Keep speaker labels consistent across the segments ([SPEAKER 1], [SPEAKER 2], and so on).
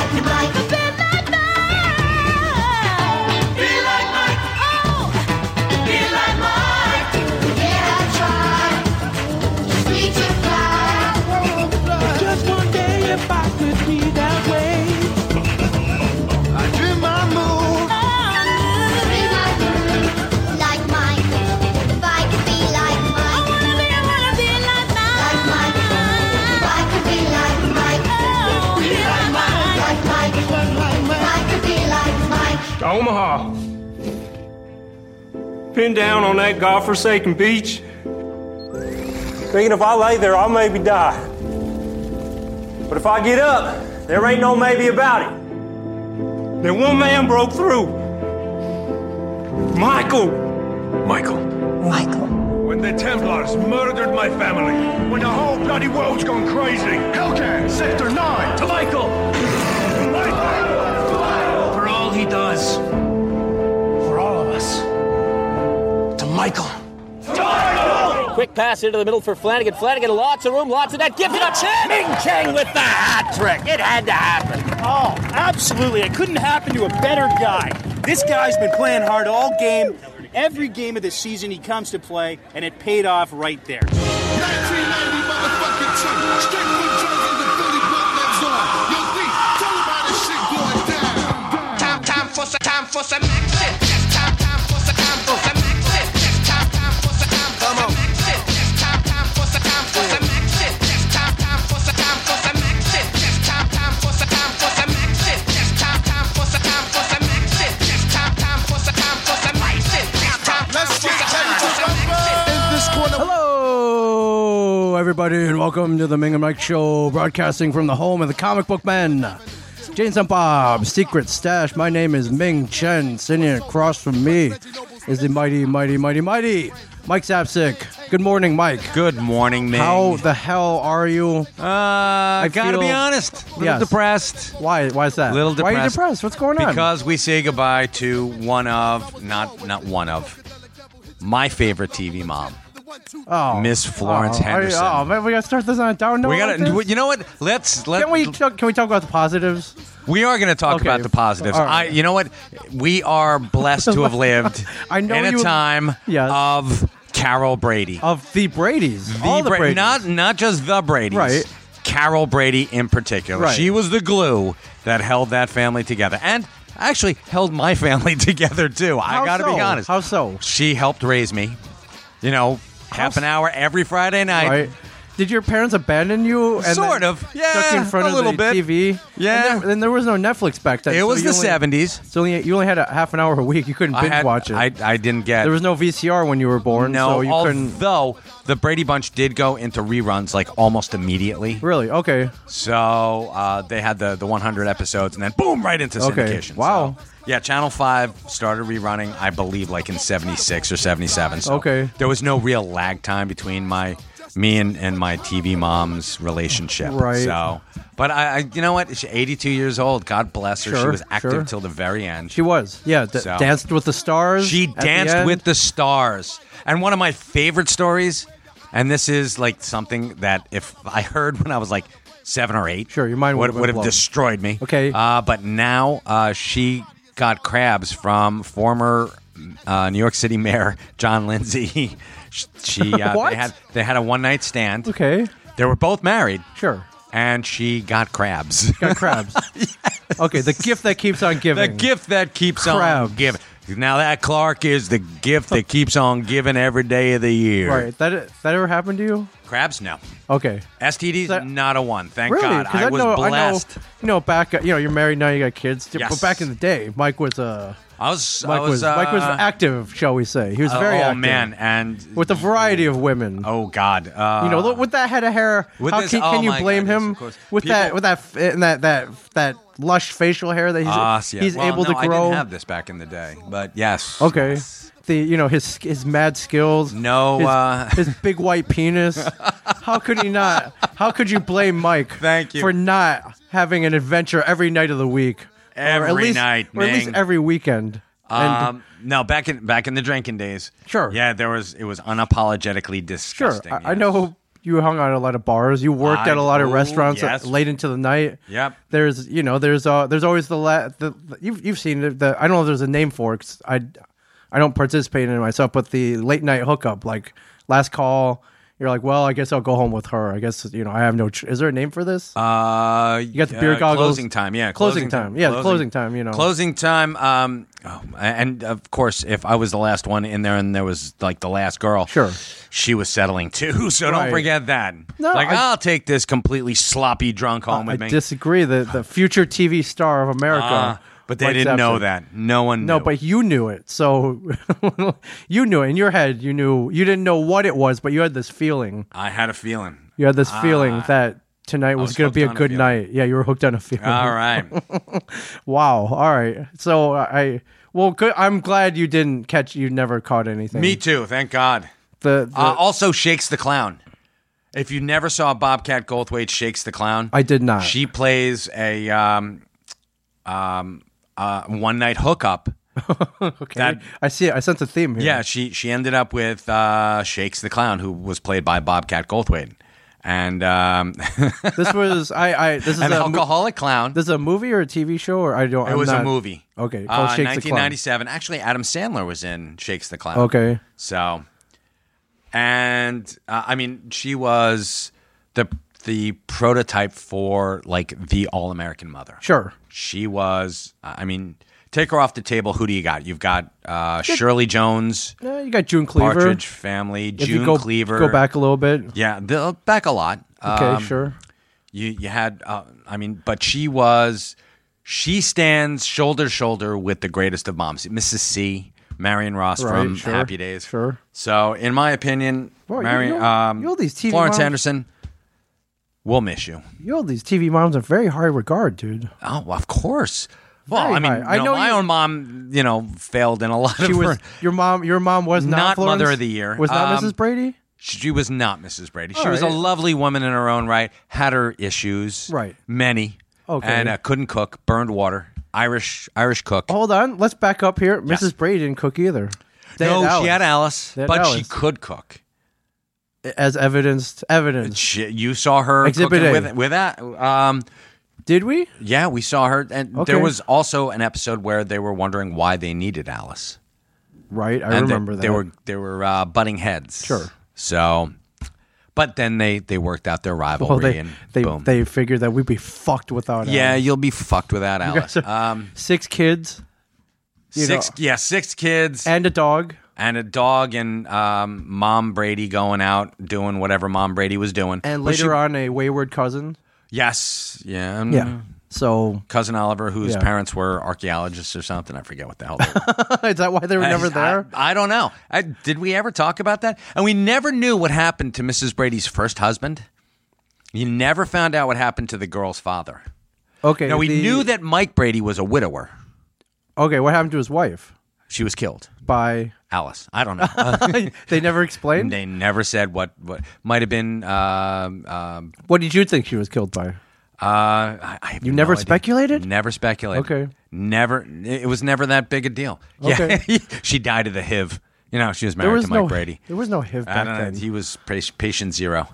[SPEAKER 1] Oh. Oh. Oh.
[SPEAKER 2] been down on that godforsaken beach, thinking if I lay there, I'll maybe die. But if I get up, there ain't no maybe about it. Then one man broke through. Michael.
[SPEAKER 3] Michael,
[SPEAKER 4] Michael.
[SPEAKER 5] When the Templars murdered my family, when the whole bloody world's gone crazy, Hellcat, Sector 9!
[SPEAKER 6] To Michael! For all he does. For all of us. To Michael.
[SPEAKER 7] Quick pass into the middle for Flanagan. Flanagan, lots of room, lots of net. Give it a chance.
[SPEAKER 6] Ming Chang with the hat trick. It had to happen.
[SPEAKER 8] Oh, absolutely. It couldn't happen to a better guy. This guy's been playing hard all game. Every game of the season he comes to play, and it paid off right there.
[SPEAKER 9] 1990 motherfucking chunk. Straight from drugs in the Billy Butt lives on. Yo, D, tell 'em how this shit going down.
[SPEAKER 1] Time, time for some, time for some action. It's time, time for some, time for some action. It's time, time for some, time for some action. It's time, time for some, time for some action. It's time, time for some, time for some action. It's time, time for some, time for some action. It's time, time for some, time for some action. It's time, time for some, time for some action. It's time, time
[SPEAKER 9] Let's
[SPEAKER 1] for
[SPEAKER 9] get
[SPEAKER 1] some, time
[SPEAKER 9] ready
[SPEAKER 1] for
[SPEAKER 9] to
[SPEAKER 1] some
[SPEAKER 9] rumble
[SPEAKER 1] action.
[SPEAKER 9] in this corner.
[SPEAKER 10] Hello, everybody, and welcome to the Ming and Mike Show, broadcasting from the home of the comic book men. James and Bob, Secret Stash. My name is Ming Chen. Sitting across from me is the mighty, mighty, mighty, mighty Mike Zapsik. Good morning, Mike.
[SPEAKER 3] good morning, Ming.
[SPEAKER 10] How the hell are you?
[SPEAKER 3] Uh, I gotta
[SPEAKER 10] feel-
[SPEAKER 3] be honest. A little
[SPEAKER 10] Yes.
[SPEAKER 3] depressed.
[SPEAKER 10] Why? Why is that?
[SPEAKER 3] A little depressed.
[SPEAKER 10] Why are you depressed? What's going on?
[SPEAKER 3] Because we say goodbye to one of, not not one of, my favorite TV mom,
[SPEAKER 10] oh,
[SPEAKER 3] Miss Florence
[SPEAKER 10] oh, are you-
[SPEAKER 3] Henderson.
[SPEAKER 10] Oh man, we gotta start this on a down note.
[SPEAKER 3] we
[SPEAKER 10] like
[SPEAKER 3] gotta.
[SPEAKER 10] this?
[SPEAKER 3] You know what? Let's let.
[SPEAKER 10] Can we talk, can we talk about the positives?
[SPEAKER 3] we are gonna talk
[SPEAKER 10] Okay.
[SPEAKER 3] about the positives.
[SPEAKER 10] All right.
[SPEAKER 3] I. You know what? We are blessed to have lived
[SPEAKER 10] I know
[SPEAKER 3] in a
[SPEAKER 10] you-
[SPEAKER 3] time
[SPEAKER 10] Yes.
[SPEAKER 3] of Carol Brady.
[SPEAKER 10] Of the Brady's,
[SPEAKER 3] the
[SPEAKER 10] all the
[SPEAKER 3] Bra-
[SPEAKER 10] Brady's.
[SPEAKER 3] not not just the Brady's,
[SPEAKER 10] Right.
[SPEAKER 3] Carol Brady in particular.
[SPEAKER 10] Right.
[SPEAKER 3] She was the glue that held that family together, and actually held my family together too.
[SPEAKER 10] How
[SPEAKER 3] I got to
[SPEAKER 10] so?
[SPEAKER 3] be honest.
[SPEAKER 10] How so?
[SPEAKER 3] She helped raise me. You know, half
[SPEAKER 10] so?
[SPEAKER 3] an hour every Friday night.
[SPEAKER 10] right? Did your parents abandon you? And
[SPEAKER 3] Sort
[SPEAKER 10] then
[SPEAKER 3] of.
[SPEAKER 10] stuck
[SPEAKER 3] Yeah,
[SPEAKER 10] in front
[SPEAKER 3] a
[SPEAKER 10] of
[SPEAKER 3] little
[SPEAKER 10] the
[SPEAKER 3] bit.
[SPEAKER 10] TV.
[SPEAKER 3] Yeah.
[SPEAKER 10] And there, and there was no Netflix back then.
[SPEAKER 3] It
[SPEAKER 10] so
[SPEAKER 3] was
[SPEAKER 10] you
[SPEAKER 3] the
[SPEAKER 10] only-
[SPEAKER 3] seventies.
[SPEAKER 10] So you you only had a half an hour a week. You couldn't
[SPEAKER 3] I
[SPEAKER 10] binge
[SPEAKER 3] had-
[SPEAKER 10] watch it.
[SPEAKER 3] I, I didn't get.
[SPEAKER 10] there was no VCR when you were born.
[SPEAKER 3] no.
[SPEAKER 10] so you couldn't.
[SPEAKER 3] although the Brady Bunch did go into reruns like almost immediately.
[SPEAKER 10] Really? Okay.
[SPEAKER 3] So uh, they had the the 100 episodes, and then boom, right into
[SPEAKER 10] Okay.
[SPEAKER 3] syndication.
[SPEAKER 10] Wow.
[SPEAKER 3] So, yeah, Channel Five started rerunning, I believe, like in '76 or '77. So
[SPEAKER 10] Okay.
[SPEAKER 3] There was no real lag time between my me and, and my TV mom's relationship.
[SPEAKER 10] Right.
[SPEAKER 3] So, but I, I you know what? She's 82 years old. God bless her. she
[SPEAKER 10] Sure,
[SPEAKER 3] was active
[SPEAKER 10] sure.
[SPEAKER 3] till the very end.
[SPEAKER 10] She was. Yeah. d-
[SPEAKER 3] So-
[SPEAKER 10] Danced with the stars.
[SPEAKER 3] She
[SPEAKER 10] at the
[SPEAKER 3] danced
[SPEAKER 10] end.
[SPEAKER 3] with the stars. And one of my favorite stories, and this is like something that if I heard when I was like seven or eight,
[SPEAKER 10] Sure, your mind
[SPEAKER 3] would,
[SPEAKER 10] would've
[SPEAKER 3] would have
[SPEAKER 10] blown.
[SPEAKER 3] destroyed me.
[SPEAKER 10] Okay.
[SPEAKER 3] Uh, but now uh, she got crabs from former uh, New York City Mayor John Lindsay. she uh,
[SPEAKER 10] What?
[SPEAKER 3] They, had, they had a one night stand.
[SPEAKER 10] Okay.
[SPEAKER 3] They were both married.
[SPEAKER 10] Sure.
[SPEAKER 3] And she got crabs.
[SPEAKER 10] Got crabs. Okay. The gift that keeps on
[SPEAKER 3] The
[SPEAKER 10] giving.
[SPEAKER 3] gift that keeps
[SPEAKER 10] Crabs.
[SPEAKER 3] on giving. Now that Clark is the gift that keeps on giving every day of the year.
[SPEAKER 10] Right. That that ever happened to you?
[SPEAKER 3] Crabs, no.
[SPEAKER 10] Okay.
[SPEAKER 3] STDs,
[SPEAKER 10] That-
[SPEAKER 3] not a one. Thank
[SPEAKER 10] Really?
[SPEAKER 3] God.
[SPEAKER 10] 'Cause
[SPEAKER 3] I, was
[SPEAKER 10] know,
[SPEAKER 3] blessed.
[SPEAKER 10] I know, you know, back, you know, you're married now, you got kids.
[SPEAKER 3] Yes.
[SPEAKER 10] But back in the day, Mike was uh,
[SPEAKER 3] I was.
[SPEAKER 10] Mike
[SPEAKER 3] I
[SPEAKER 10] was,
[SPEAKER 3] was. uh,
[SPEAKER 10] Mike was active, shall we say? He was
[SPEAKER 3] uh,
[SPEAKER 10] very
[SPEAKER 3] oh
[SPEAKER 10] active.
[SPEAKER 3] man, and
[SPEAKER 10] with a variety of women.
[SPEAKER 3] oh god. Uh,
[SPEAKER 10] You know, look, with that head of hair,
[SPEAKER 3] With
[SPEAKER 10] how
[SPEAKER 3] this-
[SPEAKER 10] can, can
[SPEAKER 3] oh,
[SPEAKER 10] you
[SPEAKER 3] my
[SPEAKER 10] blame
[SPEAKER 3] God, yes,
[SPEAKER 10] him?
[SPEAKER 3] of course.
[SPEAKER 10] with that,
[SPEAKER 3] People-
[SPEAKER 10] with that, f- and that, that, that lush facial hair that he's,
[SPEAKER 3] ah, yeah.
[SPEAKER 10] he's
[SPEAKER 3] Well,
[SPEAKER 10] able
[SPEAKER 3] no,
[SPEAKER 10] to grow.
[SPEAKER 3] I didn't have this back in the day, but yes.
[SPEAKER 10] Okay.
[SPEAKER 3] yes.
[SPEAKER 10] The you know his his mad skills.
[SPEAKER 3] No,
[SPEAKER 10] His,
[SPEAKER 3] uh,
[SPEAKER 10] his big white penis. how could he not? How could you blame Mike?
[SPEAKER 3] Thank you.
[SPEAKER 10] for not having an adventure every night of the week. or at
[SPEAKER 3] Every
[SPEAKER 10] least,
[SPEAKER 3] night,
[SPEAKER 10] or at least
[SPEAKER 3] Ming.
[SPEAKER 10] every weekend. And
[SPEAKER 3] Um, no, back in back in the drinking days.
[SPEAKER 10] Sure.
[SPEAKER 3] Yeah, there was. It was unapologetically
[SPEAKER 10] sure,
[SPEAKER 3] disgusting.
[SPEAKER 10] I, I
[SPEAKER 3] yes.
[SPEAKER 10] know you hung out at a lot of bars. You worked
[SPEAKER 3] I-
[SPEAKER 10] at a lot of
[SPEAKER 3] oh,
[SPEAKER 10] restaurants uh,
[SPEAKER 3] yes.
[SPEAKER 10] late into the night.
[SPEAKER 3] Yep.
[SPEAKER 10] There's you know there's uh there's always the la- the, the- you've you've seen the, the I don't know if there's a name for it 'cause I I don't participate in it myself but the late night hookup like last call you're like well I guess I'll go home with her I guess you know I have no ch- is there a name for this
[SPEAKER 3] Uh, you
[SPEAKER 10] got the beer goggles.
[SPEAKER 3] Closing time, yeah.
[SPEAKER 10] Closing time, yeah, closing time, you know.
[SPEAKER 3] Closing time. Um, oh, and of course, if I was the last one in there, and there was like the last girl,
[SPEAKER 10] Sure.
[SPEAKER 3] she was settling too. So
[SPEAKER 10] Right.
[SPEAKER 3] don't forget that.
[SPEAKER 10] No,
[SPEAKER 3] like
[SPEAKER 10] I-
[SPEAKER 3] I, will take this completely sloppy drunk home
[SPEAKER 10] I
[SPEAKER 3] with me.
[SPEAKER 10] disagree the the future TV star of America
[SPEAKER 3] Uh, But they
[SPEAKER 10] Mike
[SPEAKER 3] didn't know
[SPEAKER 10] Zapsik.
[SPEAKER 3] that. No one.
[SPEAKER 10] No,
[SPEAKER 3] knew.
[SPEAKER 10] but you knew it. So you knew it in your head. You knew you didn't know what it was, but you had this feeling.
[SPEAKER 3] I had a feeling.
[SPEAKER 10] You had this feeling
[SPEAKER 3] Ah.
[SPEAKER 10] that tonight
[SPEAKER 3] was
[SPEAKER 10] was, going to be
[SPEAKER 3] hooked on
[SPEAKER 10] a
[SPEAKER 3] a
[SPEAKER 10] good
[SPEAKER 3] feeling.
[SPEAKER 10] night. Yeah, you were hooked on a feeling.
[SPEAKER 3] All right.
[SPEAKER 10] Wow. All right. So I well, good. I'm glad you didn't catch. You never caught anything.
[SPEAKER 3] Me too. Thank God.
[SPEAKER 10] The, the-
[SPEAKER 3] Uh, also, Shakes the Clown. If you never saw Bobcat Goldthwait, Shakes the Clown.
[SPEAKER 10] I did not.
[SPEAKER 3] She plays a um, um, uh, one night hookup.
[SPEAKER 10] okay.
[SPEAKER 3] that-
[SPEAKER 10] I see. It. I sense a theme here.
[SPEAKER 3] Yeah, she she ended up with uh, Shakes the Clown, who was played by Bobcat Goldthwait, and um,
[SPEAKER 10] This was I. I this is
[SPEAKER 3] an
[SPEAKER 10] a mo-
[SPEAKER 3] alcoholic clown.
[SPEAKER 10] this is a movie or a TV show or I don't.
[SPEAKER 3] it
[SPEAKER 10] I'm
[SPEAKER 3] was a
[SPEAKER 10] not-
[SPEAKER 3] movie.
[SPEAKER 10] Okay.
[SPEAKER 3] Uh,
[SPEAKER 10] Called Shakes the Clown.
[SPEAKER 3] 1997. Actually, Adam Sandler was in Shakes the Clown.
[SPEAKER 10] Okay.
[SPEAKER 3] So, and uh, I mean, she was the the prototype for like the all American mother.
[SPEAKER 10] Sure.
[SPEAKER 3] She was. I mean, take her off the table. Who do you got? You've got uh, Shirley Jones,
[SPEAKER 10] Yeah, you got June Cleaver.
[SPEAKER 3] Partridge Family,
[SPEAKER 10] If
[SPEAKER 3] June
[SPEAKER 10] you go,
[SPEAKER 3] Cleaver.
[SPEAKER 10] Go back a little bit.
[SPEAKER 3] Yeah, they'll back a lot.
[SPEAKER 10] Okay.
[SPEAKER 3] Um,
[SPEAKER 10] sure.
[SPEAKER 3] You you had. Uh, I mean, but she was. She stands shoulder to shoulder with the greatest of moms, Mrs. C. Marion Ross
[SPEAKER 10] Right,
[SPEAKER 3] from
[SPEAKER 10] sure,
[SPEAKER 3] Happy Days.
[SPEAKER 10] sure.
[SPEAKER 3] So, in my opinion,
[SPEAKER 10] Well, you-
[SPEAKER 3] Marion,
[SPEAKER 10] you-
[SPEAKER 3] um,
[SPEAKER 10] you all these TV
[SPEAKER 3] Florence
[SPEAKER 10] moms-
[SPEAKER 3] Anderson, we'll miss you.
[SPEAKER 10] You hold these TV moms in very high regard, dude.
[SPEAKER 3] Oh, of course. Well,
[SPEAKER 10] Very
[SPEAKER 3] I mean,
[SPEAKER 10] high. I
[SPEAKER 3] you know,
[SPEAKER 10] know
[SPEAKER 3] my
[SPEAKER 10] you-
[SPEAKER 3] own mom, you know, failed in a lot
[SPEAKER 10] She
[SPEAKER 3] of
[SPEAKER 10] was
[SPEAKER 3] her-
[SPEAKER 10] your mom. Your mom was not,
[SPEAKER 3] Not
[SPEAKER 10] Florence?
[SPEAKER 3] Mother of the Year.
[SPEAKER 10] Was not
[SPEAKER 3] Um,
[SPEAKER 10] Mrs. Brady.
[SPEAKER 3] She was not Mrs. Brady. She
[SPEAKER 10] All
[SPEAKER 3] was a
[SPEAKER 10] right.
[SPEAKER 3] lovely woman in her own right. Had her issues,
[SPEAKER 10] Right.
[SPEAKER 3] Many,
[SPEAKER 10] Okay.
[SPEAKER 3] and uh, couldn't cook. Burned water. Irish Irish cook.
[SPEAKER 10] Hold on. Let's back up here. Mrs. Brady didn't cook either. They
[SPEAKER 3] no,
[SPEAKER 10] Alice,
[SPEAKER 3] she had Alice,
[SPEAKER 10] They had
[SPEAKER 3] but she
[SPEAKER 10] Alice.
[SPEAKER 3] could cook.
[SPEAKER 10] as evidenced. Evidence.
[SPEAKER 3] She, you saw her
[SPEAKER 10] Exhibit
[SPEAKER 3] cooking
[SPEAKER 10] A.
[SPEAKER 3] with with that. Um,
[SPEAKER 10] Did we?
[SPEAKER 3] yeah, we saw her, and
[SPEAKER 10] Okay.
[SPEAKER 3] there was also an episode where they were wondering why they needed Alice.
[SPEAKER 10] Right. I
[SPEAKER 3] And they-
[SPEAKER 10] remember that.
[SPEAKER 3] They were they were uh, butting heads.
[SPEAKER 10] Sure.
[SPEAKER 3] So, but then they they worked out their rivalry
[SPEAKER 10] Well, they
[SPEAKER 3] and
[SPEAKER 10] they,
[SPEAKER 3] boom.
[SPEAKER 10] they figured that we'd be fucked without.
[SPEAKER 3] yeah,
[SPEAKER 10] Alice.
[SPEAKER 3] you'll be fucked without
[SPEAKER 10] You
[SPEAKER 3] Alice.
[SPEAKER 10] guys are-
[SPEAKER 3] Um,
[SPEAKER 10] six kids you
[SPEAKER 3] six
[SPEAKER 10] know-
[SPEAKER 3] yeah, six kids and,
[SPEAKER 10] and a dog.
[SPEAKER 3] a dog and um, mom Brady going out doing whatever mom Brady was doing.
[SPEAKER 10] And
[SPEAKER 3] But
[SPEAKER 10] later
[SPEAKER 3] she-
[SPEAKER 10] on, a wayward cousin.
[SPEAKER 3] yes, yeah, and
[SPEAKER 10] Yeah. So
[SPEAKER 3] Cousin Oliver, whose
[SPEAKER 10] Yeah.
[SPEAKER 3] parents were archaeologists or something, I forget what the hell. They were.
[SPEAKER 10] is that why they were never
[SPEAKER 3] I-
[SPEAKER 10] there?
[SPEAKER 3] I, I don't know. I, did we ever talk about that? And we never knew what happened to Mrs. Brady's first husband. You never found out what happened to the girl's father.
[SPEAKER 10] okay.
[SPEAKER 3] Now we
[SPEAKER 10] the-
[SPEAKER 3] knew that Mike Brady was a widower.
[SPEAKER 10] Okay, what happened to his wife?
[SPEAKER 3] She was killed.
[SPEAKER 10] By
[SPEAKER 3] Alice. I don't know.
[SPEAKER 10] they never explained.
[SPEAKER 3] they never said what what might have been. Um, um,
[SPEAKER 10] What did you think she was killed by?
[SPEAKER 3] uh, I, I have
[SPEAKER 10] You
[SPEAKER 3] no
[SPEAKER 10] never
[SPEAKER 3] idea.
[SPEAKER 10] speculated?
[SPEAKER 3] Never speculated.
[SPEAKER 10] Okay.
[SPEAKER 3] Never. It was never that big a deal. Yeah.
[SPEAKER 10] Okay.
[SPEAKER 3] she died of the HIV. You know, she was married
[SPEAKER 10] There was
[SPEAKER 3] to Mike
[SPEAKER 10] no
[SPEAKER 3] Brady.
[SPEAKER 10] There was no HIV
[SPEAKER 3] I
[SPEAKER 10] back
[SPEAKER 3] don't know.
[SPEAKER 10] then.
[SPEAKER 3] He was pa- patient zero.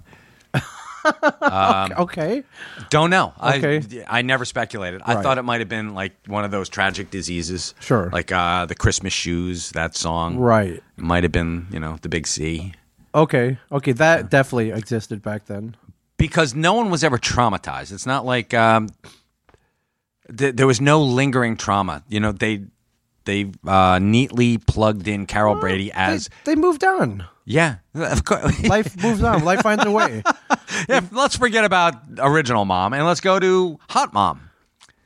[SPEAKER 10] okay.
[SPEAKER 3] Don't know.
[SPEAKER 10] Okay.
[SPEAKER 3] I I never speculated. I
[SPEAKER 10] Right.
[SPEAKER 3] thought it might have been like one of those tragic diseases.
[SPEAKER 10] Sure.
[SPEAKER 3] Like uh, the Christmas shoes, that song.
[SPEAKER 10] Right.
[SPEAKER 3] Might have been, you know, the big C.
[SPEAKER 10] Okay. Okay. That definitely existed back then.
[SPEAKER 3] Because no one was ever traumatized. It's not like um, th- there was no lingering trauma. You know, they they uh, neatly plugged in Carol Brady as
[SPEAKER 10] They, they moved on.
[SPEAKER 3] yeah, of course.
[SPEAKER 10] Life moves on. Life finds a way.
[SPEAKER 3] Yeah, let's forget about original mom and let's go to hot mom.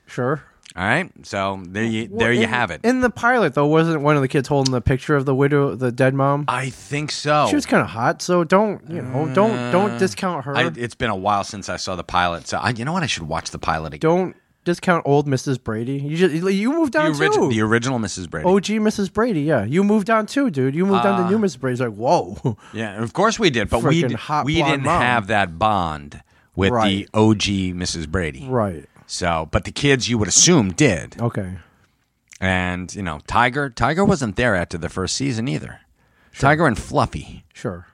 [SPEAKER 10] Sure.
[SPEAKER 3] All right, so there you there you
[SPEAKER 10] In-
[SPEAKER 3] have it.
[SPEAKER 10] In the pilot though, wasn't one of the kids holding the picture of the widow, the dead mom?
[SPEAKER 3] I think so.
[SPEAKER 10] She was kind of hot, so don't you know? Don't don't discount her.
[SPEAKER 3] Mm. I, it's been a while since I saw the pilot, so I, you know what? I should watch the pilot again.
[SPEAKER 10] don't discount old Mrs. Brady. You just you moved on
[SPEAKER 3] the, origi-
[SPEAKER 10] too.
[SPEAKER 3] the original Mrs. Brady.
[SPEAKER 10] OG Mrs. Brady, yeah. You moved on too, dude. You moved on to new Mrs. Brady. It's like, whoa.
[SPEAKER 3] yeah, of course we did, but we
[SPEAKER 10] Frickin'
[SPEAKER 3] d-
[SPEAKER 10] hot
[SPEAKER 3] we
[SPEAKER 10] blonde
[SPEAKER 3] didn't
[SPEAKER 10] mom.
[SPEAKER 3] have that bond with
[SPEAKER 10] Right.
[SPEAKER 3] the OG Mrs. Brady,
[SPEAKER 10] right.
[SPEAKER 3] So, but the kids you would assume did,
[SPEAKER 10] Okay.
[SPEAKER 3] and you know, Tiger Tiger wasn't there after the first season either. Tiger and Fluffy,
[SPEAKER 10] Sure.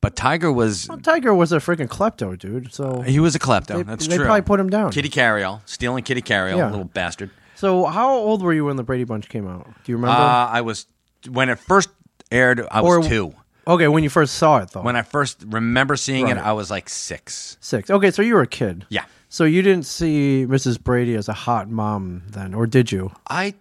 [SPEAKER 3] but Tiger was
[SPEAKER 10] Tiger was a freaking klepto, dude. So
[SPEAKER 3] he was a klepto.
[SPEAKER 10] They-
[SPEAKER 3] That's
[SPEAKER 10] they
[SPEAKER 3] true.
[SPEAKER 10] probably put him down.
[SPEAKER 3] Kitty Carriol, stealing Kitty Carriol,
[SPEAKER 10] Yeah.
[SPEAKER 3] little bastard.
[SPEAKER 10] so how old were you when the Brady Bunch came out? Do you remember?
[SPEAKER 3] Uh, I was when it first aired. I
[SPEAKER 10] Or-
[SPEAKER 3] was two.
[SPEAKER 10] okay, when you first saw it though.
[SPEAKER 3] When I first remember seeing it,
[SPEAKER 10] Right.
[SPEAKER 3] I was like six.
[SPEAKER 10] Six. Okay, so you were a kid.
[SPEAKER 3] Yeah.
[SPEAKER 10] So you didn't see Mrs. Brady as a hot mom then, or did you?
[SPEAKER 3] I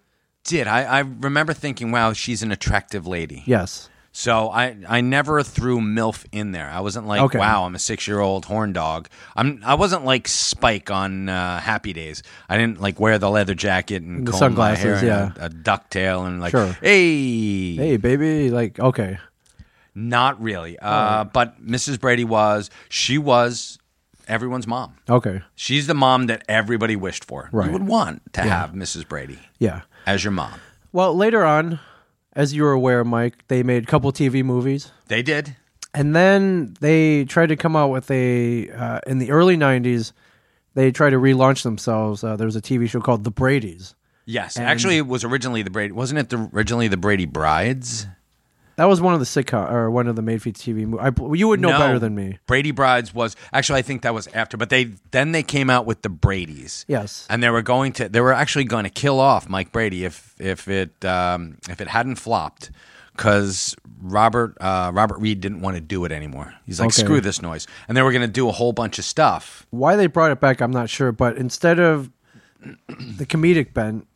[SPEAKER 3] did. I, I remember thinking, wow, she's an attractive lady.
[SPEAKER 10] Yes.
[SPEAKER 3] So I I never threw MILF in there. I wasn't like,
[SPEAKER 10] Okay.
[SPEAKER 3] wow, I'm a six year old horn dog. I'm I wasn't like Spike on uh, Happy Days. I didn't like wear the leather jacket and
[SPEAKER 10] The
[SPEAKER 3] comb
[SPEAKER 10] sunglasses,
[SPEAKER 3] my hair
[SPEAKER 10] yeah.
[SPEAKER 3] and a, a ducktail and like,
[SPEAKER 10] Sure.
[SPEAKER 3] hey,
[SPEAKER 10] Hey, baby, like okay,
[SPEAKER 3] not really. Uh, But Mrs. Brady was she was everyone's mom.
[SPEAKER 10] okay,
[SPEAKER 3] She's the mom that everybody wished for.
[SPEAKER 10] Right.
[SPEAKER 3] You would want to have Mrs. Brady
[SPEAKER 10] yeah.
[SPEAKER 3] as your mom.
[SPEAKER 10] Well, later on, as you're aware, Mike, they made a couple TV movies,
[SPEAKER 3] They did.
[SPEAKER 10] and then they tried to come out with a uh, in the early '90s. They tried to relaunch themselves. Uh, there was a TV show called The Brady's.
[SPEAKER 3] Yes, actually, it was originally the Brady. Wasn't it the, originally the Brady Brides?
[SPEAKER 10] That was one of the sitcom or one of the made for TV. Mo- I, you would know better than me.
[SPEAKER 3] Brady Brides was actually I think that was after, but they then they came out with the Brady's.
[SPEAKER 10] Yes.
[SPEAKER 3] and they were going to they were actually going to kill off Mike Brady if if it um, if it hadn't flopped because Robert uh, Robert Reed didn't want to do it anymore. He's like
[SPEAKER 10] Okay.
[SPEAKER 3] screw this noise, and they were going to do a whole bunch of stuff.
[SPEAKER 10] Why they brought it back, I'm not sure. But instead of the comedic bent,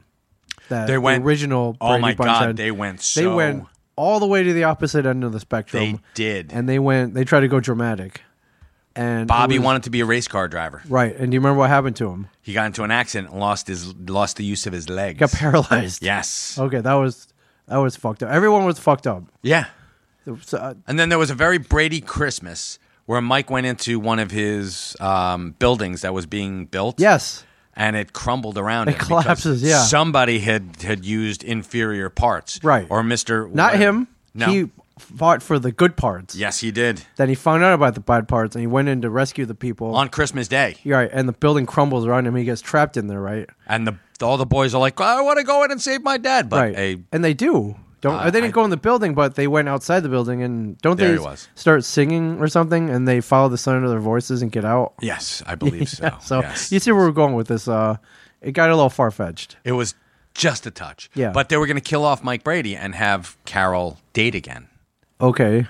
[SPEAKER 10] that
[SPEAKER 3] They went
[SPEAKER 10] the original.
[SPEAKER 3] Oh
[SPEAKER 10] Brady
[SPEAKER 3] my
[SPEAKER 10] Bunch
[SPEAKER 3] God,
[SPEAKER 10] had,
[SPEAKER 3] they went
[SPEAKER 10] They
[SPEAKER 3] so-
[SPEAKER 10] went all the way to the opposite end of the spectrum.
[SPEAKER 3] They did.
[SPEAKER 10] and they went. They tried to go dramatic, and it
[SPEAKER 3] Bobby
[SPEAKER 10] was-
[SPEAKER 3] wanted to be a race car driver.
[SPEAKER 10] right. And do you remember what happened to him?
[SPEAKER 3] He got into an accident and lost his lost the use of his legs.
[SPEAKER 10] Got paralyzed.
[SPEAKER 3] yes.
[SPEAKER 10] Okay, that was that was fucked up. Everyone was fucked up.
[SPEAKER 3] Yeah.
[SPEAKER 10] So, uh,
[SPEAKER 3] And then there was a very Brady Christmas where Mike went into one of his um, buildings that was being built.
[SPEAKER 10] yes.
[SPEAKER 3] And it crumbled around.
[SPEAKER 10] It
[SPEAKER 3] him because
[SPEAKER 10] collapses, yeah.
[SPEAKER 3] Somebody had had used inferior parts.
[SPEAKER 10] Right.
[SPEAKER 3] Or Mister.
[SPEAKER 10] Not him.
[SPEAKER 3] No.
[SPEAKER 10] He fought for the good parts.
[SPEAKER 3] yes, he did
[SPEAKER 10] Then he found out about the bad parts and he went in to rescue the people.
[SPEAKER 3] on Christmas Day.
[SPEAKER 10] You're right, and the building crumbles around him. He gets trapped in there, right?
[SPEAKER 3] And the all the boys are like, I want to go in and save my dad, but
[SPEAKER 10] right.
[SPEAKER 3] a
[SPEAKER 10] and they do. Don't
[SPEAKER 3] Uh,
[SPEAKER 10] they didn't
[SPEAKER 3] I-
[SPEAKER 10] go in the building, but they went outside the building and don't
[SPEAKER 3] There
[SPEAKER 10] they
[SPEAKER 3] he was.
[SPEAKER 10] start singing or something? And they follow the sound of their voices and get out.
[SPEAKER 3] yes, I believe so.
[SPEAKER 10] So
[SPEAKER 3] Oh, yes.
[SPEAKER 10] you see where we're going with this. Uh, it got a little far fetched.
[SPEAKER 3] It was just a touch.
[SPEAKER 10] Yeah.
[SPEAKER 3] But they were going to kill off Mike Brady and have Carol date again.
[SPEAKER 10] Okay,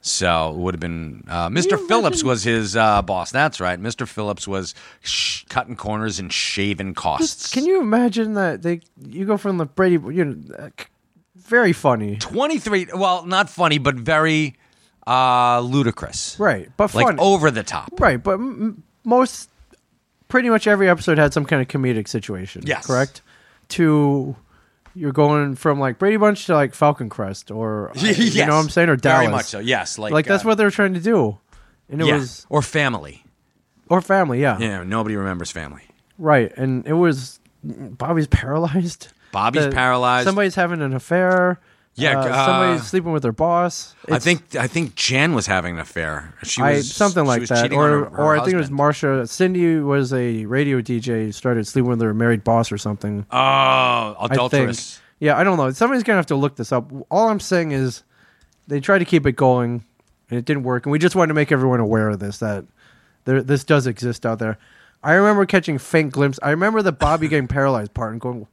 [SPEAKER 3] So it would have been uh, Mr. Phillips was his uh, boss. That's right. Mr. Phillips was sh- cutting corners and shaving costs.
[SPEAKER 10] can you imagine that they you go from the Brady? You know, uh, c- very funny,
[SPEAKER 3] 23, well, not funny, but very uh, ludicrous.
[SPEAKER 10] right? But
[SPEAKER 3] Like oh.
[SPEAKER 10] funny,
[SPEAKER 3] over the top.
[SPEAKER 10] right? But m- m- most, pretty much every episode had some kind of comedic situation.
[SPEAKER 3] Yes.
[SPEAKER 10] correct. To you're going from like Brady Bunch to like Falcon Crest, or uh,
[SPEAKER 3] Yes.
[SPEAKER 10] you know what I'm saying, or Dallas.
[SPEAKER 3] Very much so. Yes. Like,
[SPEAKER 10] Like, that's
[SPEAKER 3] uh,
[SPEAKER 10] what they were trying to do, and it
[SPEAKER 3] yeah.
[SPEAKER 10] was
[SPEAKER 3] Or family.
[SPEAKER 10] or family, yeah,
[SPEAKER 3] Yeah, nobody remembers family.
[SPEAKER 10] right, and it was Bobby's paralyzed.
[SPEAKER 3] Bobby's
[SPEAKER 10] The-
[SPEAKER 3] paralyzed.
[SPEAKER 10] Somebody's having an affair.
[SPEAKER 3] Yeah,
[SPEAKER 10] uh,
[SPEAKER 3] uh,
[SPEAKER 10] somebody's sleeping with their boss.
[SPEAKER 3] I
[SPEAKER 10] It's-
[SPEAKER 3] think I think Jan was having an affair. She
[SPEAKER 10] I,
[SPEAKER 3] was
[SPEAKER 10] something
[SPEAKER 3] she
[SPEAKER 10] like
[SPEAKER 3] was
[SPEAKER 10] that,
[SPEAKER 3] cheating on
[SPEAKER 10] or
[SPEAKER 3] her- her
[SPEAKER 10] or I think it was
[SPEAKER 3] husband.
[SPEAKER 10] Marsha. Cindy was a radio DJ who started sleeping with her married boss or something.
[SPEAKER 3] Oh,
[SPEAKER 10] I think.
[SPEAKER 3] adulterous.
[SPEAKER 10] Yeah, I don't know. Somebody's gonna have to look this up. All I'm saying is, they tried to keep it going, and it didn't work. And we just wanted to make everyone aware of this that there, this does exist out there. I remember catching faint glimpse. I remember the Bobby getting paralyzed part and going,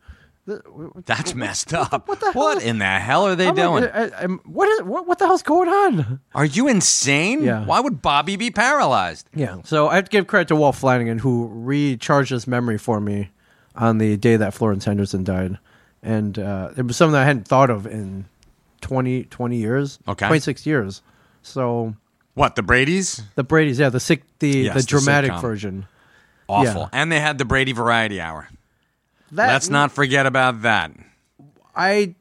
[SPEAKER 3] That's messed up. What,
[SPEAKER 10] the hell is-
[SPEAKER 3] in the hell are they
[SPEAKER 10] I'm uh,
[SPEAKER 3] doing?
[SPEAKER 10] Like, I, I'm- what, is, what what the hell's going on?
[SPEAKER 3] are you insane?
[SPEAKER 10] Yeah.
[SPEAKER 3] Why would Bobby be paralyzed?
[SPEAKER 10] Yeah. So I have to give credit to Walt Flanagan who recharged this memory for me on the day that Florence Henderson died. And uh, it was something I hadn't thought of in 20, 20 years.
[SPEAKER 3] Okay.
[SPEAKER 10] 26 years. So
[SPEAKER 3] What, the Brady's?
[SPEAKER 10] the Brady's, yeah, the sick, the,
[SPEAKER 3] Yes,
[SPEAKER 10] the
[SPEAKER 3] the
[SPEAKER 10] dramatic
[SPEAKER 3] sitcom.
[SPEAKER 10] version.
[SPEAKER 3] Awful.
[SPEAKER 10] Yeah. Uh,
[SPEAKER 3] And they had the Brady Variety Hour.
[SPEAKER 10] That,
[SPEAKER 3] Let's not forget about that.
[SPEAKER 10] I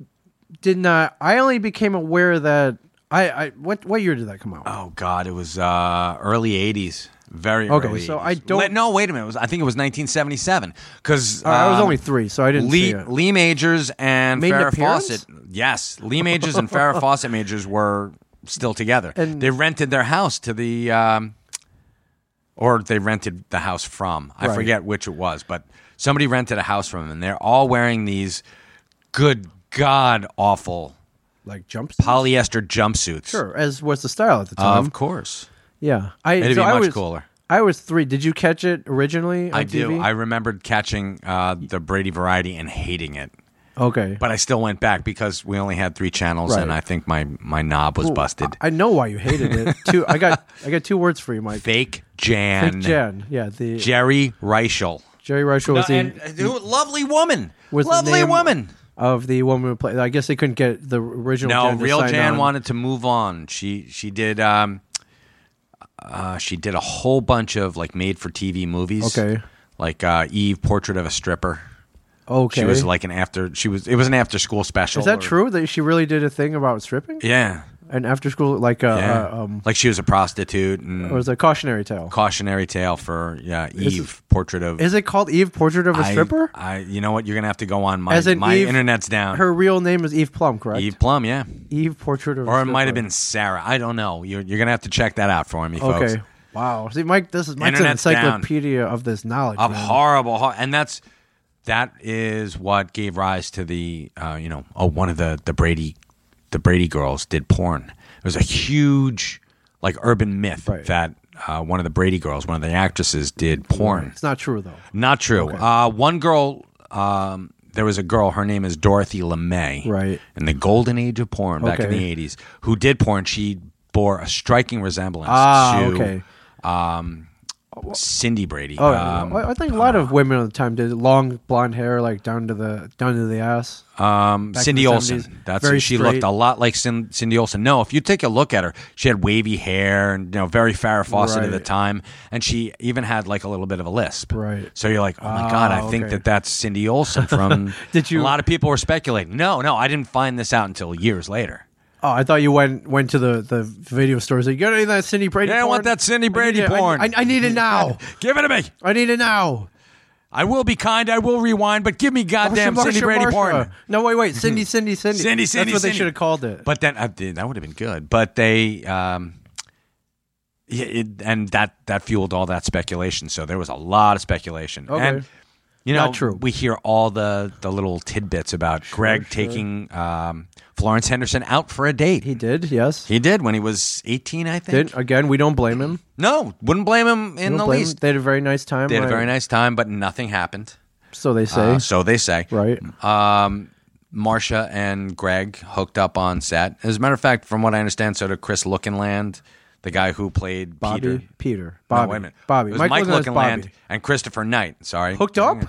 [SPEAKER 10] did not. I only became aware that I. I what what year did that come out?
[SPEAKER 3] Oh God, it was uh, early '80s, very
[SPEAKER 10] Okay,
[SPEAKER 3] early.
[SPEAKER 10] so
[SPEAKER 3] 80s.
[SPEAKER 10] I don't-
[SPEAKER 3] Wait, no, wait a minute. It was, I think it was 1977 because
[SPEAKER 10] Uh, I
[SPEAKER 3] um,
[SPEAKER 10] was only three, so I didn't see
[SPEAKER 3] Lee,
[SPEAKER 10] it.
[SPEAKER 3] Lee Majors and
[SPEAKER 10] Made an
[SPEAKER 3] Farrah
[SPEAKER 10] appearance?
[SPEAKER 3] Fawcett. Yes, Lee Majors and Farrah Fawcett Majors were still together.
[SPEAKER 10] And-
[SPEAKER 3] they rented their house to the, um, or they rented the house from. I
[SPEAKER 10] Right.
[SPEAKER 3] forget which it was, but somebody rented a house from them, and they're all wearing these good god awful
[SPEAKER 10] like jumps.
[SPEAKER 3] polyester jumpsuits. Um,
[SPEAKER 10] Sure, as was the style at the time.
[SPEAKER 3] of course.
[SPEAKER 10] yeah, I.
[SPEAKER 3] It'd
[SPEAKER 10] so
[SPEAKER 3] be
[SPEAKER 10] I
[SPEAKER 3] much
[SPEAKER 10] was,
[SPEAKER 3] cooler.
[SPEAKER 10] I was three. Did you catch it originally? on
[SPEAKER 3] I do.
[SPEAKER 10] TV?
[SPEAKER 3] I remembered catching uh, the Brady variety and hating it.
[SPEAKER 10] okay,
[SPEAKER 3] But I still went back because we only had three channels, and
[SPEAKER 10] Right.
[SPEAKER 3] I think my, my knob was busted.
[SPEAKER 10] I know why you hated it. two. I got. I got two words for you, Mike.
[SPEAKER 3] Fake Jan.
[SPEAKER 10] Fake Jan. Yeah, the
[SPEAKER 3] Jerry Reichel. Uh,
[SPEAKER 10] Jerry Reichel was the
[SPEAKER 3] and, uh, dude, lovely woman.
[SPEAKER 10] was the
[SPEAKER 3] lovely
[SPEAKER 10] name
[SPEAKER 3] woman.
[SPEAKER 10] of the one we were playing. I guess they couldn't get the original.
[SPEAKER 3] No,
[SPEAKER 10] Jan to
[SPEAKER 3] real
[SPEAKER 10] sign
[SPEAKER 3] Jan
[SPEAKER 10] on.
[SPEAKER 3] wanted to move on. She she did um, uh, she did a whole bunch of like made for TV movies.
[SPEAKER 10] Okay.
[SPEAKER 3] like uh, Eve, Portrait of a Stripper.
[SPEAKER 10] Okay,
[SPEAKER 3] She was like an after. She was it was an after school special.
[SPEAKER 10] is that
[SPEAKER 3] or-
[SPEAKER 10] true that she really did a thing about stripping
[SPEAKER 3] Yeah,
[SPEAKER 10] and after school like uh,
[SPEAKER 3] yeah.
[SPEAKER 10] uh, um,
[SPEAKER 3] like she was a prostitute and
[SPEAKER 10] or was it a cautionary tale?
[SPEAKER 3] cautionary tale for yeah
[SPEAKER 10] Is it-
[SPEAKER 3] Eve, Portrait of.
[SPEAKER 10] Is it called Eve Portrait of a
[SPEAKER 3] I-
[SPEAKER 10] Stripper?
[SPEAKER 3] I, you know what? You're gonna have to go on my
[SPEAKER 10] As in
[SPEAKER 3] my
[SPEAKER 10] Eve-
[SPEAKER 3] internet's down.
[SPEAKER 10] Her real name is Eve Plum, correct?
[SPEAKER 3] Eve Plum, yeah,
[SPEAKER 10] Eve Portrait of a
[SPEAKER 3] or it
[SPEAKER 10] Stripper.
[SPEAKER 3] might have been Sarah. I don't know. You're you're gonna have to check that out for me, folks.
[SPEAKER 10] Okay. Wow. See, Mike, this is Mike's an
[SPEAKER 3] Internet's down.
[SPEAKER 10] encyclopedia of this knowledge.
[SPEAKER 3] of
[SPEAKER 10] man.
[SPEAKER 3] horrible, hor- and that's that is what gave rise to the uh, you know oh one of the the Brady the Brady girls did porn. It was a huge like urban myth
[SPEAKER 10] Right.
[SPEAKER 3] that uh, one of the Brady girls, one of the actresses, did porn.
[SPEAKER 10] It's not true though.
[SPEAKER 3] Not true. Uh, one girl, um, there was a girl. Her name is Dorothy LeMay.
[SPEAKER 10] Right.
[SPEAKER 3] In the golden age of porn, back in
[SPEAKER 10] Okay.
[SPEAKER 3] the eighties, who did porn? She bore a striking resemblance
[SPEAKER 10] Ah,
[SPEAKER 3] to
[SPEAKER 10] okay.
[SPEAKER 3] Cindy Brady.
[SPEAKER 10] Oh, yeah.
[SPEAKER 3] um,
[SPEAKER 10] Well, I think a lot of women at the time did long blonde hair, like down to the down to the ass.
[SPEAKER 3] um,
[SPEAKER 10] back in
[SPEAKER 3] Cindy
[SPEAKER 10] the
[SPEAKER 3] Olsen.
[SPEAKER 10] 70s,
[SPEAKER 3] That's
[SPEAKER 10] very
[SPEAKER 3] she looked
[SPEAKER 10] straight.
[SPEAKER 3] a lot like Cin- Cindy Olsen. No, if you take a look at her, she had wavy hair and you know very Farrah Fawcett at the
[SPEAKER 10] Right.
[SPEAKER 3] time, and she even had like a little bit of a lisp.
[SPEAKER 10] Right.
[SPEAKER 3] So you're like, oh my god, I
[SPEAKER 10] Ah,
[SPEAKER 3] think
[SPEAKER 10] okay.
[SPEAKER 3] that that's Cindy Olsen from.
[SPEAKER 10] Did
[SPEAKER 3] A
[SPEAKER 10] you-
[SPEAKER 3] lot of people were speculating. No, no, I didn't find this out until years later.
[SPEAKER 10] Oh, I thought you went went to the, the video stores. You got any of that Cindy Brady?
[SPEAKER 3] Yeah, I
[SPEAKER 10] porn?
[SPEAKER 3] want that Cindy
[SPEAKER 10] I need
[SPEAKER 3] Brady
[SPEAKER 10] it- I-
[SPEAKER 3] porn."
[SPEAKER 10] I, I need it now.
[SPEAKER 3] Give it to me.
[SPEAKER 10] I need it now.
[SPEAKER 3] I will be kind. I will rewind, but give me goddamn
[SPEAKER 10] Marsha,
[SPEAKER 3] Cindy
[SPEAKER 10] Marsha,
[SPEAKER 3] Brady
[SPEAKER 10] Marsha.
[SPEAKER 3] porn.
[SPEAKER 10] No, wait, wait, Cindy, Cindy, Cindy.
[SPEAKER 3] Cindy, Cindy,
[SPEAKER 10] That's what
[SPEAKER 3] Cindy.
[SPEAKER 10] they should have called it.
[SPEAKER 3] But then I did, that would have been good. But they, um, yeah, it, and that that fueled all that speculation. So there was a lot of speculation.
[SPEAKER 10] Okay.
[SPEAKER 3] And you know,
[SPEAKER 10] Not true.
[SPEAKER 3] We hear all the the little tidbits about Greg taking um, Florence Henderson out for a date.
[SPEAKER 10] he
[SPEAKER 3] He,
[SPEAKER 10] did, yes.
[SPEAKER 3] did when he was eighteen, I think.
[SPEAKER 10] did again. We don't blame him.
[SPEAKER 3] No, wouldn't blame him in
[SPEAKER 10] We
[SPEAKER 3] the
[SPEAKER 10] don't blame him.
[SPEAKER 3] least.
[SPEAKER 10] They had a very nice time.
[SPEAKER 3] They had a
[SPEAKER 10] right?
[SPEAKER 3] very nice time, but nothing happened.
[SPEAKER 10] So they say.
[SPEAKER 3] Uh, so they say.
[SPEAKER 10] right.
[SPEAKER 3] Um, Marsha and Greg hooked up on set. As a matter of fact, from what I understand, so did Chris Lookinland, the guy who played
[SPEAKER 10] Bobby,
[SPEAKER 3] Peter.
[SPEAKER 10] Peter. Peter.
[SPEAKER 3] No,
[SPEAKER 10] Bobby.
[SPEAKER 3] wait a minute.
[SPEAKER 10] Bobby.
[SPEAKER 3] It was Mike,
[SPEAKER 10] Lookinland's
[SPEAKER 3] Lookinland
[SPEAKER 10] Bobby.
[SPEAKER 3] and Christopher Knight. Sorry,
[SPEAKER 10] Hooked up?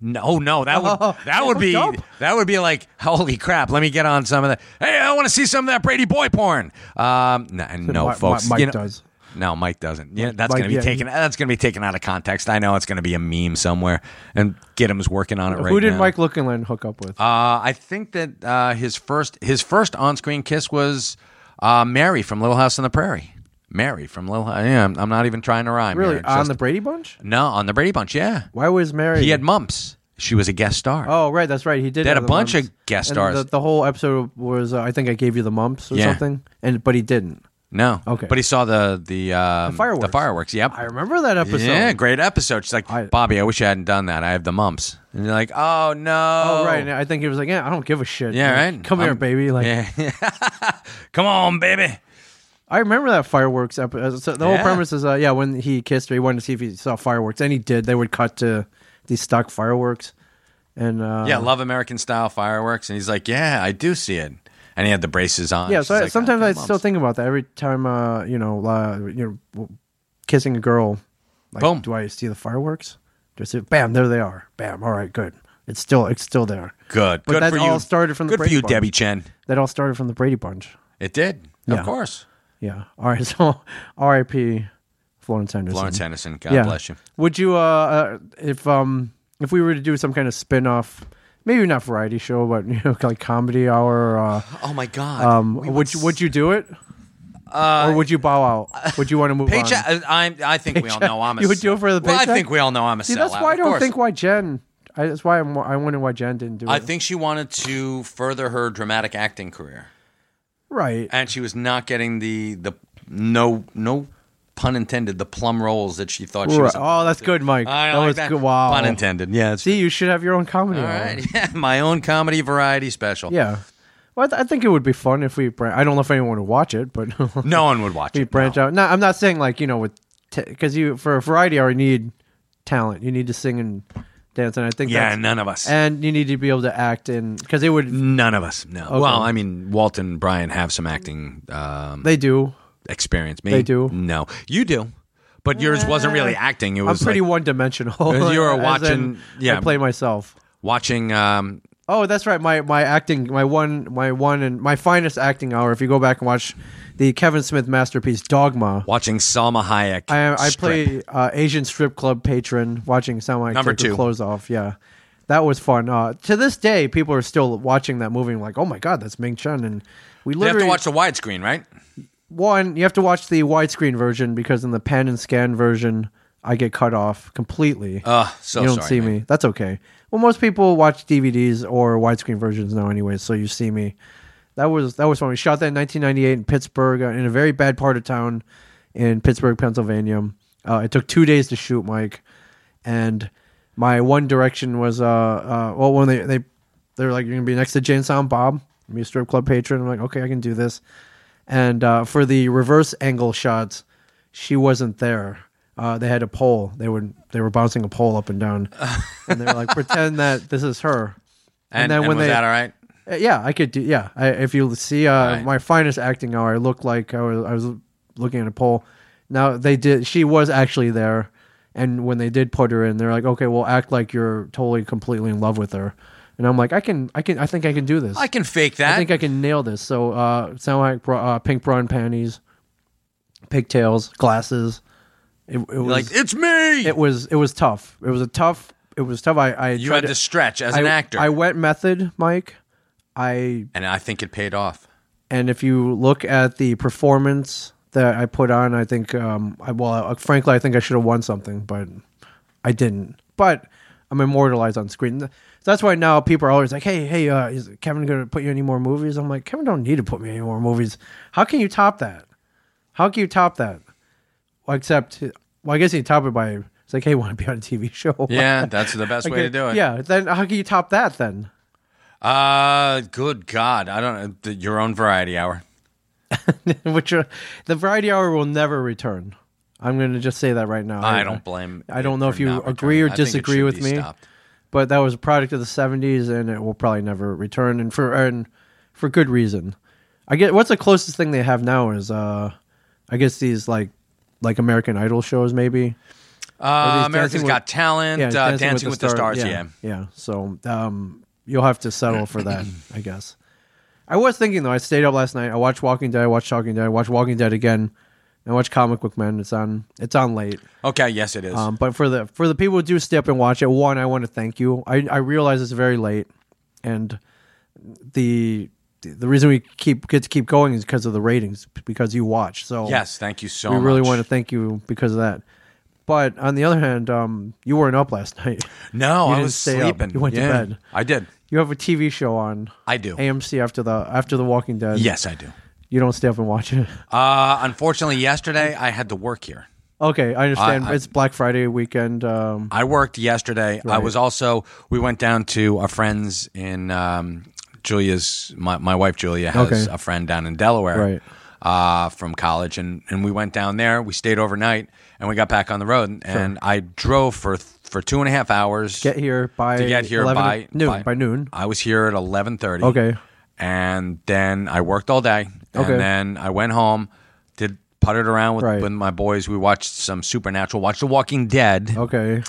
[SPEAKER 3] No, no, that would
[SPEAKER 10] Oh,
[SPEAKER 3] that would be
[SPEAKER 10] hooked up?
[SPEAKER 3] that would be like holy crap. Let me get on some of that. Hey, I want to see some of that Brady boy porn. Um, no, and no,
[SPEAKER 10] Mi- Mi-
[SPEAKER 3] folks.
[SPEAKER 10] Mike
[SPEAKER 3] you know-
[SPEAKER 10] does.
[SPEAKER 3] No, Mike doesn't. Yeah, that's
[SPEAKER 10] Mike-
[SPEAKER 3] gonna be
[SPEAKER 10] yeah, he-
[SPEAKER 3] taken. That's gonna be taken out of context. I know it's gonna be a meme somewhere, and Gidim's working on it right
[SPEAKER 10] Who did
[SPEAKER 3] now.
[SPEAKER 10] Mike Lookinland hook up with?
[SPEAKER 3] Uh, I think that uh, his first his first on screen kiss was uh, Mary from Little House on the Prairie. Mary from Little House. Yeah, I'm, I'm not even trying to rhyme.
[SPEAKER 10] really?
[SPEAKER 3] here. It's
[SPEAKER 10] on
[SPEAKER 3] just-
[SPEAKER 10] the Brady Bunch?
[SPEAKER 3] no on the Brady Bunch. Yeah,
[SPEAKER 10] Why was Mary?
[SPEAKER 3] he had mumps. She was a guest star.
[SPEAKER 10] Oh right, that's right. He did.
[SPEAKER 3] They had
[SPEAKER 10] have
[SPEAKER 3] a
[SPEAKER 10] the
[SPEAKER 3] bunch
[SPEAKER 10] mumps.
[SPEAKER 3] of guest
[SPEAKER 10] And
[SPEAKER 3] stars.
[SPEAKER 10] The, the whole episode was, uh, I think, I gave you the mumps or
[SPEAKER 3] Yeah.
[SPEAKER 10] something, and but he didn't.
[SPEAKER 3] no,
[SPEAKER 10] Okay.
[SPEAKER 3] but he saw the the, um,
[SPEAKER 10] The fireworks.
[SPEAKER 3] The fireworks. Yep.
[SPEAKER 10] I remember that episode.
[SPEAKER 3] Yeah, great episode. She's like,
[SPEAKER 10] I-
[SPEAKER 3] Bobby, I wish I hadn't done that. I have the mumps. And you're like, oh no.
[SPEAKER 10] Oh right, and I think he was like, yeah, I don't give a shit.
[SPEAKER 3] Yeah,
[SPEAKER 10] Like,
[SPEAKER 3] right.
[SPEAKER 10] Come here,
[SPEAKER 3] I'm-
[SPEAKER 10] baby. Like
[SPEAKER 3] Yeah. Come on, baby.
[SPEAKER 10] I remember that fireworks episode. So the whole
[SPEAKER 3] Yeah.
[SPEAKER 10] premise is, uh, yeah, when he kissed her, he wanted to see if he saw fireworks, and he did. They would cut to these stock fireworks, and uh,
[SPEAKER 3] Yeah, love American style fireworks. And he's like, yeah, I do see it. And he had the braces on.
[SPEAKER 10] yeah.
[SPEAKER 3] She's
[SPEAKER 10] So I,
[SPEAKER 3] like,
[SPEAKER 10] sometimes
[SPEAKER 3] "Oh,
[SPEAKER 10] I
[SPEAKER 3] come on."
[SPEAKER 10] still think about that every time, uh, you know, uh, you know, kissing a girl. Like,
[SPEAKER 3] Boom.
[SPEAKER 10] Do I see the fireworks? Just see, bam, there they are. Bam. All right, good. It's still it's still there.
[SPEAKER 3] good.
[SPEAKER 10] But
[SPEAKER 3] good
[SPEAKER 10] that
[SPEAKER 3] for
[SPEAKER 10] all
[SPEAKER 3] you.
[SPEAKER 10] started from the
[SPEAKER 3] good for
[SPEAKER 10] Brady
[SPEAKER 3] you,
[SPEAKER 10] Bunch.
[SPEAKER 3] Debbie Chen.
[SPEAKER 10] That all started from the Brady Bunch.
[SPEAKER 3] It did,
[SPEAKER 10] Yeah.
[SPEAKER 3] of course.
[SPEAKER 10] Yeah. All right. So, R.I.P. Florence Henderson.
[SPEAKER 3] Lawrence Henderson, God bless you.
[SPEAKER 10] Would you, uh, uh, if um, if we were to do some kind of spin off, maybe not variety show, but you know, like comedy hour, uh,
[SPEAKER 3] Oh my God.
[SPEAKER 10] um, would you, would you do it? Uh, or would you bow out? Would you want to move
[SPEAKER 3] Paycheck.
[SPEAKER 10] on?
[SPEAKER 3] I, I'm- I think we all know I'm a.
[SPEAKER 10] You would do it for the
[SPEAKER 3] Well, I
[SPEAKER 10] paycheck?
[SPEAKER 3] think we all know I'm a.
[SPEAKER 10] See, that's
[SPEAKER 3] sellout,
[SPEAKER 10] why I
[SPEAKER 3] of
[SPEAKER 10] don't
[SPEAKER 3] course.
[SPEAKER 10] think why Jen. I, that's why I'm, I wonder why Jen didn't do it.
[SPEAKER 3] I think she wanted to further her dramatic acting career,
[SPEAKER 10] right.
[SPEAKER 3] and she was not getting the the no no pun intended the plum roles that she thought she
[SPEAKER 10] Right.
[SPEAKER 3] was.
[SPEAKER 10] Oh, that's good, Mike.
[SPEAKER 3] I
[SPEAKER 10] that
[SPEAKER 3] like
[SPEAKER 10] was good. Wow.
[SPEAKER 3] Pun intended. Yeah. It's,
[SPEAKER 10] See, you should have your own comedy.
[SPEAKER 3] all
[SPEAKER 10] hour.
[SPEAKER 3] right. Yeah. My own comedy variety special.
[SPEAKER 10] Yeah. Well, I, th- I think it would be fun if we. Bran- I don't know if anyone would watch it, but
[SPEAKER 3] No one would watch
[SPEAKER 10] we
[SPEAKER 3] it.
[SPEAKER 10] branch out. No, I'm not saying like you know with because you for a variety hour you need talent. You need to sing and dance, and I think
[SPEAKER 3] Yeah, Mm.
[SPEAKER 10] that's,
[SPEAKER 3] none of us.
[SPEAKER 10] and you need to be able to act and because they would
[SPEAKER 3] None of us. No. Well, I mean, Walt and Brian have some acting um,
[SPEAKER 10] they do.
[SPEAKER 3] experience. Me,
[SPEAKER 10] They do. Uh,
[SPEAKER 3] No, you do, but yours wasn't really acting. It
[SPEAKER 10] I'm
[SPEAKER 3] was
[SPEAKER 10] pretty
[SPEAKER 3] like
[SPEAKER 10] one dimensional.
[SPEAKER 3] You were
[SPEAKER 10] As in,
[SPEAKER 3] watching- yeah.
[SPEAKER 10] I play myself.
[SPEAKER 3] watching um,
[SPEAKER 10] Oh, that's right. My my acting, my one, my one, and my finest acting hour. If you go back and watch the Kevin Smith masterpiece Dogma,
[SPEAKER 3] Watching Salma Hayek.
[SPEAKER 10] I am- I
[SPEAKER 3] strip.
[SPEAKER 10] play uh, Asian strip club patron watching someone
[SPEAKER 3] Number
[SPEAKER 10] take her
[SPEAKER 3] two.
[SPEAKER 10] clothes off. Yeah, that was fun. Uh, to this day, people are still watching that movie. and Like, oh my god, that's Ming Chun, and we
[SPEAKER 3] You have
[SPEAKER 10] literally
[SPEAKER 3] to watch the widescreen, right?
[SPEAKER 10] one. You have to watch the widescreen version because in the pan and scan version, I get cut off completely.
[SPEAKER 3] Uh, so
[SPEAKER 10] you don't
[SPEAKER 3] sorry,
[SPEAKER 10] see
[SPEAKER 3] man.
[SPEAKER 10] me. That's okay. Well, most people watch DVDs or widescreen versions now, anyway. So you see me. That was that was when we shot that in 1998 in Pittsburgh, uh, in a very bad part of town, in Pittsburgh, Pennsylvania. Uh, it took two days to shoot, Mike, and my one direction was uh, uh well when they they they're like you're gonna be next to Jane Silent Bob, be a strip club patron. I'm like okay, I can do this. And uh, for the reverse angle shots, she wasn't there. Uh, they had a pole. They would they were bouncing a pole up and down, and they were like, pretend that this is her.
[SPEAKER 3] And, and was that all right?
[SPEAKER 10] Uh, yeah, I could do. Yeah, I, if you see uh,
[SPEAKER 3] Right.
[SPEAKER 10] my finest acting hour, I looked like I was, I was looking at a poll. Now they did. She was actually there, and when they did put her in, they're like, "Okay, well, act like you're totally, completely in love with her." And I'm like, "I can, I can, I think I can do this.
[SPEAKER 3] I can fake that.
[SPEAKER 10] I think I can nail this." So, uh, sound like bra- uh, pink brawn panties, pigtails, glasses. It, it was
[SPEAKER 3] like it's me.
[SPEAKER 10] it was it was tough. It was a tough. It was tough. I, I
[SPEAKER 3] you
[SPEAKER 10] tried
[SPEAKER 3] had to stretch as an
[SPEAKER 10] I-
[SPEAKER 3] actor,
[SPEAKER 10] I went method, Mike. I
[SPEAKER 3] and I think it paid off.
[SPEAKER 10] and if you look at the performance that I put on, I think, um, I, well, uh, frankly, I think I should have won something, but I didn't. But I'm immortalized on screen. So that's why now people are always like, "Hey, hey, uh, is Kevin going to put you in any more movies?" I'm like, Kevin don't need to put me in any more movies. How can you top that? How can you top that? Well, except, well, I guess you top it by it's like, "Hey, want to be on a TV show?"
[SPEAKER 3] Yeah, that's the best way to
[SPEAKER 10] Okay,
[SPEAKER 3] do it.
[SPEAKER 10] Yeah. Then how can you top that? Then
[SPEAKER 3] Uh, good God, I don't. know. Th- Your own variety hour.
[SPEAKER 10] which uh, the variety hour will never return. I'm going to just say that right now.
[SPEAKER 3] I don't blame.
[SPEAKER 10] I don't
[SPEAKER 3] it
[SPEAKER 10] know
[SPEAKER 3] for
[SPEAKER 10] if you
[SPEAKER 3] not
[SPEAKER 10] agree
[SPEAKER 3] returning.
[SPEAKER 10] or
[SPEAKER 3] I think it
[SPEAKER 10] disagree
[SPEAKER 3] should
[SPEAKER 10] with
[SPEAKER 3] be
[SPEAKER 10] me.
[SPEAKER 3] stopped.
[SPEAKER 10] but that was a product of the 70s, and it will probably never return, and for and for good reason. I get what's the closest thing they have now is uh, I guess these like like American Idol shows maybe.
[SPEAKER 3] Uh,
[SPEAKER 10] Dancing
[SPEAKER 3] America's
[SPEAKER 10] with-
[SPEAKER 3] Got Talent,
[SPEAKER 10] Yeah,
[SPEAKER 3] uh, Dancing, with, the,
[SPEAKER 10] Star-
[SPEAKER 3] Stars. Yeah.
[SPEAKER 10] yeah, yeah. So um, you'll have to settle for that, I guess. I was thinking though. I stayed up last night. I watched Walking Dead. I watched Talking Dead. I watched Walking Dead again. and I watched Comic Book Man. It's on. It's on late.
[SPEAKER 3] Okay. Yes, it is.
[SPEAKER 10] Um, but for the for the people who do stay up and watch it, one, I want to thank you. I, I realize it's very late, and the the reason we keep get to keep going is because of the ratings, because you watch. So
[SPEAKER 3] yes. Thank you so
[SPEAKER 10] we
[SPEAKER 3] much.
[SPEAKER 10] really want to thank you because of that. But on the other hand, um, you weren't up last night.
[SPEAKER 3] No,
[SPEAKER 10] You
[SPEAKER 3] I
[SPEAKER 10] didn't
[SPEAKER 3] was
[SPEAKER 10] stay up.
[SPEAKER 3] sleeping.
[SPEAKER 10] You went to
[SPEAKER 3] Yeah,
[SPEAKER 10] bed.
[SPEAKER 3] I did.
[SPEAKER 10] You have a TV show on
[SPEAKER 3] I do.
[SPEAKER 10] AMC after the after the Walking Dead.
[SPEAKER 3] Yes, I do.
[SPEAKER 10] you don't stay up and watch it.
[SPEAKER 3] Uh, unfortunately, yesterday I had to work here.
[SPEAKER 10] Okay, I understand.
[SPEAKER 3] I- I-
[SPEAKER 10] it's Black Friday weekend. Um,
[SPEAKER 3] I worked yesterday. I was also. We went down to our friends in um, Julia's. My, my wife Julia has
[SPEAKER 10] Okay.
[SPEAKER 3] a friend down in Delaware, uh, from college, and and we went down there. We stayed overnight, and we got back on the road. And, and I drove for for two and a half hours.
[SPEAKER 10] get here by
[SPEAKER 3] to get here
[SPEAKER 10] 11
[SPEAKER 3] by
[SPEAKER 10] noon. By, noon.
[SPEAKER 3] I was here at eleven thirty.
[SPEAKER 10] Okay.
[SPEAKER 3] and then I worked all day. And
[SPEAKER 10] Okay.
[SPEAKER 3] then I went home, did puttered around with,
[SPEAKER 10] Right.
[SPEAKER 3] with my boys. We watched some Supernatural, watched The Walking Dead,
[SPEAKER 10] Okay.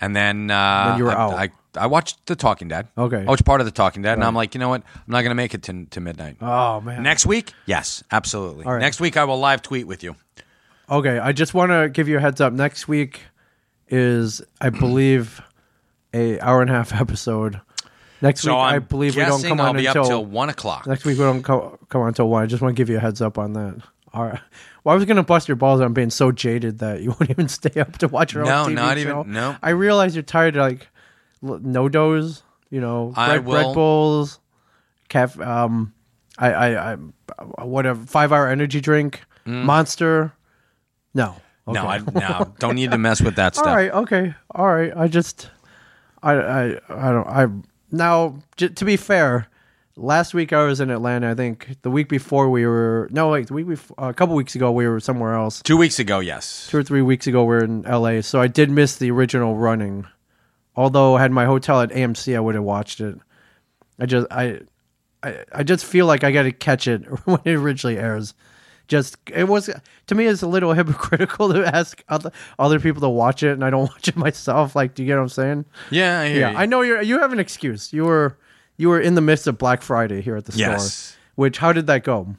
[SPEAKER 3] and then uh,
[SPEAKER 10] Then you were
[SPEAKER 3] I,
[SPEAKER 10] out.
[SPEAKER 3] I, I watched The Talking Dead.
[SPEAKER 10] Okay.
[SPEAKER 3] I watched part of The Talking Dead, and I'm like, you know what? I'm not going to make it to, to midnight.
[SPEAKER 10] Oh man.
[SPEAKER 3] Next week, yes, absolutely.
[SPEAKER 10] right.
[SPEAKER 3] Next week, I will live tweet with you.
[SPEAKER 10] Okay, I just want to give you a heads up. Next week is, I believe, a hour and a half episode. Next
[SPEAKER 3] So
[SPEAKER 10] week,
[SPEAKER 3] I'm
[SPEAKER 10] I believe we don't
[SPEAKER 3] guessing
[SPEAKER 10] come
[SPEAKER 3] I'll
[SPEAKER 10] on
[SPEAKER 3] be
[SPEAKER 10] until
[SPEAKER 3] up till one o'clock.
[SPEAKER 10] next week. We don't co- come on until one. I just want to give you a heads up on that. All right. Well, I was gonna bust your balls on being so jaded that you won't even stay up to watch your
[SPEAKER 3] No,
[SPEAKER 10] own TV
[SPEAKER 3] not even-
[SPEAKER 10] show.
[SPEAKER 3] no.
[SPEAKER 10] I realize you're tired of like no dos, you know,
[SPEAKER 3] I
[SPEAKER 10] Red, Red
[SPEAKER 3] will-
[SPEAKER 10] Bulls, caf, um, I, I, I, whatever, five hour energy drink,
[SPEAKER 3] Mm.
[SPEAKER 10] Monster. No,
[SPEAKER 3] No, I no, don't need to mess with that stuff.
[SPEAKER 10] all right, okay, all right. I just, I, I, I don't. I now j- to be fair, last week I was in Atlanta. I think the week before we were no, like the week before, a couple weeks ago we were somewhere else.
[SPEAKER 3] Two weeks ago, yes.
[SPEAKER 10] Two or three weeks ago we were in L.A. So I did miss the original running. Although had my hotel at AMC, I would have watched it. I just, I, I, I just feel like I got to catch it when it originally airs. Just it was to me, it's a little hypocritical to ask other other people to watch it, and I don't watch it myself. Like, do you get what I'm saying?
[SPEAKER 3] Yeah, I hear
[SPEAKER 10] Yeah,
[SPEAKER 3] you.
[SPEAKER 10] I know you're. You have an excuse. You were you were in the midst of Black Friday here at the store.
[SPEAKER 3] Yes.
[SPEAKER 10] Which how did that go?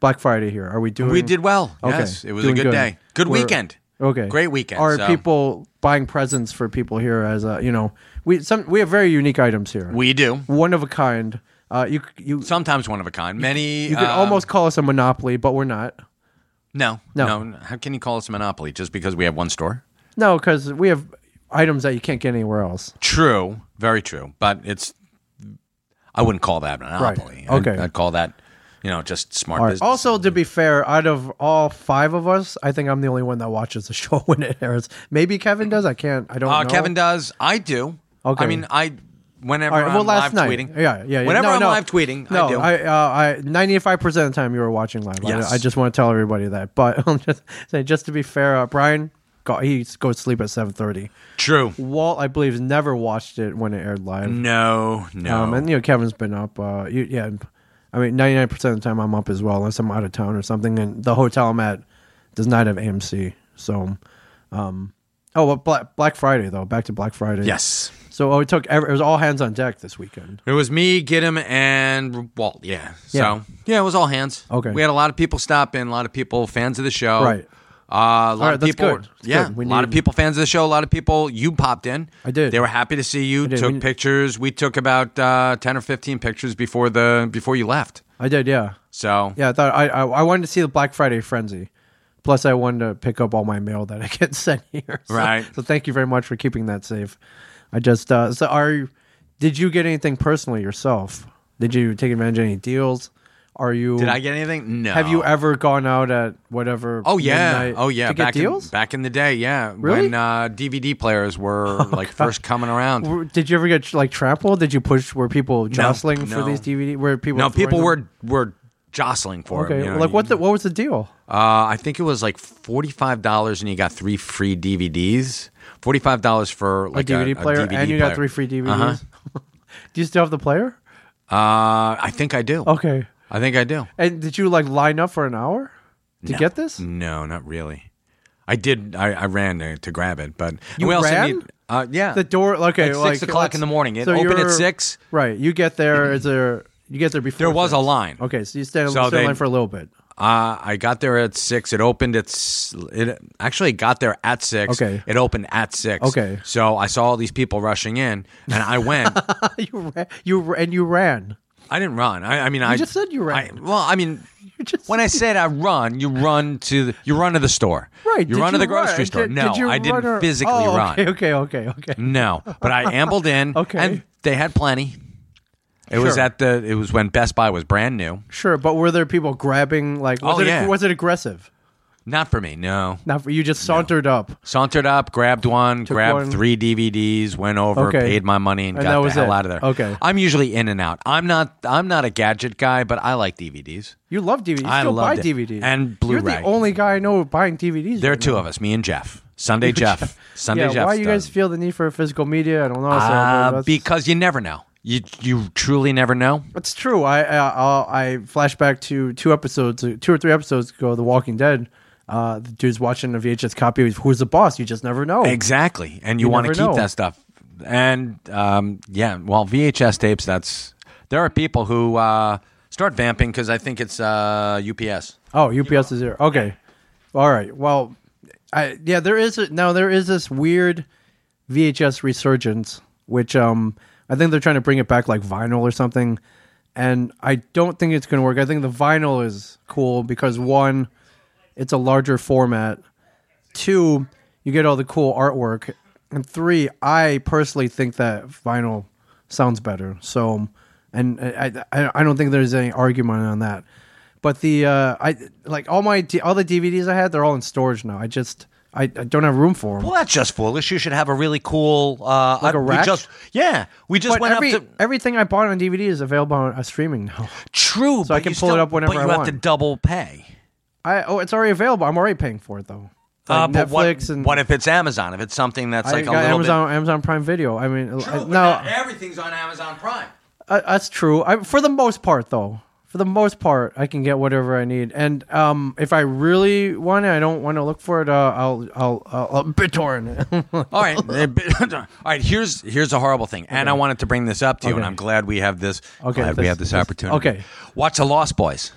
[SPEAKER 10] Black Friday here. Are we doing?
[SPEAKER 3] We did well.
[SPEAKER 10] Okay.
[SPEAKER 3] Yes, it was
[SPEAKER 10] Doing
[SPEAKER 3] a good, day. Good
[SPEAKER 10] We're-
[SPEAKER 3] weekend.
[SPEAKER 10] Okay.
[SPEAKER 3] Great weekend,
[SPEAKER 10] Are
[SPEAKER 3] so-
[SPEAKER 10] people buying presents for people here as a you know we some we have very unique items here.
[SPEAKER 3] We do.
[SPEAKER 10] one of a kind. Uh, you you
[SPEAKER 3] Sometimes one of a kind. Many.
[SPEAKER 10] you could
[SPEAKER 3] um,
[SPEAKER 10] almost call us a monopoly, but we're not.
[SPEAKER 3] No,
[SPEAKER 10] No.
[SPEAKER 3] no. How can you call us a monopoly just because we have one store?
[SPEAKER 10] No, because we have items that you can't get anywhere else.
[SPEAKER 3] True, very true. But it's. I wouldn't call that a monopoly.
[SPEAKER 10] Right. Okay.
[SPEAKER 3] I'd, I'd call that, you know, just smart
[SPEAKER 10] All right.
[SPEAKER 3] business.
[SPEAKER 10] Also, to be fair, out of all five of us, I think I'm the only one that watches the show when it airs. Maybe Kevin does. I can't. I don't.
[SPEAKER 3] Uh,
[SPEAKER 10] know.
[SPEAKER 3] Kevin does. I do.
[SPEAKER 10] Okay.
[SPEAKER 3] I mean, I whenever
[SPEAKER 10] All right.
[SPEAKER 3] I'm
[SPEAKER 10] Well,
[SPEAKER 3] live
[SPEAKER 10] last night.
[SPEAKER 3] tweeting.
[SPEAKER 10] Yeah, yeah, yeah.
[SPEAKER 3] Whenever
[SPEAKER 10] no,
[SPEAKER 3] I'm
[SPEAKER 10] no.
[SPEAKER 3] live tweeting,
[SPEAKER 10] no,
[SPEAKER 3] I do.
[SPEAKER 10] I, uh, I, ninety-five percent of the time you were watching live. I-
[SPEAKER 3] Yes.
[SPEAKER 10] I, just want to tell everybody that. But I'm just saying, just to be fair, uh, Brian, go, he goes to sleep at seven thirty.
[SPEAKER 3] True.
[SPEAKER 10] Walt, I believe, has never watched it when it aired live.
[SPEAKER 3] No, no.
[SPEAKER 10] Um, and you know, Kevin's been up. Uh, you, yeah, I mean, ninety nine percent of the time I'm up as well, unless I'm out of town or something. And the hotel I'm at does not have AMC. So, um, oh, well, Black, Black Friday though. Back to Black Friday.
[SPEAKER 3] yes.
[SPEAKER 10] So oh, it took. ev- It was all hands on deck this weekend.
[SPEAKER 3] It was me, Gidim, and Walt. Yeah.
[SPEAKER 10] Yeah.
[SPEAKER 3] So yeah, it was all hands.
[SPEAKER 10] Okay.
[SPEAKER 3] We had a lot of people stop in, a lot of people fans of the show.
[SPEAKER 10] Right.
[SPEAKER 3] Uh, a lot
[SPEAKER 10] right,
[SPEAKER 3] of
[SPEAKER 10] that's
[SPEAKER 3] people.
[SPEAKER 10] good. That's
[SPEAKER 3] Yeah.
[SPEAKER 10] good. We
[SPEAKER 3] a lot of
[SPEAKER 10] need-
[SPEAKER 3] people fans of the show. A lot of people. You popped in.
[SPEAKER 10] I did.
[SPEAKER 3] They were happy to see you.
[SPEAKER 10] did.
[SPEAKER 3] Took
[SPEAKER 10] We-
[SPEAKER 3] pictures. We took about uh, ten or fifteen pictures before the before you left.
[SPEAKER 10] I did. Yeah.
[SPEAKER 3] So
[SPEAKER 10] Yeah. I thought I, I I wanted to see the Black Friday frenzy. Plus, I wanted to pick up all my mail that I get sent here. So,
[SPEAKER 3] Right.
[SPEAKER 10] So thank you very much for keeping that safe. I just uh, so are. you- Did you get anything personally yourself? Did you take advantage of any deals? Are you?
[SPEAKER 3] Did I get anything? No.
[SPEAKER 10] Have you ever gone out at whatever?
[SPEAKER 3] Oh yeah.
[SPEAKER 10] midnight
[SPEAKER 3] Oh yeah.
[SPEAKER 10] To get
[SPEAKER 3] back
[SPEAKER 10] deals?
[SPEAKER 3] In, back in the day, yeah.
[SPEAKER 10] Really? Oh,
[SPEAKER 3] When uh, DVD players were like first coming around.
[SPEAKER 10] Were- Did you ever get like trampled? Did you push? Were people jostling for
[SPEAKER 3] no.
[SPEAKER 10] these DVD? Were people?
[SPEAKER 3] no,
[SPEAKER 10] throwing
[SPEAKER 3] people
[SPEAKER 10] them?
[SPEAKER 3] were were jostling for
[SPEAKER 10] Okay,
[SPEAKER 3] it. you know,
[SPEAKER 10] like what?
[SPEAKER 3] you-
[SPEAKER 10] The, what was the deal?
[SPEAKER 3] Uh, I think it was like forty five dollars, and you got three free DVDs. Forty five dollars for like
[SPEAKER 10] DVD
[SPEAKER 3] a
[SPEAKER 10] player,
[SPEAKER 3] DVD
[SPEAKER 10] and you got three
[SPEAKER 3] player.
[SPEAKER 10] free DVDs.
[SPEAKER 3] Uh-huh.
[SPEAKER 10] Do you still have the player?
[SPEAKER 3] Uh, I think I do.
[SPEAKER 10] Okay.
[SPEAKER 3] I think I do.
[SPEAKER 10] And did you like line up for an hour to
[SPEAKER 3] No.
[SPEAKER 10] get this?
[SPEAKER 3] No, not really. I did. I, I ran to, to grab it, but
[SPEAKER 10] You
[SPEAKER 3] we also
[SPEAKER 10] ran?
[SPEAKER 3] need- uh, yeah,
[SPEAKER 10] The door, okay,
[SPEAKER 3] At six
[SPEAKER 10] like,
[SPEAKER 3] o'clock
[SPEAKER 10] let's-
[SPEAKER 3] in the morning. It
[SPEAKER 10] so
[SPEAKER 3] opened at
[SPEAKER 10] you're-
[SPEAKER 3] six.
[SPEAKER 10] Right. You get there. Is there? You get there before.
[SPEAKER 3] There was a
[SPEAKER 10] six.
[SPEAKER 3] line.
[SPEAKER 10] Okay, so you stay in
[SPEAKER 3] So
[SPEAKER 10] the
[SPEAKER 3] they-
[SPEAKER 10] line for a little bit.
[SPEAKER 3] Uh, I got there at six. It opened at s- it actually got there at six.
[SPEAKER 10] Okay.
[SPEAKER 3] It opened at six.
[SPEAKER 10] Okay.
[SPEAKER 3] So I saw all these people rushing in, and I went.
[SPEAKER 10] you ran. You ra- and you ran.
[SPEAKER 3] I didn't run. I, I mean, I
[SPEAKER 10] just said you ran.
[SPEAKER 3] I- well, I mean,
[SPEAKER 10] You just
[SPEAKER 3] when I said I run, you run to the, you run to the store.
[SPEAKER 10] right,
[SPEAKER 3] You
[SPEAKER 10] did
[SPEAKER 3] run to the grocery
[SPEAKER 10] run?
[SPEAKER 3] store.
[SPEAKER 10] Did-
[SPEAKER 3] no,
[SPEAKER 10] did you
[SPEAKER 3] I didn't
[SPEAKER 10] run or-
[SPEAKER 3] physically
[SPEAKER 10] oh,
[SPEAKER 3] run.
[SPEAKER 10] Okay, okay, okay, okay.
[SPEAKER 3] No, but I ambled in.
[SPEAKER 10] Okay.
[SPEAKER 3] And they had plenty. It was
[SPEAKER 10] Sure.
[SPEAKER 3] at the. It was when Best Buy was brand new.
[SPEAKER 10] Sure, but were there people grabbing? Like, was
[SPEAKER 3] Oh,
[SPEAKER 10] it
[SPEAKER 3] yeah.
[SPEAKER 10] was it aggressive?
[SPEAKER 3] Not for me. No.
[SPEAKER 10] Not for, you just sauntered up.
[SPEAKER 3] Sauntered up, grabbed one, grabbed
[SPEAKER 10] one.
[SPEAKER 3] three DVDs, went over,
[SPEAKER 10] Okay.
[SPEAKER 3] paid my money, and,
[SPEAKER 10] And
[SPEAKER 3] got
[SPEAKER 10] that
[SPEAKER 3] the
[SPEAKER 10] was
[SPEAKER 3] hell
[SPEAKER 10] it.
[SPEAKER 3] out of there.
[SPEAKER 10] Okay.
[SPEAKER 3] I'm usually in and out. I'm not. I'm not a gadget guy, but I like DVDs.
[SPEAKER 10] You love DVDs. You
[SPEAKER 3] I
[SPEAKER 10] still buy
[SPEAKER 3] loved it.
[SPEAKER 10] DVDs
[SPEAKER 3] And
[SPEAKER 10] You're the
[SPEAKER 3] Blu-ray.
[SPEAKER 10] only guy I know buying DVDs.
[SPEAKER 3] There are
[SPEAKER 10] right
[SPEAKER 3] two
[SPEAKER 10] now.
[SPEAKER 3] of us, me and Jeff. Sunday Jeff. Sunday
[SPEAKER 10] yeah,
[SPEAKER 3] Jeff.
[SPEAKER 10] why you guys
[SPEAKER 3] does-
[SPEAKER 10] feel the need for physical media? I don't know. so
[SPEAKER 3] Uh,
[SPEAKER 10] that's-
[SPEAKER 3] because you never know. You you truly never know.
[SPEAKER 10] That's true. I uh, I'll- I flash back to two episodes, uh, two or three episodes ago, The Walking Dead. Uh, the dude's watching a VHS copy of Who's the Boss. You just never know.
[SPEAKER 3] Exactly, and you,
[SPEAKER 10] You
[SPEAKER 3] want to
[SPEAKER 10] never
[SPEAKER 3] keep
[SPEAKER 10] know.
[SPEAKER 3] that stuff. And um, yeah, well, VHS tapes. That's there are people who uh, start vamping because I think it's uh, UPS.
[SPEAKER 10] Oh, UPS is here. Okay. All right. Well, I yeah, there is a, now there is this weird VHS resurgence, which um I think they're trying to bring it back like vinyl or something, and I don't think it's going to work. I think the vinyl is cool because one, it's a larger format. Two, you get all the cool artwork, and three, I personally think that vinyl sounds better. So, and I I, I don't think there's any argument on that. But the uh, I like all my D- all the DVDs I had, they're all in storage now. I just I, I don't have room for them.
[SPEAKER 3] Well, that's just foolish. You should have a really cool uh,
[SPEAKER 10] Like a
[SPEAKER 3] we
[SPEAKER 10] rack?
[SPEAKER 3] just- yeah, we just
[SPEAKER 10] but
[SPEAKER 3] went
[SPEAKER 10] every,
[SPEAKER 3] up to
[SPEAKER 10] everything I bought on DVD is available on uh, streaming now.
[SPEAKER 3] true.
[SPEAKER 10] So I
[SPEAKER 3] but
[SPEAKER 10] can
[SPEAKER 3] you
[SPEAKER 10] pull it
[SPEAKER 3] still-
[SPEAKER 10] up whenever
[SPEAKER 3] But you
[SPEAKER 10] I
[SPEAKER 3] have
[SPEAKER 10] want.
[SPEAKER 3] to double pay.
[SPEAKER 10] I oh, it's already available. I'm already paying for it though.
[SPEAKER 3] Uh,
[SPEAKER 10] Like
[SPEAKER 3] but what,
[SPEAKER 10] Netflix and
[SPEAKER 3] what if it's Amazon? If it's something that's
[SPEAKER 10] I
[SPEAKER 3] like a
[SPEAKER 10] got
[SPEAKER 3] little
[SPEAKER 10] Amazon Amazon Prime Video. I mean,
[SPEAKER 3] bit
[SPEAKER 10] I,
[SPEAKER 3] True, but
[SPEAKER 10] now
[SPEAKER 3] not everything's on Amazon Prime.
[SPEAKER 10] uh, that's true. I, for the most part, though, for the most part, I can get whatever I need. And um, if I really want it, I don't want to look for it. Uh, I'll I'll I'll, I'll BitTorrent it.
[SPEAKER 3] All right, eh, but- all right. Here's here's a horrible thing, and I wanted to bring this up to you, and
[SPEAKER 10] Okay.
[SPEAKER 3] I'm glad we have this.
[SPEAKER 10] Okay,
[SPEAKER 3] glad we
[SPEAKER 10] this-
[SPEAKER 3] have this,
[SPEAKER 10] this-
[SPEAKER 3] opportunity.
[SPEAKER 10] okay.
[SPEAKER 3] watch the Lost Boys.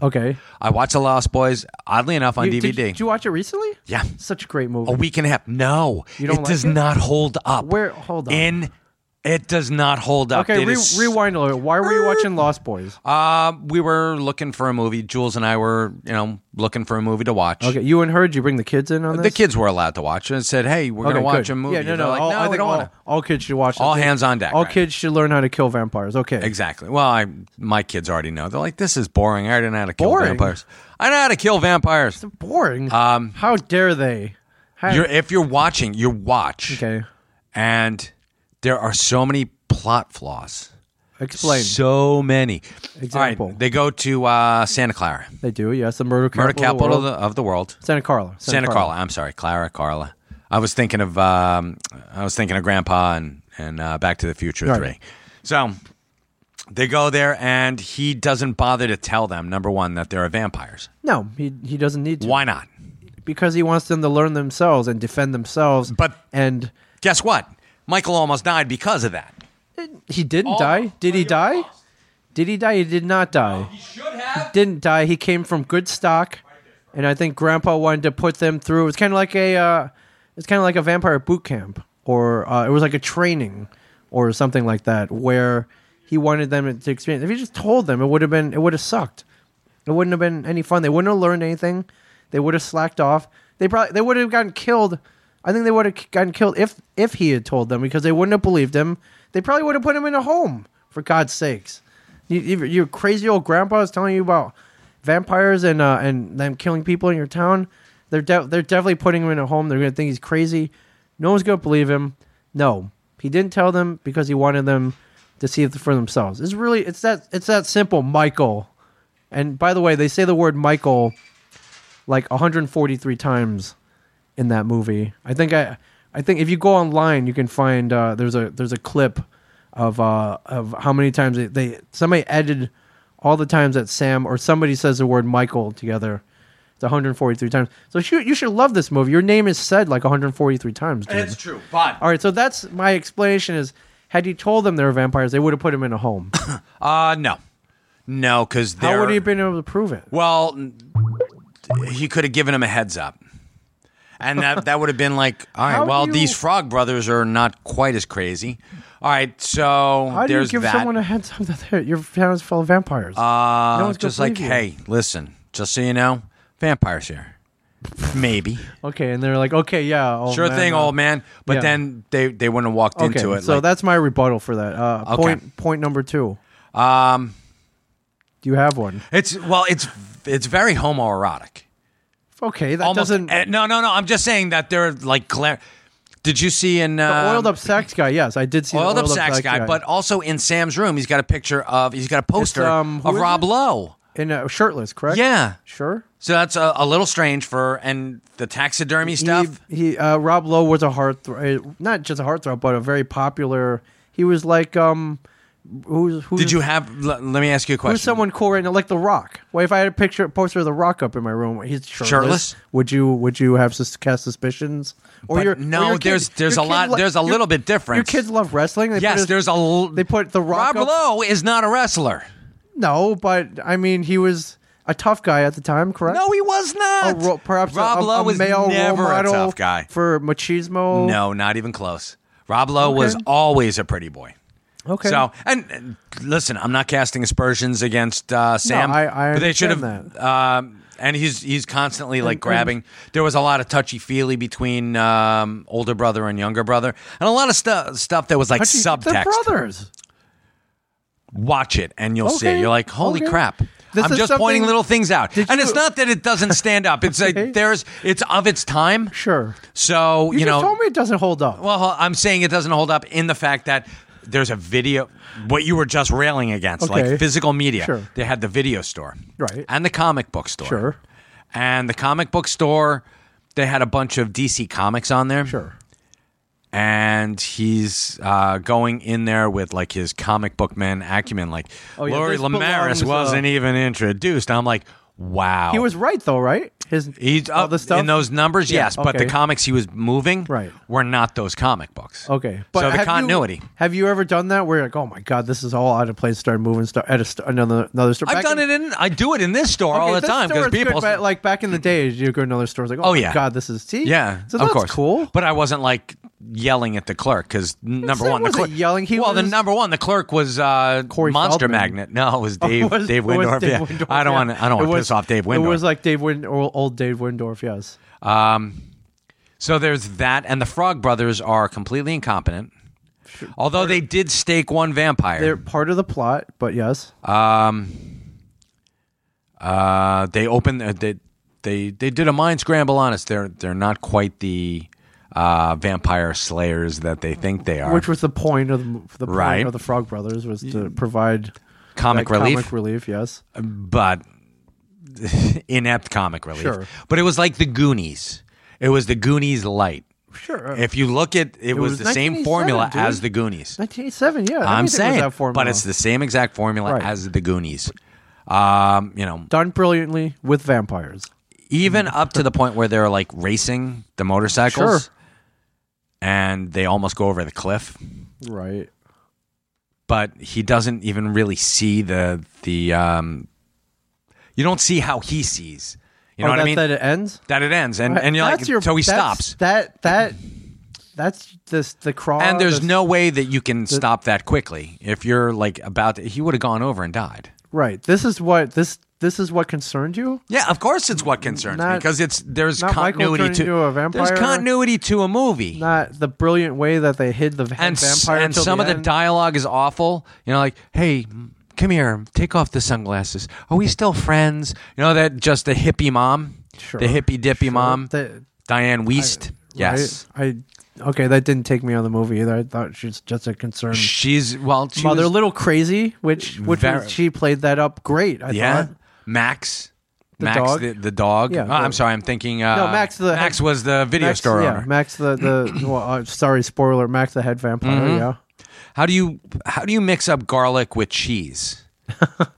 [SPEAKER 10] okay.
[SPEAKER 3] I watched the Lost Boys. Oddly enough, on
[SPEAKER 10] You-
[SPEAKER 3] DVD.
[SPEAKER 10] Did, you- did you watch it recently?
[SPEAKER 3] Yeah. Oh,
[SPEAKER 10] Such a great movie.
[SPEAKER 3] a week and a half. No,
[SPEAKER 10] You don't
[SPEAKER 3] it
[SPEAKER 10] like
[SPEAKER 3] does
[SPEAKER 10] it?
[SPEAKER 3] not hold up.
[SPEAKER 10] Where- hold on.
[SPEAKER 3] In it does not hold up.
[SPEAKER 10] okay,
[SPEAKER 3] It
[SPEAKER 10] re-
[SPEAKER 3] is-
[SPEAKER 10] rewind a little. Why were you watching Lost Boys?
[SPEAKER 3] Uh, we were looking for a movie. Jules and I were, you know, looking for a movie to watch.
[SPEAKER 10] Okay, you and her. Did you bring the kids in on this?
[SPEAKER 3] The kids were allowed to watch it and said, "Hey, we're
[SPEAKER 10] Okay,
[SPEAKER 3] going to watch
[SPEAKER 10] good.
[SPEAKER 3] a movie."
[SPEAKER 10] Yeah, no,
[SPEAKER 3] And
[SPEAKER 10] no.
[SPEAKER 3] they're like,
[SPEAKER 10] all,
[SPEAKER 3] no,
[SPEAKER 10] I
[SPEAKER 3] we
[SPEAKER 10] think
[SPEAKER 3] don't
[SPEAKER 10] all,
[SPEAKER 3] want to.
[SPEAKER 10] all kids should watch.
[SPEAKER 3] All
[SPEAKER 10] this.
[SPEAKER 3] hands on deck,
[SPEAKER 10] All
[SPEAKER 3] right.
[SPEAKER 10] kids should learn how to kill vampires. Okay,
[SPEAKER 3] Exactly. Well, I my kids already know. They're like, "This is boring. I already know how to kill
[SPEAKER 10] Boring?
[SPEAKER 3] vampires. I know how to kill vampires."
[SPEAKER 10] boring. Um, how dare they? How,
[SPEAKER 3] You're, if you're watching, you watch,
[SPEAKER 10] okay,
[SPEAKER 3] and there are so many plot flaws.
[SPEAKER 10] explain.
[SPEAKER 3] So many. All
[SPEAKER 10] Example.
[SPEAKER 3] right, they go to uh, Santa Clara,
[SPEAKER 10] they do. Yes, the murder capital.
[SPEAKER 3] murder capital of
[SPEAKER 10] world.
[SPEAKER 3] the, of the world.
[SPEAKER 10] Santa Carla.
[SPEAKER 3] Santa Carla. I'm sorry, Clara Carla. I was thinking of um, I was thinking of Grandpa and and uh, Back to the Future
[SPEAKER 10] Right.
[SPEAKER 3] three. So they go there, and he doesn't bother to tell them number one that there are vampires.
[SPEAKER 10] No, he he doesn't need to
[SPEAKER 3] Why not?
[SPEAKER 10] because he wants them to learn themselves and defend themselves.
[SPEAKER 3] But-
[SPEAKER 10] and
[SPEAKER 3] Guess what? Michael almost died because of that.
[SPEAKER 10] he didn't die. Did he die? Did he die? He did not die. He should have. didn't die. He came from good stock, and I think Grandpa wanted to put them through. It's kind of like a, uh, it's kind of like a vampire boot camp, or uh, it was like a training, or something like that, where he wanted them to experience. If he just told them, it would have been, it would have sucked. It wouldn't have been any fun. They wouldn't have learned anything. They would have slacked off. They probably they would have gotten killed. I think they would have gotten killed if if he had told them because they wouldn't have believed him. They probably would have put him in a home for God's sakes. You, you, your crazy old grandpa is telling you about vampires and uh, and them killing people in your town. They're de- they're definitely putting him in a home. They're gonna think he's crazy. No one's gonna believe him. No, he didn't tell them because he wanted them to see it for themselves. It's really it's that it's that simple, Michael. And by the way, they say the word Michael like 143 times in that movie. I think I I think if you go online, you can find uh, there's a there's a clip of uh, of how many times they, they somebody edited all the times that Sam or somebody says the word Michael together. It's 143 times. So you you should love this movie. Your name is said like 143 times. Dude.
[SPEAKER 3] true, but
[SPEAKER 10] All right, so that's my explanation is had you told them they were vampires, they would have put him in a home.
[SPEAKER 3] uh, no, no, because
[SPEAKER 10] How would he have been able to prove it?
[SPEAKER 3] Well, n- he could have given him a heads up. And that, that would have been like, all right,
[SPEAKER 10] How do
[SPEAKER 3] well,
[SPEAKER 10] you-
[SPEAKER 3] these Frog Brothers are not quite as crazy. All right, so
[SPEAKER 10] How do you
[SPEAKER 3] there's
[SPEAKER 10] give
[SPEAKER 3] that.
[SPEAKER 10] someone a heads up that they're- your town is full of vampires? Uh,
[SPEAKER 3] Uh, just like, hey, listen, just so you know, vampires here. Maybe.
[SPEAKER 10] Okay, and they're like, okay, yeah. old
[SPEAKER 3] sure
[SPEAKER 10] man,
[SPEAKER 3] thing,
[SPEAKER 10] uh,
[SPEAKER 3] old man. But
[SPEAKER 10] yeah.
[SPEAKER 3] then they, they wouldn't have walked
[SPEAKER 10] Okay,
[SPEAKER 3] into it.
[SPEAKER 10] so
[SPEAKER 3] like,
[SPEAKER 10] that's my rebuttal for that. Uh,
[SPEAKER 3] Okay.
[SPEAKER 10] point, point number two.
[SPEAKER 3] um,
[SPEAKER 10] Do you have one?
[SPEAKER 3] it's well, it's it's very homoerotic.
[SPEAKER 10] Okay, that
[SPEAKER 3] Almost,
[SPEAKER 10] doesn't.
[SPEAKER 3] eh, no, no, no. I'm just saying that they're like. Glare- Did you see in
[SPEAKER 10] the
[SPEAKER 3] uh,
[SPEAKER 10] oiled up sax guy. Yes, I did see
[SPEAKER 3] oiled
[SPEAKER 10] the
[SPEAKER 3] up sax guy, but also in Sam's room, he's got a picture of he's got a poster
[SPEAKER 10] um, who
[SPEAKER 3] of
[SPEAKER 10] is
[SPEAKER 3] Rob
[SPEAKER 10] it?
[SPEAKER 3] Lowe.
[SPEAKER 10] in uh, shirtless, correct?
[SPEAKER 3] Yeah,
[SPEAKER 10] sure.
[SPEAKER 3] so that's a, a little strange for and the taxidermy stuff.
[SPEAKER 10] He, he uh, Rob Lowe was a heartthrob, uh, not just a heartthrob, but a very popular. He was like, um, who's who's
[SPEAKER 3] Did you have? l- let me ask you a question.
[SPEAKER 10] Who's someone cool right now, like The Rock? Well, if I had a picture poster of The Rock up in my room, he's shirtless.
[SPEAKER 3] Shirtless?
[SPEAKER 10] Would you would you have sus- cast suspicions? Or
[SPEAKER 3] But
[SPEAKER 10] your
[SPEAKER 3] no,
[SPEAKER 10] or your kid-
[SPEAKER 3] there's- there's
[SPEAKER 10] your
[SPEAKER 3] a
[SPEAKER 10] kid
[SPEAKER 3] lot-
[SPEAKER 10] lo-
[SPEAKER 3] there's a
[SPEAKER 10] your-
[SPEAKER 3] little bit difference.
[SPEAKER 10] Your kids love wrestling. They put
[SPEAKER 3] yes,
[SPEAKER 10] his-
[SPEAKER 3] there's a. l-
[SPEAKER 10] they put The Rock.
[SPEAKER 3] Rob
[SPEAKER 10] up-
[SPEAKER 3] Lowe is not a wrestler.
[SPEAKER 10] No, but I mean he was a tough guy at the time, correct?
[SPEAKER 3] No, he was
[SPEAKER 10] A
[SPEAKER 3] not.
[SPEAKER 10] Oh, ro- perhaps a-
[SPEAKER 3] Rob
[SPEAKER 10] a,
[SPEAKER 3] Lowe
[SPEAKER 10] a
[SPEAKER 3] was
[SPEAKER 10] male
[SPEAKER 3] never
[SPEAKER 10] role
[SPEAKER 3] a
[SPEAKER 10] model
[SPEAKER 3] tough guy.
[SPEAKER 10] for machismo.
[SPEAKER 3] No, not even close. Rob Lowe was
[SPEAKER 10] Okay.
[SPEAKER 3] always a pretty boy.
[SPEAKER 10] okay.
[SPEAKER 3] So and, and listen, I'm not casting aspersions against uh, Sam.
[SPEAKER 10] I- I
[SPEAKER 3] but they should have.
[SPEAKER 10] understand
[SPEAKER 3] Um, and he's he's constantly like grabbing. there was a lot of touchy feely between um, older brother and younger brother, and a lot of stuff stuff that was like
[SPEAKER 10] But you-
[SPEAKER 3] subtext.
[SPEAKER 10] They're brothers.
[SPEAKER 3] Watch it, and you'll see.
[SPEAKER 10] Okay.
[SPEAKER 3] You're like, holy
[SPEAKER 10] Okay.
[SPEAKER 3] crap.
[SPEAKER 10] This
[SPEAKER 3] I'm
[SPEAKER 10] is
[SPEAKER 3] just pointing
[SPEAKER 10] something-
[SPEAKER 3] little things out,
[SPEAKER 10] Did
[SPEAKER 3] and
[SPEAKER 10] you-
[SPEAKER 3] it's not that it doesn't stand up. It's
[SPEAKER 10] Okay.
[SPEAKER 3] like there's it's of its time.
[SPEAKER 10] Sure.
[SPEAKER 3] So you,
[SPEAKER 10] You,
[SPEAKER 3] know,
[SPEAKER 10] just told me it doesn't hold up.
[SPEAKER 3] well, I'm saying it doesn't hold up in the fact that there's a video. What you were just railing against,
[SPEAKER 10] Okay.
[SPEAKER 3] like physical media,
[SPEAKER 10] Sure.
[SPEAKER 3] they had the video store,
[SPEAKER 10] Right.
[SPEAKER 3] and the comic book store,
[SPEAKER 10] Sure.
[SPEAKER 3] and the comic book store, they had a bunch of DC comics on there,
[SPEAKER 10] Sure.
[SPEAKER 3] and he's uh, going in there with like his comic book man acumen. Like
[SPEAKER 10] Oh, yeah,
[SPEAKER 3] Lori
[SPEAKER 10] this
[SPEAKER 3] Lamaris
[SPEAKER 10] belongs, uh,
[SPEAKER 3] wasn't even introduced. I'm like, wow.
[SPEAKER 10] He was right though, right? His
[SPEAKER 3] He's
[SPEAKER 10] all
[SPEAKER 3] up
[SPEAKER 10] the stuff
[SPEAKER 3] in those numbers,
[SPEAKER 10] Yeah,
[SPEAKER 3] yes, but the
[SPEAKER 10] okay.
[SPEAKER 3] comics he was moving
[SPEAKER 10] Right.
[SPEAKER 3] were not those comic books.
[SPEAKER 10] Okay,
[SPEAKER 3] so
[SPEAKER 10] have
[SPEAKER 3] the
[SPEAKER 10] you-
[SPEAKER 3] continuity.
[SPEAKER 10] have you ever done that? Where you're like, oh my god, this is all out of place. Start moving stuff at a st- another another store.
[SPEAKER 3] I've
[SPEAKER 10] Back
[SPEAKER 3] done
[SPEAKER 10] in-
[SPEAKER 3] it in. I do it in this store
[SPEAKER 10] Okay,
[SPEAKER 3] all the
[SPEAKER 10] this
[SPEAKER 3] time
[SPEAKER 10] store
[SPEAKER 3] because
[SPEAKER 10] is good,
[SPEAKER 3] people.
[SPEAKER 10] but, like back in the day, you go to another store, it's like, oh,
[SPEAKER 3] Oh,
[SPEAKER 10] my
[SPEAKER 3] yeah.
[SPEAKER 10] god, this is see,
[SPEAKER 3] yeah,
[SPEAKER 10] so
[SPEAKER 3] of
[SPEAKER 10] that's
[SPEAKER 3] course,
[SPEAKER 10] cool.
[SPEAKER 3] But I wasn't like yelling at the clerk because number
[SPEAKER 10] he
[SPEAKER 3] one, the
[SPEAKER 10] wasn't
[SPEAKER 3] clerk
[SPEAKER 10] yelling, he
[SPEAKER 3] well, the
[SPEAKER 10] was-
[SPEAKER 3] number one, the clerk was uh,
[SPEAKER 10] Corey
[SPEAKER 3] Monster
[SPEAKER 10] Feldman. Oh,
[SPEAKER 3] Magnet. No, it was Dave.
[SPEAKER 10] It was-
[SPEAKER 3] Dave
[SPEAKER 10] it was
[SPEAKER 3] Windorf.
[SPEAKER 10] Dave
[SPEAKER 3] yeah.
[SPEAKER 10] Windorf,
[SPEAKER 3] I don't
[SPEAKER 10] yeah.
[SPEAKER 3] want. to. I don't want
[SPEAKER 10] It
[SPEAKER 3] to
[SPEAKER 10] was-
[SPEAKER 3] piss off Dave
[SPEAKER 10] It
[SPEAKER 3] Windorf.
[SPEAKER 10] was like Dave Wind or old Dave Windorf. Yes,
[SPEAKER 3] so there's that, and the Frog Brothers are completely incompetent. Although they did stake one vampire,
[SPEAKER 10] they're part of the plot, but yes,
[SPEAKER 3] Uh, they open uh, they they they did a mind scramble on us. They're they're not quite the uh, vampire slayers that they think they are.
[SPEAKER 10] which was the point of the, the point
[SPEAKER 3] Right.
[SPEAKER 10] of the Frog Brothers was to provide
[SPEAKER 3] comic
[SPEAKER 10] that
[SPEAKER 3] relief, Uh,
[SPEAKER 10] Comic relief, yes.
[SPEAKER 3] but inept comic relief.
[SPEAKER 10] Sure.
[SPEAKER 3] But it was like the Goonies. It was the Goonies light.
[SPEAKER 10] Sure.
[SPEAKER 3] If you look at it, was,
[SPEAKER 10] was
[SPEAKER 3] the same
[SPEAKER 10] 1987,
[SPEAKER 3] formula
[SPEAKER 10] dude.
[SPEAKER 3] as the Goonies.
[SPEAKER 10] 1987, yeah. everything
[SPEAKER 3] I'm
[SPEAKER 10] was
[SPEAKER 3] saying,
[SPEAKER 10] that formula.
[SPEAKER 3] but it's the same exact formula
[SPEAKER 10] Right.
[SPEAKER 3] as the Goonies. Um, you know,
[SPEAKER 10] done brilliantly with vampires.
[SPEAKER 3] even up to the point where they're like racing the motorcycles
[SPEAKER 10] Mm. Sure.
[SPEAKER 3] and they almost go over the cliff
[SPEAKER 10] Right.
[SPEAKER 3] but he doesn't even really see the the um you don't see how he sees you know
[SPEAKER 10] oh,
[SPEAKER 3] what
[SPEAKER 10] that's
[SPEAKER 3] i mean
[SPEAKER 10] that it ends.
[SPEAKER 3] that it ends and, and you're
[SPEAKER 10] that's
[SPEAKER 3] like
[SPEAKER 10] your,
[SPEAKER 3] so he
[SPEAKER 10] that's-
[SPEAKER 3] stops
[SPEAKER 10] That that that's this the crawl.
[SPEAKER 3] and there's
[SPEAKER 10] this-
[SPEAKER 3] no way that you can stop that quickly if you're like about to, he would have gone over and died
[SPEAKER 10] right. This is what this this is what concerned you.
[SPEAKER 3] yeah of course it's what concerns me
[SPEAKER 10] Not-
[SPEAKER 3] because it's there's
[SPEAKER 10] not Michael
[SPEAKER 3] continuity
[SPEAKER 10] turning
[SPEAKER 3] to
[SPEAKER 10] into a vampire.
[SPEAKER 3] there's continuity to a movie
[SPEAKER 10] Not the brilliant way that they hid the va-
[SPEAKER 3] and s-
[SPEAKER 10] vampire.
[SPEAKER 3] and
[SPEAKER 10] till
[SPEAKER 3] some
[SPEAKER 10] the
[SPEAKER 3] of the
[SPEAKER 10] end.
[SPEAKER 3] dialogue is awful. You know, like, hey, m- come here, take off the sunglasses. Are we still friends? You know that just the hippie mom, the hippie dippy
[SPEAKER 10] Sure,
[SPEAKER 3] mom,
[SPEAKER 10] that-
[SPEAKER 3] Diane Weist. yes,
[SPEAKER 10] I, I okay. That didn't take me on the movie either. I thought she's just a concerned
[SPEAKER 3] she's well, she
[SPEAKER 10] mother, a
[SPEAKER 3] was-
[SPEAKER 10] little crazy, which which
[SPEAKER 3] Very-
[SPEAKER 10] was- she played that up great. I
[SPEAKER 3] yeah,
[SPEAKER 10] thought.
[SPEAKER 3] Max.
[SPEAKER 10] The
[SPEAKER 3] Max,
[SPEAKER 10] dog?
[SPEAKER 3] The, the dog.
[SPEAKER 10] Yeah,
[SPEAKER 3] Oh,
[SPEAKER 10] the-
[SPEAKER 3] I'm sorry, I'm thinking. Uh,
[SPEAKER 10] No, Max the-
[SPEAKER 3] Max was the video
[SPEAKER 10] Max,
[SPEAKER 3] store
[SPEAKER 10] yeah,
[SPEAKER 3] owner.
[SPEAKER 10] Max the the well, uh, sorry spoiler Max the head vampire
[SPEAKER 3] Mm-hmm.
[SPEAKER 10] yeah
[SPEAKER 3] How do you how do you mix up garlic with cheese?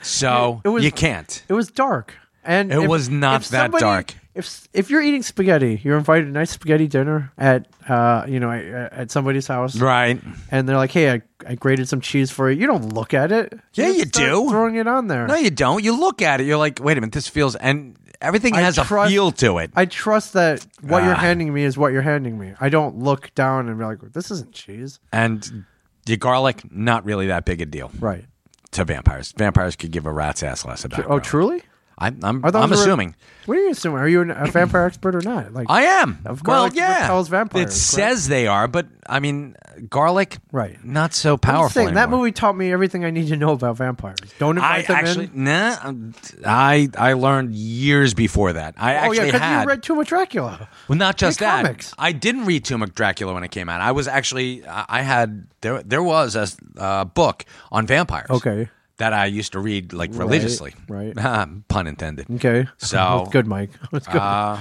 [SPEAKER 3] So
[SPEAKER 10] It- it was-
[SPEAKER 3] you can't.
[SPEAKER 10] it was dark and
[SPEAKER 3] It was not that dark.
[SPEAKER 10] if if you're eating spaghetti you're invited to a nice spaghetti dinner at uh you know at, at somebody's house
[SPEAKER 3] Right.
[SPEAKER 10] and they're like hey I, I grated some cheese for you you don't look at it
[SPEAKER 3] Yeah, you
[SPEAKER 10] start
[SPEAKER 3] do.
[SPEAKER 10] throwing it on there
[SPEAKER 3] No, you don't. You look at it. You're like, wait a minute. This feels and everything
[SPEAKER 10] I
[SPEAKER 3] has
[SPEAKER 10] trust-
[SPEAKER 3] a feel to it.
[SPEAKER 10] I trust that what you're
[SPEAKER 3] Ah.
[SPEAKER 10] handing me is what you're handing me I don't look down and be like this isn't cheese
[SPEAKER 3] and the garlic, not really that big a deal
[SPEAKER 10] right
[SPEAKER 3] to vampires. Vampires could give a rat's ass less about.
[SPEAKER 10] oh
[SPEAKER 3] garlic.
[SPEAKER 10] truly
[SPEAKER 3] I'm I'm,
[SPEAKER 10] Are those
[SPEAKER 3] I'm
[SPEAKER 10] the-
[SPEAKER 3] assuming.
[SPEAKER 10] what are you assuming are you an, a vampire expert or not like
[SPEAKER 3] I am.
[SPEAKER 10] Of
[SPEAKER 3] well,
[SPEAKER 10] garlic
[SPEAKER 3] yeah.
[SPEAKER 10] repels vampires,
[SPEAKER 3] it
[SPEAKER 10] correct?
[SPEAKER 3] says they are, but I mean, garlic,
[SPEAKER 10] Right.
[SPEAKER 3] Not so
[SPEAKER 10] I'm just
[SPEAKER 3] powerful.
[SPEAKER 10] saying, that
[SPEAKER 3] anymore.
[SPEAKER 10] movie taught me everything I need to know about vampires. Don't
[SPEAKER 3] I
[SPEAKER 10] invite them
[SPEAKER 3] actually
[SPEAKER 10] in.
[SPEAKER 3] nah. um, I I learned years before that. I
[SPEAKER 10] Oh yeah,
[SPEAKER 3] actually
[SPEAKER 10] because
[SPEAKER 3] had
[SPEAKER 10] you read too much Dracula.
[SPEAKER 3] Well, not just
[SPEAKER 10] Read
[SPEAKER 3] that.
[SPEAKER 10] comics.
[SPEAKER 3] I didn't read Tomb of Dracula when it came out. I was actually I I had there there was a uh, book on vampires.
[SPEAKER 10] Okay.
[SPEAKER 3] That I used to read like religiously. Ah,
[SPEAKER 10] right.
[SPEAKER 3] Pun intended.
[SPEAKER 10] Okay,
[SPEAKER 3] So- uh,
[SPEAKER 10] That's good, Mike. That's good.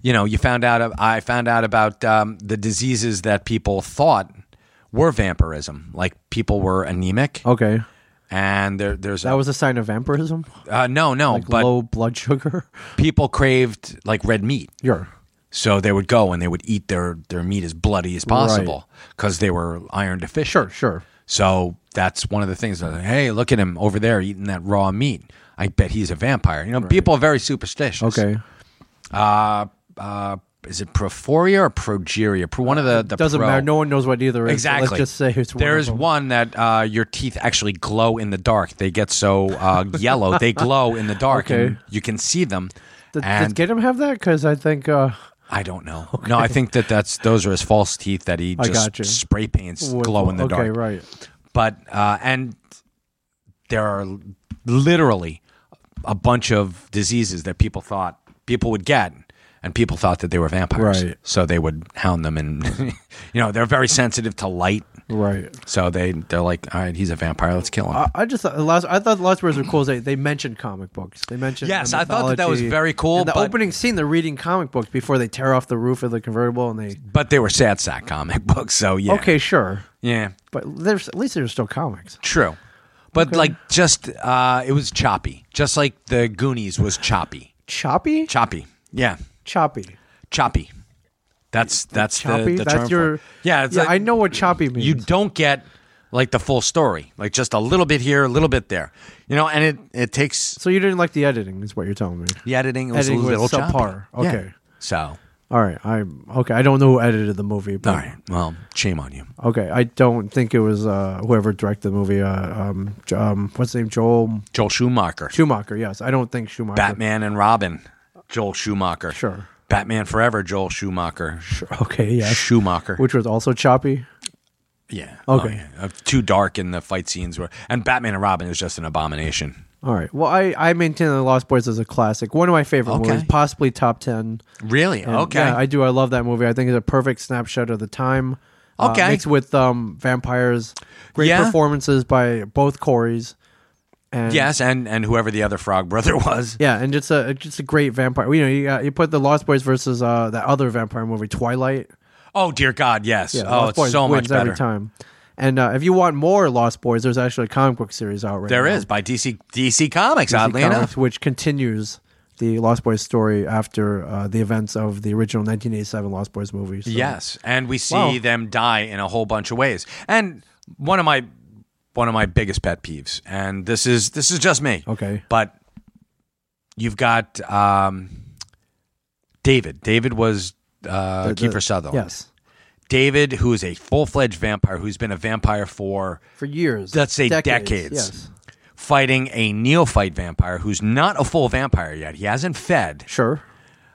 [SPEAKER 3] You know, you found out. I found out about um, the diseases that people thought were vampirism. Like people were anemic,
[SPEAKER 10] okay,
[SPEAKER 3] and there there's
[SPEAKER 10] Oh. that was a sign of vampirism,
[SPEAKER 3] uh, no no,
[SPEAKER 10] like
[SPEAKER 3] but
[SPEAKER 10] low blood sugar.
[SPEAKER 3] people craved like red meat.
[SPEAKER 10] You're
[SPEAKER 3] So they would go and they would eat their, their meat as bloody as possible because they were iron deficient.
[SPEAKER 10] sure, sure.
[SPEAKER 3] So that's one of the things. Like, hey, look at him over there eating that raw meat. I bet he's a vampire. You know, people are very superstitious.
[SPEAKER 10] Okay,
[SPEAKER 3] Uh, is it Prophoria or Progeria? Pro, one of the, the
[SPEAKER 10] doesn't
[SPEAKER 3] pro.
[SPEAKER 10] matter. No one knows what either is. so
[SPEAKER 3] Exactly.
[SPEAKER 10] let's just say it's one
[SPEAKER 3] There's
[SPEAKER 10] of them.
[SPEAKER 3] one that uh, your teeth actually glow in the dark. They get so uh, yellow, they glow in the dark, and
[SPEAKER 10] Okay.
[SPEAKER 3] you can see them.
[SPEAKER 10] Did,
[SPEAKER 3] and
[SPEAKER 10] did Gidim have that? Because I think uh,
[SPEAKER 3] I don't know. No, I think that that's those are his false teeth that he
[SPEAKER 10] I
[SPEAKER 3] just
[SPEAKER 10] gotcha.
[SPEAKER 3] spray paints
[SPEAKER 10] would-
[SPEAKER 3] glow in the
[SPEAKER 10] okay,
[SPEAKER 3] dark.
[SPEAKER 10] right.
[SPEAKER 3] but uh, and there are literally a bunch of diseases that people thought people would get and people thought that they were vampires.
[SPEAKER 10] Right.
[SPEAKER 3] So they would hound them, and you know they're very sensitive to light.
[SPEAKER 10] Right.
[SPEAKER 3] So they they're like, all right, he's a vampire. Let's kill him.
[SPEAKER 10] I, I just thought the last. I thought the last words were cool. Is they they mentioned comic books. They mentioned
[SPEAKER 3] Yes,
[SPEAKER 10] the
[SPEAKER 3] I thought that that was
[SPEAKER 10] mythology.
[SPEAKER 3] very cool,
[SPEAKER 10] And the
[SPEAKER 3] but-
[SPEAKER 10] opening scene, they're reading comic books before they tear off the roof of the convertible, and they.
[SPEAKER 3] but they were sad sack comic books. So yeah.
[SPEAKER 10] Okay, sure,
[SPEAKER 3] Yeah.
[SPEAKER 10] but there's at least there's still comics.
[SPEAKER 3] True. But like just uh it was choppy. Just like the Goonies was choppy.
[SPEAKER 10] Choppy,
[SPEAKER 3] Choppy. Yeah.
[SPEAKER 10] choppy,
[SPEAKER 3] Choppy. That's that's the-
[SPEAKER 10] choppy.
[SPEAKER 3] The, term
[SPEAKER 10] That's
[SPEAKER 3] for
[SPEAKER 10] your.
[SPEAKER 3] it. Yeah, it's like
[SPEAKER 10] I know what choppy means.
[SPEAKER 3] you don't get like the full story. Like just a little bit here, a little bit there. You know, and it it takes
[SPEAKER 10] so you didn't like the editing, is what you're telling me.
[SPEAKER 3] the editing was
[SPEAKER 10] Editing
[SPEAKER 3] a
[SPEAKER 10] was
[SPEAKER 3] little choppy.
[SPEAKER 10] subpar.
[SPEAKER 3] Yeah.
[SPEAKER 10] Okay.
[SPEAKER 3] So,
[SPEAKER 10] All right, I'm okay. I don't know who edited the movie. But,
[SPEAKER 3] all right. Well, shame on you.
[SPEAKER 10] Okay, I don't think it was uh, whoever directed the movie. Uh, um, J- um, what's his name? Joel
[SPEAKER 3] Joel Schumacher.
[SPEAKER 10] Schumacher. Yes, I don't think Schumacher.
[SPEAKER 3] Batman and Robin. Joel Schumacher.
[SPEAKER 10] Sure.
[SPEAKER 3] Batman Forever, Joel Schumacher. Sure.
[SPEAKER 10] Okay, yes.
[SPEAKER 3] Schumacher.
[SPEAKER 10] Which was also choppy.
[SPEAKER 3] Yeah.
[SPEAKER 10] Okay.
[SPEAKER 3] yeah. Uh, Too dark in the fight scenes were, and Batman and Robin is just an abomination.
[SPEAKER 10] All right. Well, I, I maintain The Lost Boys as a classic. One of my favorite
[SPEAKER 3] Okay.
[SPEAKER 10] movies, possibly top 10.
[SPEAKER 3] Really?
[SPEAKER 10] And,
[SPEAKER 3] okay.
[SPEAKER 10] Yeah, I do. I love that movie. I think it's a perfect snapshot of the time. Uh,
[SPEAKER 3] Okay.
[SPEAKER 10] mixed with um, vampires. Great
[SPEAKER 3] Yeah.
[SPEAKER 10] performances by both Corys. And
[SPEAKER 3] yes, and and whoever the other Frog brother was.
[SPEAKER 10] Yeah, and just a just a great vampire. You know, you, got, you put the Lost Boys versus uh, that other vampire movie, Twilight.
[SPEAKER 3] Oh dear God, yes.
[SPEAKER 10] Yeah, The
[SPEAKER 3] oh,
[SPEAKER 10] Lost
[SPEAKER 3] it's
[SPEAKER 10] Boys
[SPEAKER 3] so much
[SPEAKER 10] wins
[SPEAKER 3] better.
[SPEAKER 10] every time. And uh, if you want more Lost Boys, there's actually a comic book series out right
[SPEAKER 3] There
[SPEAKER 10] now.
[SPEAKER 3] is by DC DC Comics.
[SPEAKER 10] DC
[SPEAKER 3] oddly
[SPEAKER 10] Comics,
[SPEAKER 3] enough,
[SPEAKER 10] which continues the Lost Boys story after uh, the events of the original 1987 Lost Boys movie. So-
[SPEAKER 3] yes, and we see
[SPEAKER 10] Wow.
[SPEAKER 3] them die in a whole bunch of ways. And one of my one of my biggest pet peeves, and this is this is just me.
[SPEAKER 10] Okay.
[SPEAKER 3] but you've got um, David. David was uh,
[SPEAKER 10] The- the-
[SPEAKER 3] Kiefer Sutherland.
[SPEAKER 10] Yes,
[SPEAKER 3] David, who is a full fledged vampire, who's been a vampire for
[SPEAKER 10] for years.
[SPEAKER 3] Let's say decades.
[SPEAKER 10] Yes,
[SPEAKER 3] fighting a neophyte vampire who's not a full vampire yet. He hasn't fed.
[SPEAKER 10] sure.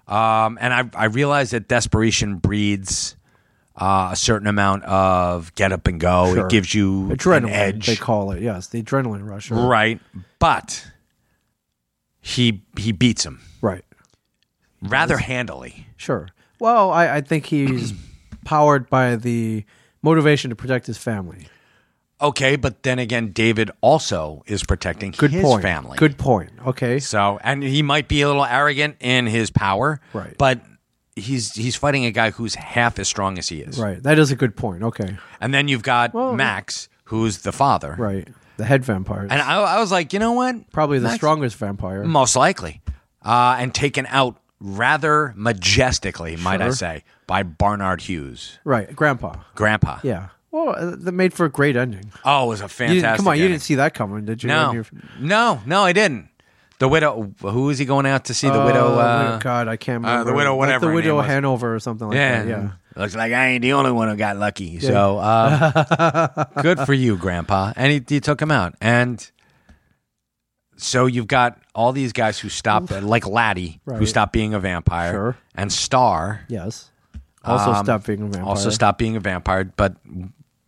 [SPEAKER 3] Um, and I, I realize that desperation breeds uh, a certain amount of get up and go.
[SPEAKER 10] Sure.
[SPEAKER 3] It gives you
[SPEAKER 10] Adrenaline,
[SPEAKER 3] an edge.
[SPEAKER 10] they call it. Yes, the adrenaline rush. or-
[SPEAKER 3] right. But he he beats him
[SPEAKER 10] right.
[SPEAKER 3] rather handily.
[SPEAKER 10] Sure. Well, I, I think he's powered by the motivation to protect his family.
[SPEAKER 3] Okay, but then again, David also is protecting
[SPEAKER 10] Good
[SPEAKER 3] his
[SPEAKER 10] point.
[SPEAKER 3] family.
[SPEAKER 10] Good point. Okay.
[SPEAKER 3] So, and he might be a little arrogant in his power,
[SPEAKER 10] Right.
[SPEAKER 3] But he's he's fighting a guy who's half as strong as he is,
[SPEAKER 10] Right. That is a good point. Okay.
[SPEAKER 3] And then you've got Max, who's the father,
[SPEAKER 10] Right. The head vampire.
[SPEAKER 3] And I, I was like, you know what?
[SPEAKER 10] Probably the
[SPEAKER 3] Max-
[SPEAKER 10] strongest vampire.
[SPEAKER 3] most likely, uh, and taken out rather majestically, might I
[SPEAKER 10] Sure.
[SPEAKER 3] say, by Barnard Hughes,
[SPEAKER 10] Right. Grandpa.
[SPEAKER 3] Grandpa.
[SPEAKER 10] Yeah. Well, uh, that made for a great ending.
[SPEAKER 3] Oh, it was a
[SPEAKER 10] You
[SPEAKER 3] fantastic.
[SPEAKER 10] didn't, come on, you
[SPEAKER 3] ending.
[SPEAKER 10] didn't see that coming, did you? When
[SPEAKER 3] No,
[SPEAKER 10] you're-
[SPEAKER 3] no, no, I didn't. The widow. Who is he going out to see? The widow.
[SPEAKER 10] Oh,
[SPEAKER 3] Uh,
[SPEAKER 10] God, I can't
[SPEAKER 3] uh, the
[SPEAKER 10] remember.
[SPEAKER 3] widow,
[SPEAKER 10] Like
[SPEAKER 3] whatever her
[SPEAKER 10] the widow
[SPEAKER 3] name was.
[SPEAKER 10] Hanover or something like
[SPEAKER 3] Yeah.
[SPEAKER 10] that. Yeah.
[SPEAKER 3] Looks like I ain't the only one who got lucky. So uh, good for you, Grandpa. And he, he took him out. And so you've got all these guys who stop, like Laddie, who
[SPEAKER 10] Right.
[SPEAKER 3] stopped being a vampire,
[SPEAKER 10] Sure.
[SPEAKER 3] and Star
[SPEAKER 10] Yes. Also,
[SPEAKER 3] Um,
[SPEAKER 10] stop being a vampire.
[SPEAKER 3] also stopped being a vampire. But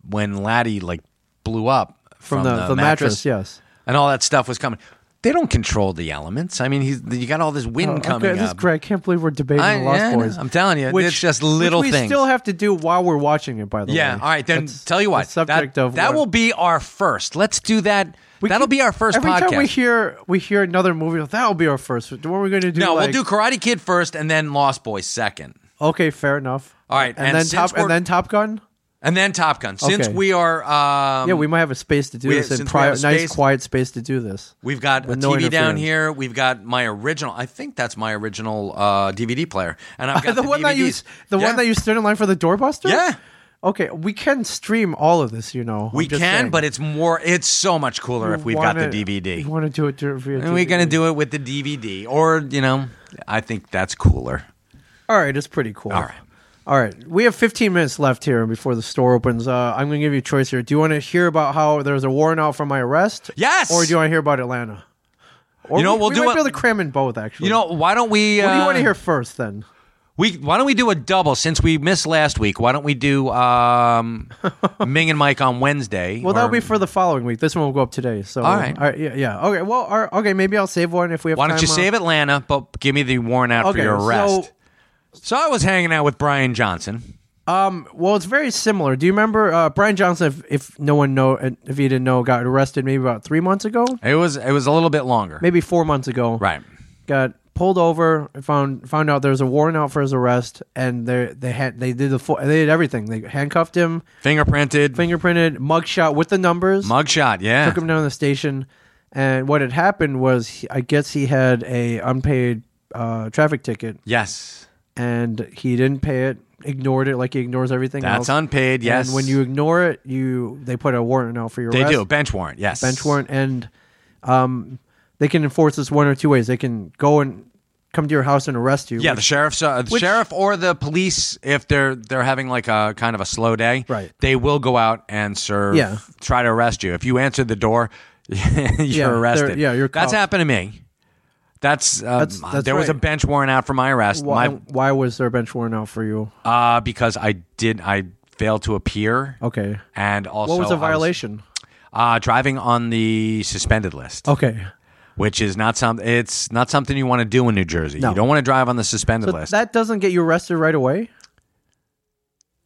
[SPEAKER 3] when Laddie like blew up
[SPEAKER 10] from, the, the mattress. Yes.
[SPEAKER 3] and all that stuff was coming, they don't control the elements. I mean, he's, you got all this wind
[SPEAKER 10] Oh,
[SPEAKER 3] coming
[SPEAKER 10] okay, this is
[SPEAKER 3] up.
[SPEAKER 10] great. I can't believe we're debating
[SPEAKER 3] I-
[SPEAKER 10] the Lost
[SPEAKER 3] yeah, I know.
[SPEAKER 10] Boys.
[SPEAKER 3] I'm telling you, it's just little
[SPEAKER 10] which we
[SPEAKER 3] things.
[SPEAKER 10] still have to do while we're watching it. By the
[SPEAKER 3] Yeah.
[SPEAKER 10] way,
[SPEAKER 3] All right. Then
[SPEAKER 10] That's
[SPEAKER 3] tell you what.
[SPEAKER 10] the subject
[SPEAKER 3] that,
[SPEAKER 10] of
[SPEAKER 3] that
[SPEAKER 10] what-
[SPEAKER 3] will be our first. Let's do that.
[SPEAKER 10] We
[SPEAKER 3] That'll
[SPEAKER 10] keep-
[SPEAKER 3] be our first
[SPEAKER 10] every
[SPEAKER 3] podcast.
[SPEAKER 10] time we hear we hear another movie, that'll be our first. What are we going to do?
[SPEAKER 3] no,
[SPEAKER 10] like,
[SPEAKER 3] we'll do Karate Kid first, and then Lost Boys second,
[SPEAKER 10] Okay, fair enough.
[SPEAKER 3] All right,
[SPEAKER 10] and,
[SPEAKER 3] and
[SPEAKER 10] then
[SPEAKER 3] since
[SPEAKER 10] top
[SPEAKER 3] we're-
[SPEAKER 10] and then Top Gun.
[SPEAKER 3] and then Top Gun. Since
[SPEAKER 10] Okay.
[SPEAKER 3] we are, um,
[SPEAKER 10] Yeah, we might have a space to do
[SPEAKER 3] we-
[SPEAKER 10] this
[SPEAKER 3] since
[SPEAKER 10] and
[SPEAKER 3] we
[SPEAKER 10] pri-
[SPEAKER 3] have a
[SPEAKER 10] nice
[SPEAKER 3] space-
[SPEAKER 10] quiet space to do this.
[SPEAKER 3] we've got a
[SPEAKER 10] With no
[SPEAKER 3] TV down
[SPEAKER 10] interference.
[SPEAKER 3] here. We've got my original. I think that's my original uh, DVD player, and I've got
[SPEAKER 10] the one that you
[SPEAKER 3] DVDs.
[SPEAKER 10] the
[SPEAKER 3] Yeah.
[SPEAKER 10] one that you stood in line for the doorbuster.
[SPEAKER 3] Yeah.
[SPEAKER 10] Okay, we can stream all of this. You know,
[SPEAKER 3] We can, but it's more. It's so much cooler if we've got the DVD.
[SPEAKER 10] You want to do it through- via
[SPEAKER 3] and we're
[SPEAKER 10] DVD.
[SPEAKER 3] gonna do it with the DVD, or you know, I think that's cooler.
[SPEAKER 10] All right, it's pretty cool.
[SPEAKER 3] All right.
[SPEAKER 10] All right, we have 15 minutes left here before the store opens. Uh, I'm going to give you a choice here. Do you want to hear about how there's a warrant out for my arrest?
[SPEAKER 3] Yes!
[SPEAKER 10] Or do you want to hear about Atlanta? Or
[SPEAKER 3] You know,
[SPEAKER 10] we,
[SPEAKER 3] we'll
[SPEAKER 10] we
[SPEAKER 3] do
[SPEAKER 10] might
[SPEAKER 3] a-
[SPEAKER 10] be able to cram in both. Actually,
[SPEAKER 3] You know, why don't we?
[SPEAKER 10] what do you
[SPEAKER 3] uh,
[SPEAKER 10] want to hear first? Then
[SPEAKER 3] We why don't we do a double since we missed last week? Why don't we do um, Ming and Mike on Wednesday?
[SPEAKER 10] well, that'll
[SPEAKER 3] or-
[SPEAKER 10] be for the following week. This one will go up today. So
[SPEAKER 3] All right.
[SPEAKER 10] all right, yeah, yeah. Okay, well, all right, okay, maybe I'll save one if we have.
[SPEAKER 3] Why don't
[SPEAKER 10] time,
[SPEAKER 3] you
[SPEAKER 10] uh,
[SPEAKER 3] save Atlanta, but give me the warrant out
[SPEAKER 10] Okay,
[SPEAKER 3] for your arrest?
[SPEAKER 10] so
[SPEAKER 3] So I was hanging out with Brian Johnson.
[SPEAKER 10] Well, it's very similar. Do you remember uh, Brian Johnson? If, if no one know, if you didn't know, got arrested maybe about three months ago,
[SPEAKER 3] It was it was a little bit longer.
[SPEAKER 10] maybe four months ago.
[SPEAKER 3] Right.
[SPEAKER 10] Got pulled over. and Found found out there was a warrant out for his arrest, and they they had they did the full, they did everything. They handcuffed him,
[SPEAKER 3] Fingerprinted.
[SPEAKER 10] fingerprinted, mugshot with the numbers.
[SPEAKER 3] Mugshot, yeah.
[SPEAKER 10] took him down to the station, and what had happened was he, I guess he had a unpaid uh, traffic ticket,
[SPEAKER 3] yes.
[SPEAKER 10] and he didn't pay it. Ignored it like he ignores everything else.
[SPEAKER 3] That's unpaid, yes.
[SPEAKER 10] And when you ignore it, you they put a warrant out for your
[SPEAKER 3] They
[SPEAKER 10] arrest,
[SPEAKER 3] do. Bench warrant, yes.
[SPEAKER 10] bench warrant, and um, they can enforce this one or two ways. They can go and come to your house and arrest you.
[SPEAKER 3] Yeah, the
[SPEAKER 10] which-
[SPEAKER 3] sheriff's uh, the
[SPEAKER 10] Which-
[SPEAKER 3] sheriff or the police, if they're they're having like a kind of a slow day,
[SPEAKER 10] Right.
[SPEAKER 3] They will go out and serve.
[SPEAKER 10] Yeah.
[SPEAKER 3] try to arrest you. If you answer the door, you're
[SPEAKER 10] they're-
[SPEAKER 3] arrested.
[SPEAKER 10] yeah, you're
[SPEAKER 3] That's
[SPEAKER 10] caught.
[SPEAKER 3] happened to me. That's, um,
[SPEAKER 10] That's- that's
[SPEAKER 3] there was a
[SPEAKER 10] right.
[SPEAKER 3] bench warrant out for my arrest.
[SPEAKER 10] why,
[SPEAKER 3] my
[SPEAKER 10] why was there a bench warrant out for you?
[SPEAKER 3] uh, because I did I failed to appear.
[SPEAKER 10] Okay.
[SPEAKER 3] and also
[SPEAKER 10] What was the
[SPEAKER 3] I
[SPEAKER 10] violation?
[SPEAKER 3] uh, driving on the suspended list.
[SPEAKER 10] okay.
[SPEAKER 3] which is not some. It's not something you want to do in New Jersey.
[SPEAKER 10] No.
[SPEAKER 3] You don't want to drive on the suspended
[SPEAKER 10] So
[SPEAKER 3] list.
[SPEAKER 10] that doesn't get you arrested right away.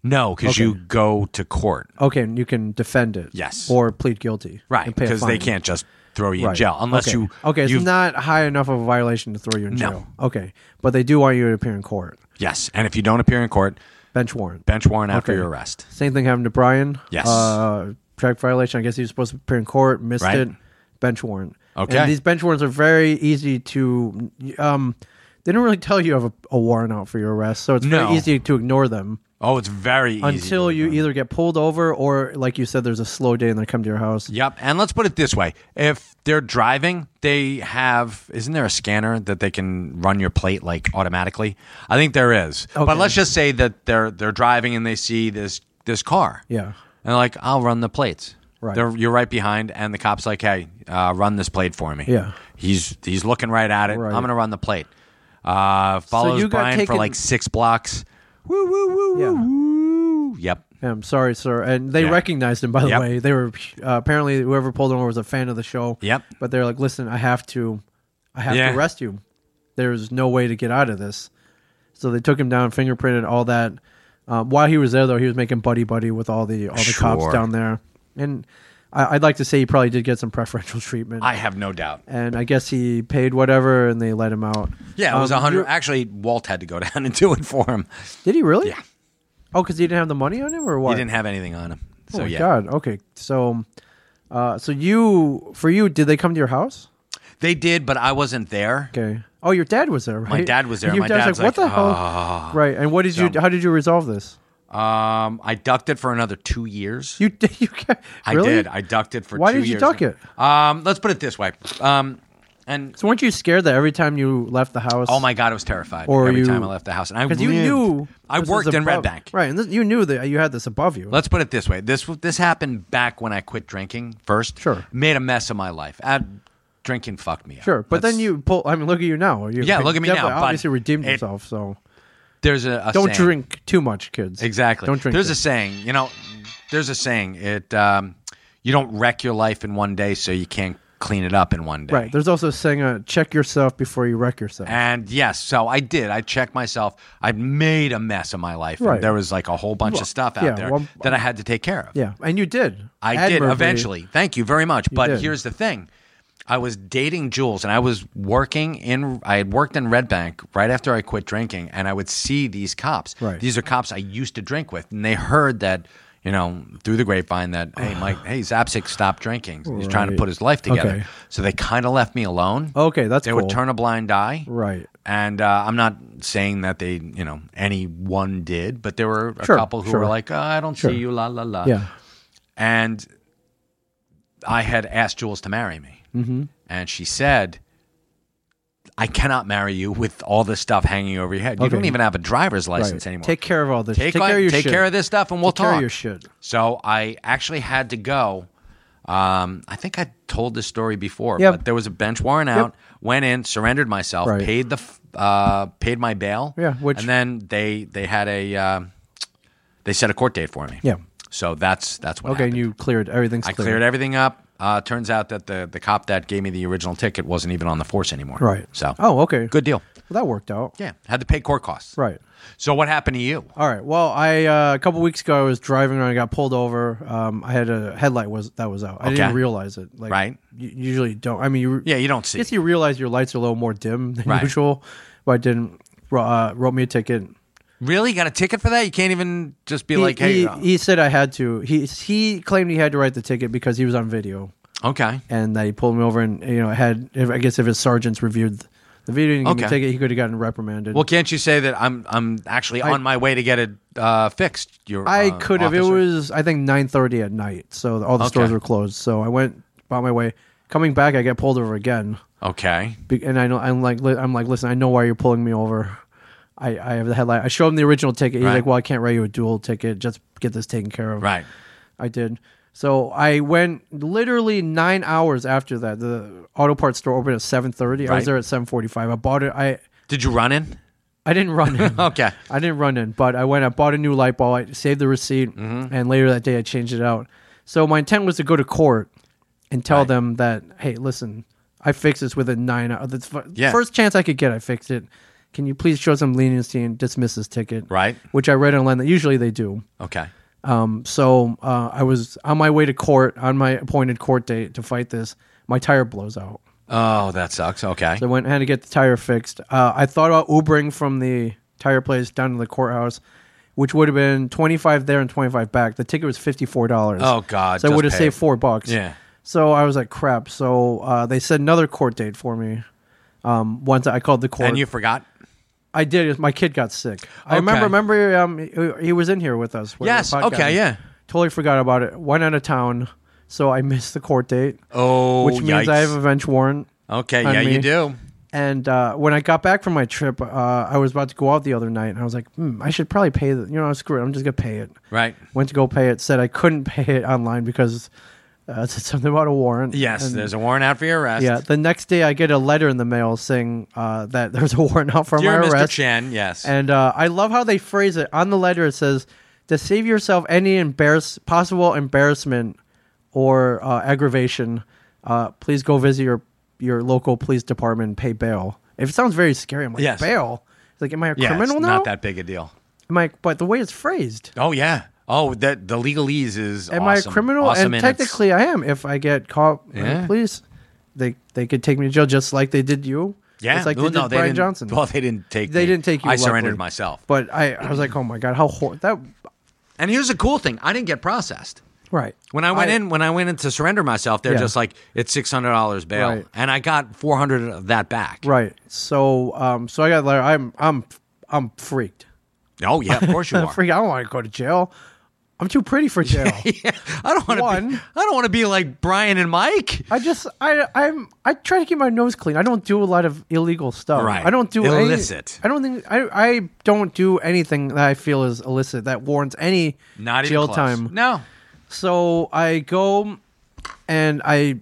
[SPEAKER 3] no, because
[SPEAKER 10] Okay.
[SPEAKER 3] you go to court.
[SPEAKER 10] Okay, and you can defend it.
[SPEAKER 3] Yes.
[SPEAKER 10] Or plead guilty.
[SPEAKER 3] right
[SPEAKER 10] and pay a
[SPEAKER 3] because they
[SPEAKER 10] fine.
[SPEAKER 3] can't just throw you in
[SPEAKER 10] Right.
[SPEAKER 3] jail unless
[SPEAKER 10] Okay.
[SPEAKER 3] you
[SPEAKER 10] Okay, it's
[SPEAKER 3] you've-
[SPEAKER 10] not high enough of a violation to throw you in
[SPEAKER 3] No.
[SPEAKER 10] jail. Okay. But they do want you to appear in court.
[SPEAKER 3] yes and if you don't appear in court
[SPEAKER 10] Bench warrant.
[SPEAKER 3] bench warrant after
[SPEAKER 10] Okay.
[SPEAKER 3] your arrest
[SPEAKER 10] Same thing happened to Brian.
[SPEAKER 3] Yes.
[SPEAKER 10] Uh, track violation. I guess he was supposed to appear in court, missed
[SPEAKER 3] Right.
[SPEAKER 10] it. Bench warrant.
[SPEAKER 3] Okay.
[SPEAKER 10] And these bench warrants are very easy to. Um, they don't really tell you of a, a warrant out for your arrest, so it's
[SPEAKER 3] No.
[SPEAKER 10] very easy to ignore them
[SPEAKER 3] oh it's very easy
[SPEAKER 10] until
[SPEAKER 3] to
[SPEAKER 10] you
[SPEAKER 3] ignore.
[SPEAKER 10] either get pulled over or, like you said, there's a slow day and they come to your house.
[SPEAKER 3] yep and let's put it this way if they're driving they have isn't there a scanner that they can run your plate like automatically i think there is but
[SPEAKER 10] Okay.
[SPEAKER 3] let's just say that they're they're driving and they see this this car
[SPEAKER 10] Yeah.
[SPEAKER 3] and like i'll run the plates
[SPEAKER 10] Right.
[SPEAKER 3] They're, you're right behind, and the cop's like, "Hey, uh, run this plate for me."
[SPEAKER 10] Yeah.
[SPEAKER 3] he's he's looking right at it.
[SPEAKER 10] Right.
[SPEAKER 3] I'm gonna run the plate. Uh, follows
[SPEAKER 10] you got
[SPEAKER 3] Brian for
[SPEAKER 10] taken-
[SPEAKER 3] like six blocks. Woo woo woo
[SPEAKER 10] Yeah.
[SPEAKER 3] woo woo. Yep.
[SPEAKER 10] Yeah, I'm sorry, sir. And they
[SPEAKER 3] Yeah.
[SPEAKER 10] recognized him, by the
[SPEAKER 3] Yep.
[SPEAKER 10] way. They were uh, apparently whoever pulled him over was a fan of the show.
[SPEAKER 3] Yep.
[SPEAKER 10] But they're like, listen, I have to, I have
[SPEAKER 3] Yeah.
[SPEAKER 10] to arrest you. There's no way to get out of this. So they took him down, fingerprinted all that. Um, while he was there, though, he was making buddy buddy with all the all the
[SPEAKER 3] Sure.
[SPEAKER 10] cops down there, and I, I'd like to say he probably did get some preferential treatment.
[SPEAKER 3] I have no doubt.
[SPEAKER 10] and I guess he paid whatever, and they let him out.
[SPEAKER 3] Yeah, it was a
[SPEAKER 10] Um,
[SPEAKER 3] hundred.
[SPEAKER 10] you're-
[SPEAKER 3] Actually, Walt had to go down and do it for him.
[SPEAKER 10] Did he really?
[SPEAKER 3] Yeah.
[SPEAKER 10] Oh, because he didn't have the money on him, or what?
[SPEAKER 3] He didn't have anything on him. So
[SPEAKER 10] oh my
[SPEAKER 3] yeah,
[SPEAKER 10] god. Okay. So, uh, so you for you did they come to your house?
[SPEAKER 3] they did, but I wasn't there.
[SPEAKER 10] Okay. Oh, your dad was there, right?
[SPEAKER 3] dad was there.
[SPEAKER 10] And your
[SPEAKER 3] My dad's
[SPEAKER 10] dad's, like,
[SPEAKER 3] like, "Ah."
[SPEAKER 10] what the hell? Right. And what did you? How did you resolve this?
[SPEAKER 3] Um, I ducked it for another two years.
[SPEAKER 10] You did. You ca-
[SPEAKER 3] I
[SPEAKER 10] really?
[SPEAKER 3] did. I ducked it for.
[SPEAKER 10] Why
[SPEAKER 3] two
[SPEAKER 10] did you
[SPEAKER 3] years.
[SPEAKER 10] duck it?
[SPEAKER 3] Um, let's put it this way. Um, and
[SPEAKER 10] so weren't you scared that every time you left the house?
[SPEAKER 3] Oh my god, I was terrified
[SPEAKER 10] Or
[SPEAKER 3] every
[SPEAKER 10] you-
[SPEAKER 3] time I left the house, and I
[SPEAKER 10] Because you
[SPEAKER 3] lived-
[SPEAKER 10] knew
[SPEAKER 3] I
[SPEAKER 10] this was
[SPEAKER 3] worked in Red
[SPEAKER 10] above-
[SPEAKER 3] Bank.
[SPEAKER 10] right? And this, you knew that you had this above you.
[SPEAKER 3] Let's put it this way: this this happened back when I quit drinking first.
[SPEAKER 10] Sure.
[SPEAKER 3] made a mess of my life. I, drinking fucked me. Up.
[SPEAKER 10] sure, but
[SPEAKER 3] Let's-
[SPEAKER 10] then you pull. I mean, look at you now. You,
[SPEAKER 3] Yeah, look at me now,
[SPEAKER 10] definitely
[SPEAKER 3] but
[SPEAKER 10] Obviously, redeemed
[SPEAKER 3] it-
[SPEAKER 10] yourself. So
[SPEAKER 3] there's a, a
[SPEAKER 10] don't
[SPEAKER 3] saying.
[SPEAKER 10] drink too much, kids.
[SPEAKER 3] exactly.
[SPEAKER 10] Don't drink.
[SPEAKER 3] There's
[SPEAKER 10] too-
[SPEAKER 3] a saying, you know, there's a saying. It um, you don't wreck your life in one day, so you can't clean it up in one day.
[SPEAKER 10] Right. There's also saying, uh, check yourself before you wreck yourself.
[SPEAKER 3] And yes, so I did. I checked myself. I made a mess of my life. and
[SPEAKER 10] Right.
[SPEAKER 3] there was like a whole bunch of stuff out
[SPEAKER 10] yeah,
[SPEAKER 3] there
[SPEAKER 10] well,
[SPEAKER 3] that I had to take care of.
[SPEAKER 10] Yeah, and you did.
[SPEAKER 3] I did
[SPEAKER 10] Admirably.
[SPEAKER 3] eventually. Thank you very much. But
[SPEAKER 10] did.
[SPEAKER 3] here's the thing. I was dating Jules and I was working in I had worked in Red Bank right after I quit drinking and I would see these cops.
[SPEAKER 10] Right.
[SPEAKER 3] These are cops I used to drink with and they heard that, you know, through the grapevine that hey Mike, hey Zapsik stopped drinking. He's trying to
[SPEAKER 10] Right.
[SPEAKER 3] put his life together.
[SPEAKER 10] Okay.
[SPEAKER 3] So they kind of left me alone.
[SPEAKER 10] Okay, that's
[SPEAKER 3] They
[SPEAKER 10] cool.
[SPEAKER 3] would turn a blind eye.
[SPEAKER 10] Right.
[SPEAKER 3] And uh, I'm not saying that they, you know, any one did, but there were a
[SPEAKER 10] Sure,
[SPEAKER 3] couple who
[SPEAKER 10] sure.
[SPEAKER 3] were like, oh, I don't
[SPEAKER 10] Sure.
[SPEAKER 3] see you, la la la
[SPEAKER 10] Yeah.
[SPEAKER 3] and I had asked Jules to marry me, mm-hmm. and she said, "I cannot marry you with all this stuff hanging over your head. You
[SPEAKER 10] Okay.
[SPEAKER 3] don't even have a driver's license
[SPEAKER 10] Right.
[SPEAKER 3] anymore.
[SPEAKER 10] Take care of all this.
[SPEAKER 3] Take,
[SPEAKER 10] Take care
[SPEAKER 3] on-
[SPEAKER 10] of your
[SPEAKER 3] take
[SPEAKER 10] shit.
[SPEAKER 3] care of this stuff, and we'll
[SPEAKER 10] Take
[SPEAKER 3] talk.
[SPEAKER 10] care of your shit.
[SPEAKER 3] So I actually had to go. Um, I think I told this story before,
[SPEAKER 10] Yep.
[SPEAKER 3] but there was a bench warrant out. Went in, surrendered myself,
[SPEAKER 10] Right.
[SPEAKER 3] paid the f- uh, paid my bail.
[SPEAKER 10] Yeah, which-
[SPEAKER 3] and then they they had a uh, they set a court date for me.
[SPEAKER 10] Yeah.
[SPEAKER 3] So that's that's what
[SPEAKER 10] Okay,
[SPEAKER 3] happened.
[SPEAKER 10] and you cleared everything's
[SPEAKER 3] I
[SPEAKER 10] cleared.
[SPEAKER 3] cleared everything up. Uh, turns out that the, the cop that gave me the original ticket wasn't even on the force anymore.
[SPEAKER 10] Right.
[SPEAKER 3] So.
[SPEAKER 10] Oh, okay.
[SPEAKER 3] Good deal.
[SPEAKER 10] Well, that worked out.
[SPEAKER 3] Yeah, had to pay court costs.
[SPEAKER 10] Right.
[SPEAKER 3] So what happened to you?
[SPEAKER 10] All right. Well, I uh, a couple weeks ago I was driving and I got pulled over. Um, I had a headlight was that was out. I
[SPEAKER 3] Okay.
[SPEAKER 10] didn't realize it. Like,
[SPEAKER 3] Right.
[SPEAKER 10] You usually don't. I mean, you,
[SPEAKER 3] Yeah, you don't
[SPEAKER 10] I
[SPEAKER 3] see.
[SPEAKER 10] guess you realize your lights are a little more dim than
[SPEAKER 3] Right.
[SPEAKER 10] usual, but I didn't. Ro- Uh, wrote me a ticket.
[SPEAKER 3] Really? You got a ticket for that? You can't even just be
[SPEAKER 10] He,
[SPEAKER 3] like, hey,
[SPEAKER 10] he,
[SPEAKER 3] uh,
[SPEAKER 10] he said I had to. He he claimed he had to write the ticket because he was on video
[SPEAKER 3] okay.
[SPEAKER 10] and that he pulled me over and you know had. If, I guess if his sergeants reviewed the video and gave me a
[SPEAKER 3] Okay.
[SPEAKER 10] ticket, he could have gotten reprimanded.
[SPEAKER 3] Well, can't you say that I'm I'm actually on my way to get it uh, fixed? Your
[SPEAKER 10] I
[SPEAKER 3] uh,
[SPEAKER 10] could have. It
[SPEAKER 3] officer?
[SPEAKER 10] was I think nine thirty at night, so all the stores
[SPEAKER 3] Okay.
[SPEAKER 10] were closed. So I went about my way. Coming back, I get pulled over again,
[SPEAKER 3] okay.
[SPEAKER 10] Be- and I know I'm like li- I'm like, listen, I know why you're pulling me over. I, I have the headlight. I showed him the original ticket. He's
[SPEAKER 3] Right.
[SPEAKER 10] like, well, I can't write you a dual ticket. Just get this taken care of.
[SPEAKER 3] Right.
[SPEAKER 10] I did. So I went literally nine hours after that. The auto parts store opened at seven thirty. I was
[SPEAKER 3] Right.
[SPEAKER 10] there at seven forty five. I bought it. I
[SPEAKER 3] Did you run in?
[SPEAKER 10] I didn't run in.
[SPEAKER 3] Okay.
[SPEAKER 10] I didn't run in, but I went. I bought a new light bulb. I saved the receipt,
[SPEAKER 3] Mm-hmm.
[SPEAKER 10] and later that day I changed it out. So my intent was to go to court and tell them that, hey, listen, I fixed this within nine hours. The f-
[SPEAKER 3] Yeah.
[SPEAKER 10] first chance I could get, I fixed it. Can you please show some leniency and dismiss this ticket?
[SPEAKER 3] Right.
[SPEAKER 10] Which I read online that usually they do.
[SPEAKER 3] Okay.
[SPEAKER 10] Um, so uh, I was on my way to court on my appointed court date to fight this. My tire blows out.
[SPEAKER 3] Oh, that sucks. Okay.
[SPEAKER 10] So I went and had to get the tire fixed. Uh, I thought about Ubering from the tire place down to the courthouse, which would have been twenty five there and twenty five back. The ticket was fifty four dollars.
[SPEAKER 3] Oh, God,
[SPEAKER 10] So I
[SPEAKER 3] just
[SPEAKER 10] would have
[SPEAKER 3] pay
[SPEAKER 10] saved
[SPEAKER 3] it.
[SPEAKER 10] four bucks.
[SPEAKER 3] Yeah.
[SPEAKER 10] So I was like, crap. So uh, they set another court date for me. Um, once I called the court,
[SPEAKER 3] and you forgot?
[SPEAKER 10] I did. My kid got sick. I remember.
[SPEAKER 3] Okay.
[SPEAKER 10] Remember, um, he- he was in here with us. when we were
[SPEAKER 3] Yes, okay,
[SPEAKER 10] podcasting.
[SPEAKER 3] yeah.
[SPEAKER 10] Totally forgot about it. Went out of town, so I missed the court date.
[SPEAKER 3] Oh,
[SPEAKER 10] which means I
[SPEAKER 3] yikes.
[SPEAKER 10] have a bench warrant.
[SPEAKER 3] Okay.
[SPEAKER 10] on
[SPEAKER 3] Yeah,
[SPEAKER 10] me.
[SPEAKER 3] you do.
[SPEAKER 10] And uh, when I got back from my trip, uh, I was about to go out the other night, and I was like, hmm, I should probably pay the. You know, screw it. I'm just gonna pay it.
[SPEAKER 3] Right.
[SPEAKER 10] Went to go pay it. Said I couldn't pay it online because uh, it said something about a warrant.
[SPEAKER 3] Yes,
[SPEAKER 10] And-
[SPEAKER 3] there's a warrant out for your arrest.
[SPEAKER 10] Yeah. The next day, I get a letter in the mail saying uh, that there's a warrant out for
[SPEAKER 3] Dear
[SPEAKER 10] my
[SPEAKER 3] Mr.
[SPEAKER 10] arrest.
[SPEAKER 3] Chen, yes.
[SPEAKER 10] And uh, I love how they phrase it. On the letter, it says, to save yourself any embarrass- possible embarrassment or uh, aggravation, uh, please go visit your, your local police department and pay bail. If it sounds very scary, I'm like,
[SPEAKER 3] Yes.
[SPEAKER 10] bail? It's like, am I a
[SPEAKER 3] yeah,
[SPEAKER 10] criminal
[SPEAKER 3] it's
[SPEAKER 10] now?
[SPEAKER 3] not that big a deal.
[SPEAKER 10] Am I, but the way it's phrased,
[SPEAKER 3] Oh yeah. Oh, that the legalese is.
[SPEAKER 10] am I
[SPEAKER 3] awesome.
[SPEAKER 10] a criminal?
[SPEAKER 3] Awesome
[SPEAKER 10] and
[SPEAKER 3] in its-
[SPEAKER 10] technically, I am. If I get caught by the
[SPEAKER 3] Yeah.
[SPEAKER 10] police, they, they could take me to jail just like they did you.
[SPEAKER 3] yeah.
[SPEAKER 10] It's like
[SPEAKER 3] Well,
[SPEAKER 10] they did
[SPEAKER 3] no,
[SPEAKER 10] Brian
[SPEAKER 3] didn't-
[SPEAKER 10] Johnson.
[SPEAKER 3] Well, they didn't take.
[SPEAKER 10] they
[SPEAKER 3] me.
[SPEAKER 10] didn't take you.
[SPEAKER 3] I
[SPEAKER 10] luckily.
[SPEAKER 3] surrendered myself.
[SPEAKER 10] But I, I was like, oh my god, how hor- that
[SPEAKER 3] And here's the cool thing: I didn't get processed.
[SPEAKER 10] right
[SPEAKER 3] When I went in, when I went in to surrender myself, they're
[SPEAKER 10] Yeah.
[SPEAKER 3] just like, "It's six hundred dollars bail,"
[SPEAKER 10] Right.
[SPEAKER 3] and I got four hundred of that back.
[SPEAKER 10] Right. So, um, so I got letter. I'm, I'm, I'm freaked.
[SPEAKER 3] Oh yeah, of course you
[SPEAKER 10] I'm
[SPEAKER 3] are.
[SPEAKER 10] freaked. I don't want to go to jail. I'm too pretty for jail.
[SPEAKER 3] Yeah. I don't want to. Be,
[SPEAKER 10] One.
[SPEAKER 3] I don't want to be like Brian and Mike.
[SPEAKER 10] I just, I, I'm, I try to keep my nose clean. I don't do a lot of illegal stuff.
[SPEAKER 3] Right.
[SPEAKER 10] I don't do any-
[SPEAKER 3] Illicit.
[SPEAKER 10] I don't think I, I don't do anything that I feel is illicit that warrants any
[SPEAKER 3] Not even
[SPEAKER 10] jail
[SPEAKER 3] close.
[SPEAKER 10] time.
[SPEAKER 3] No.
[SPEAKER 10] So I go and I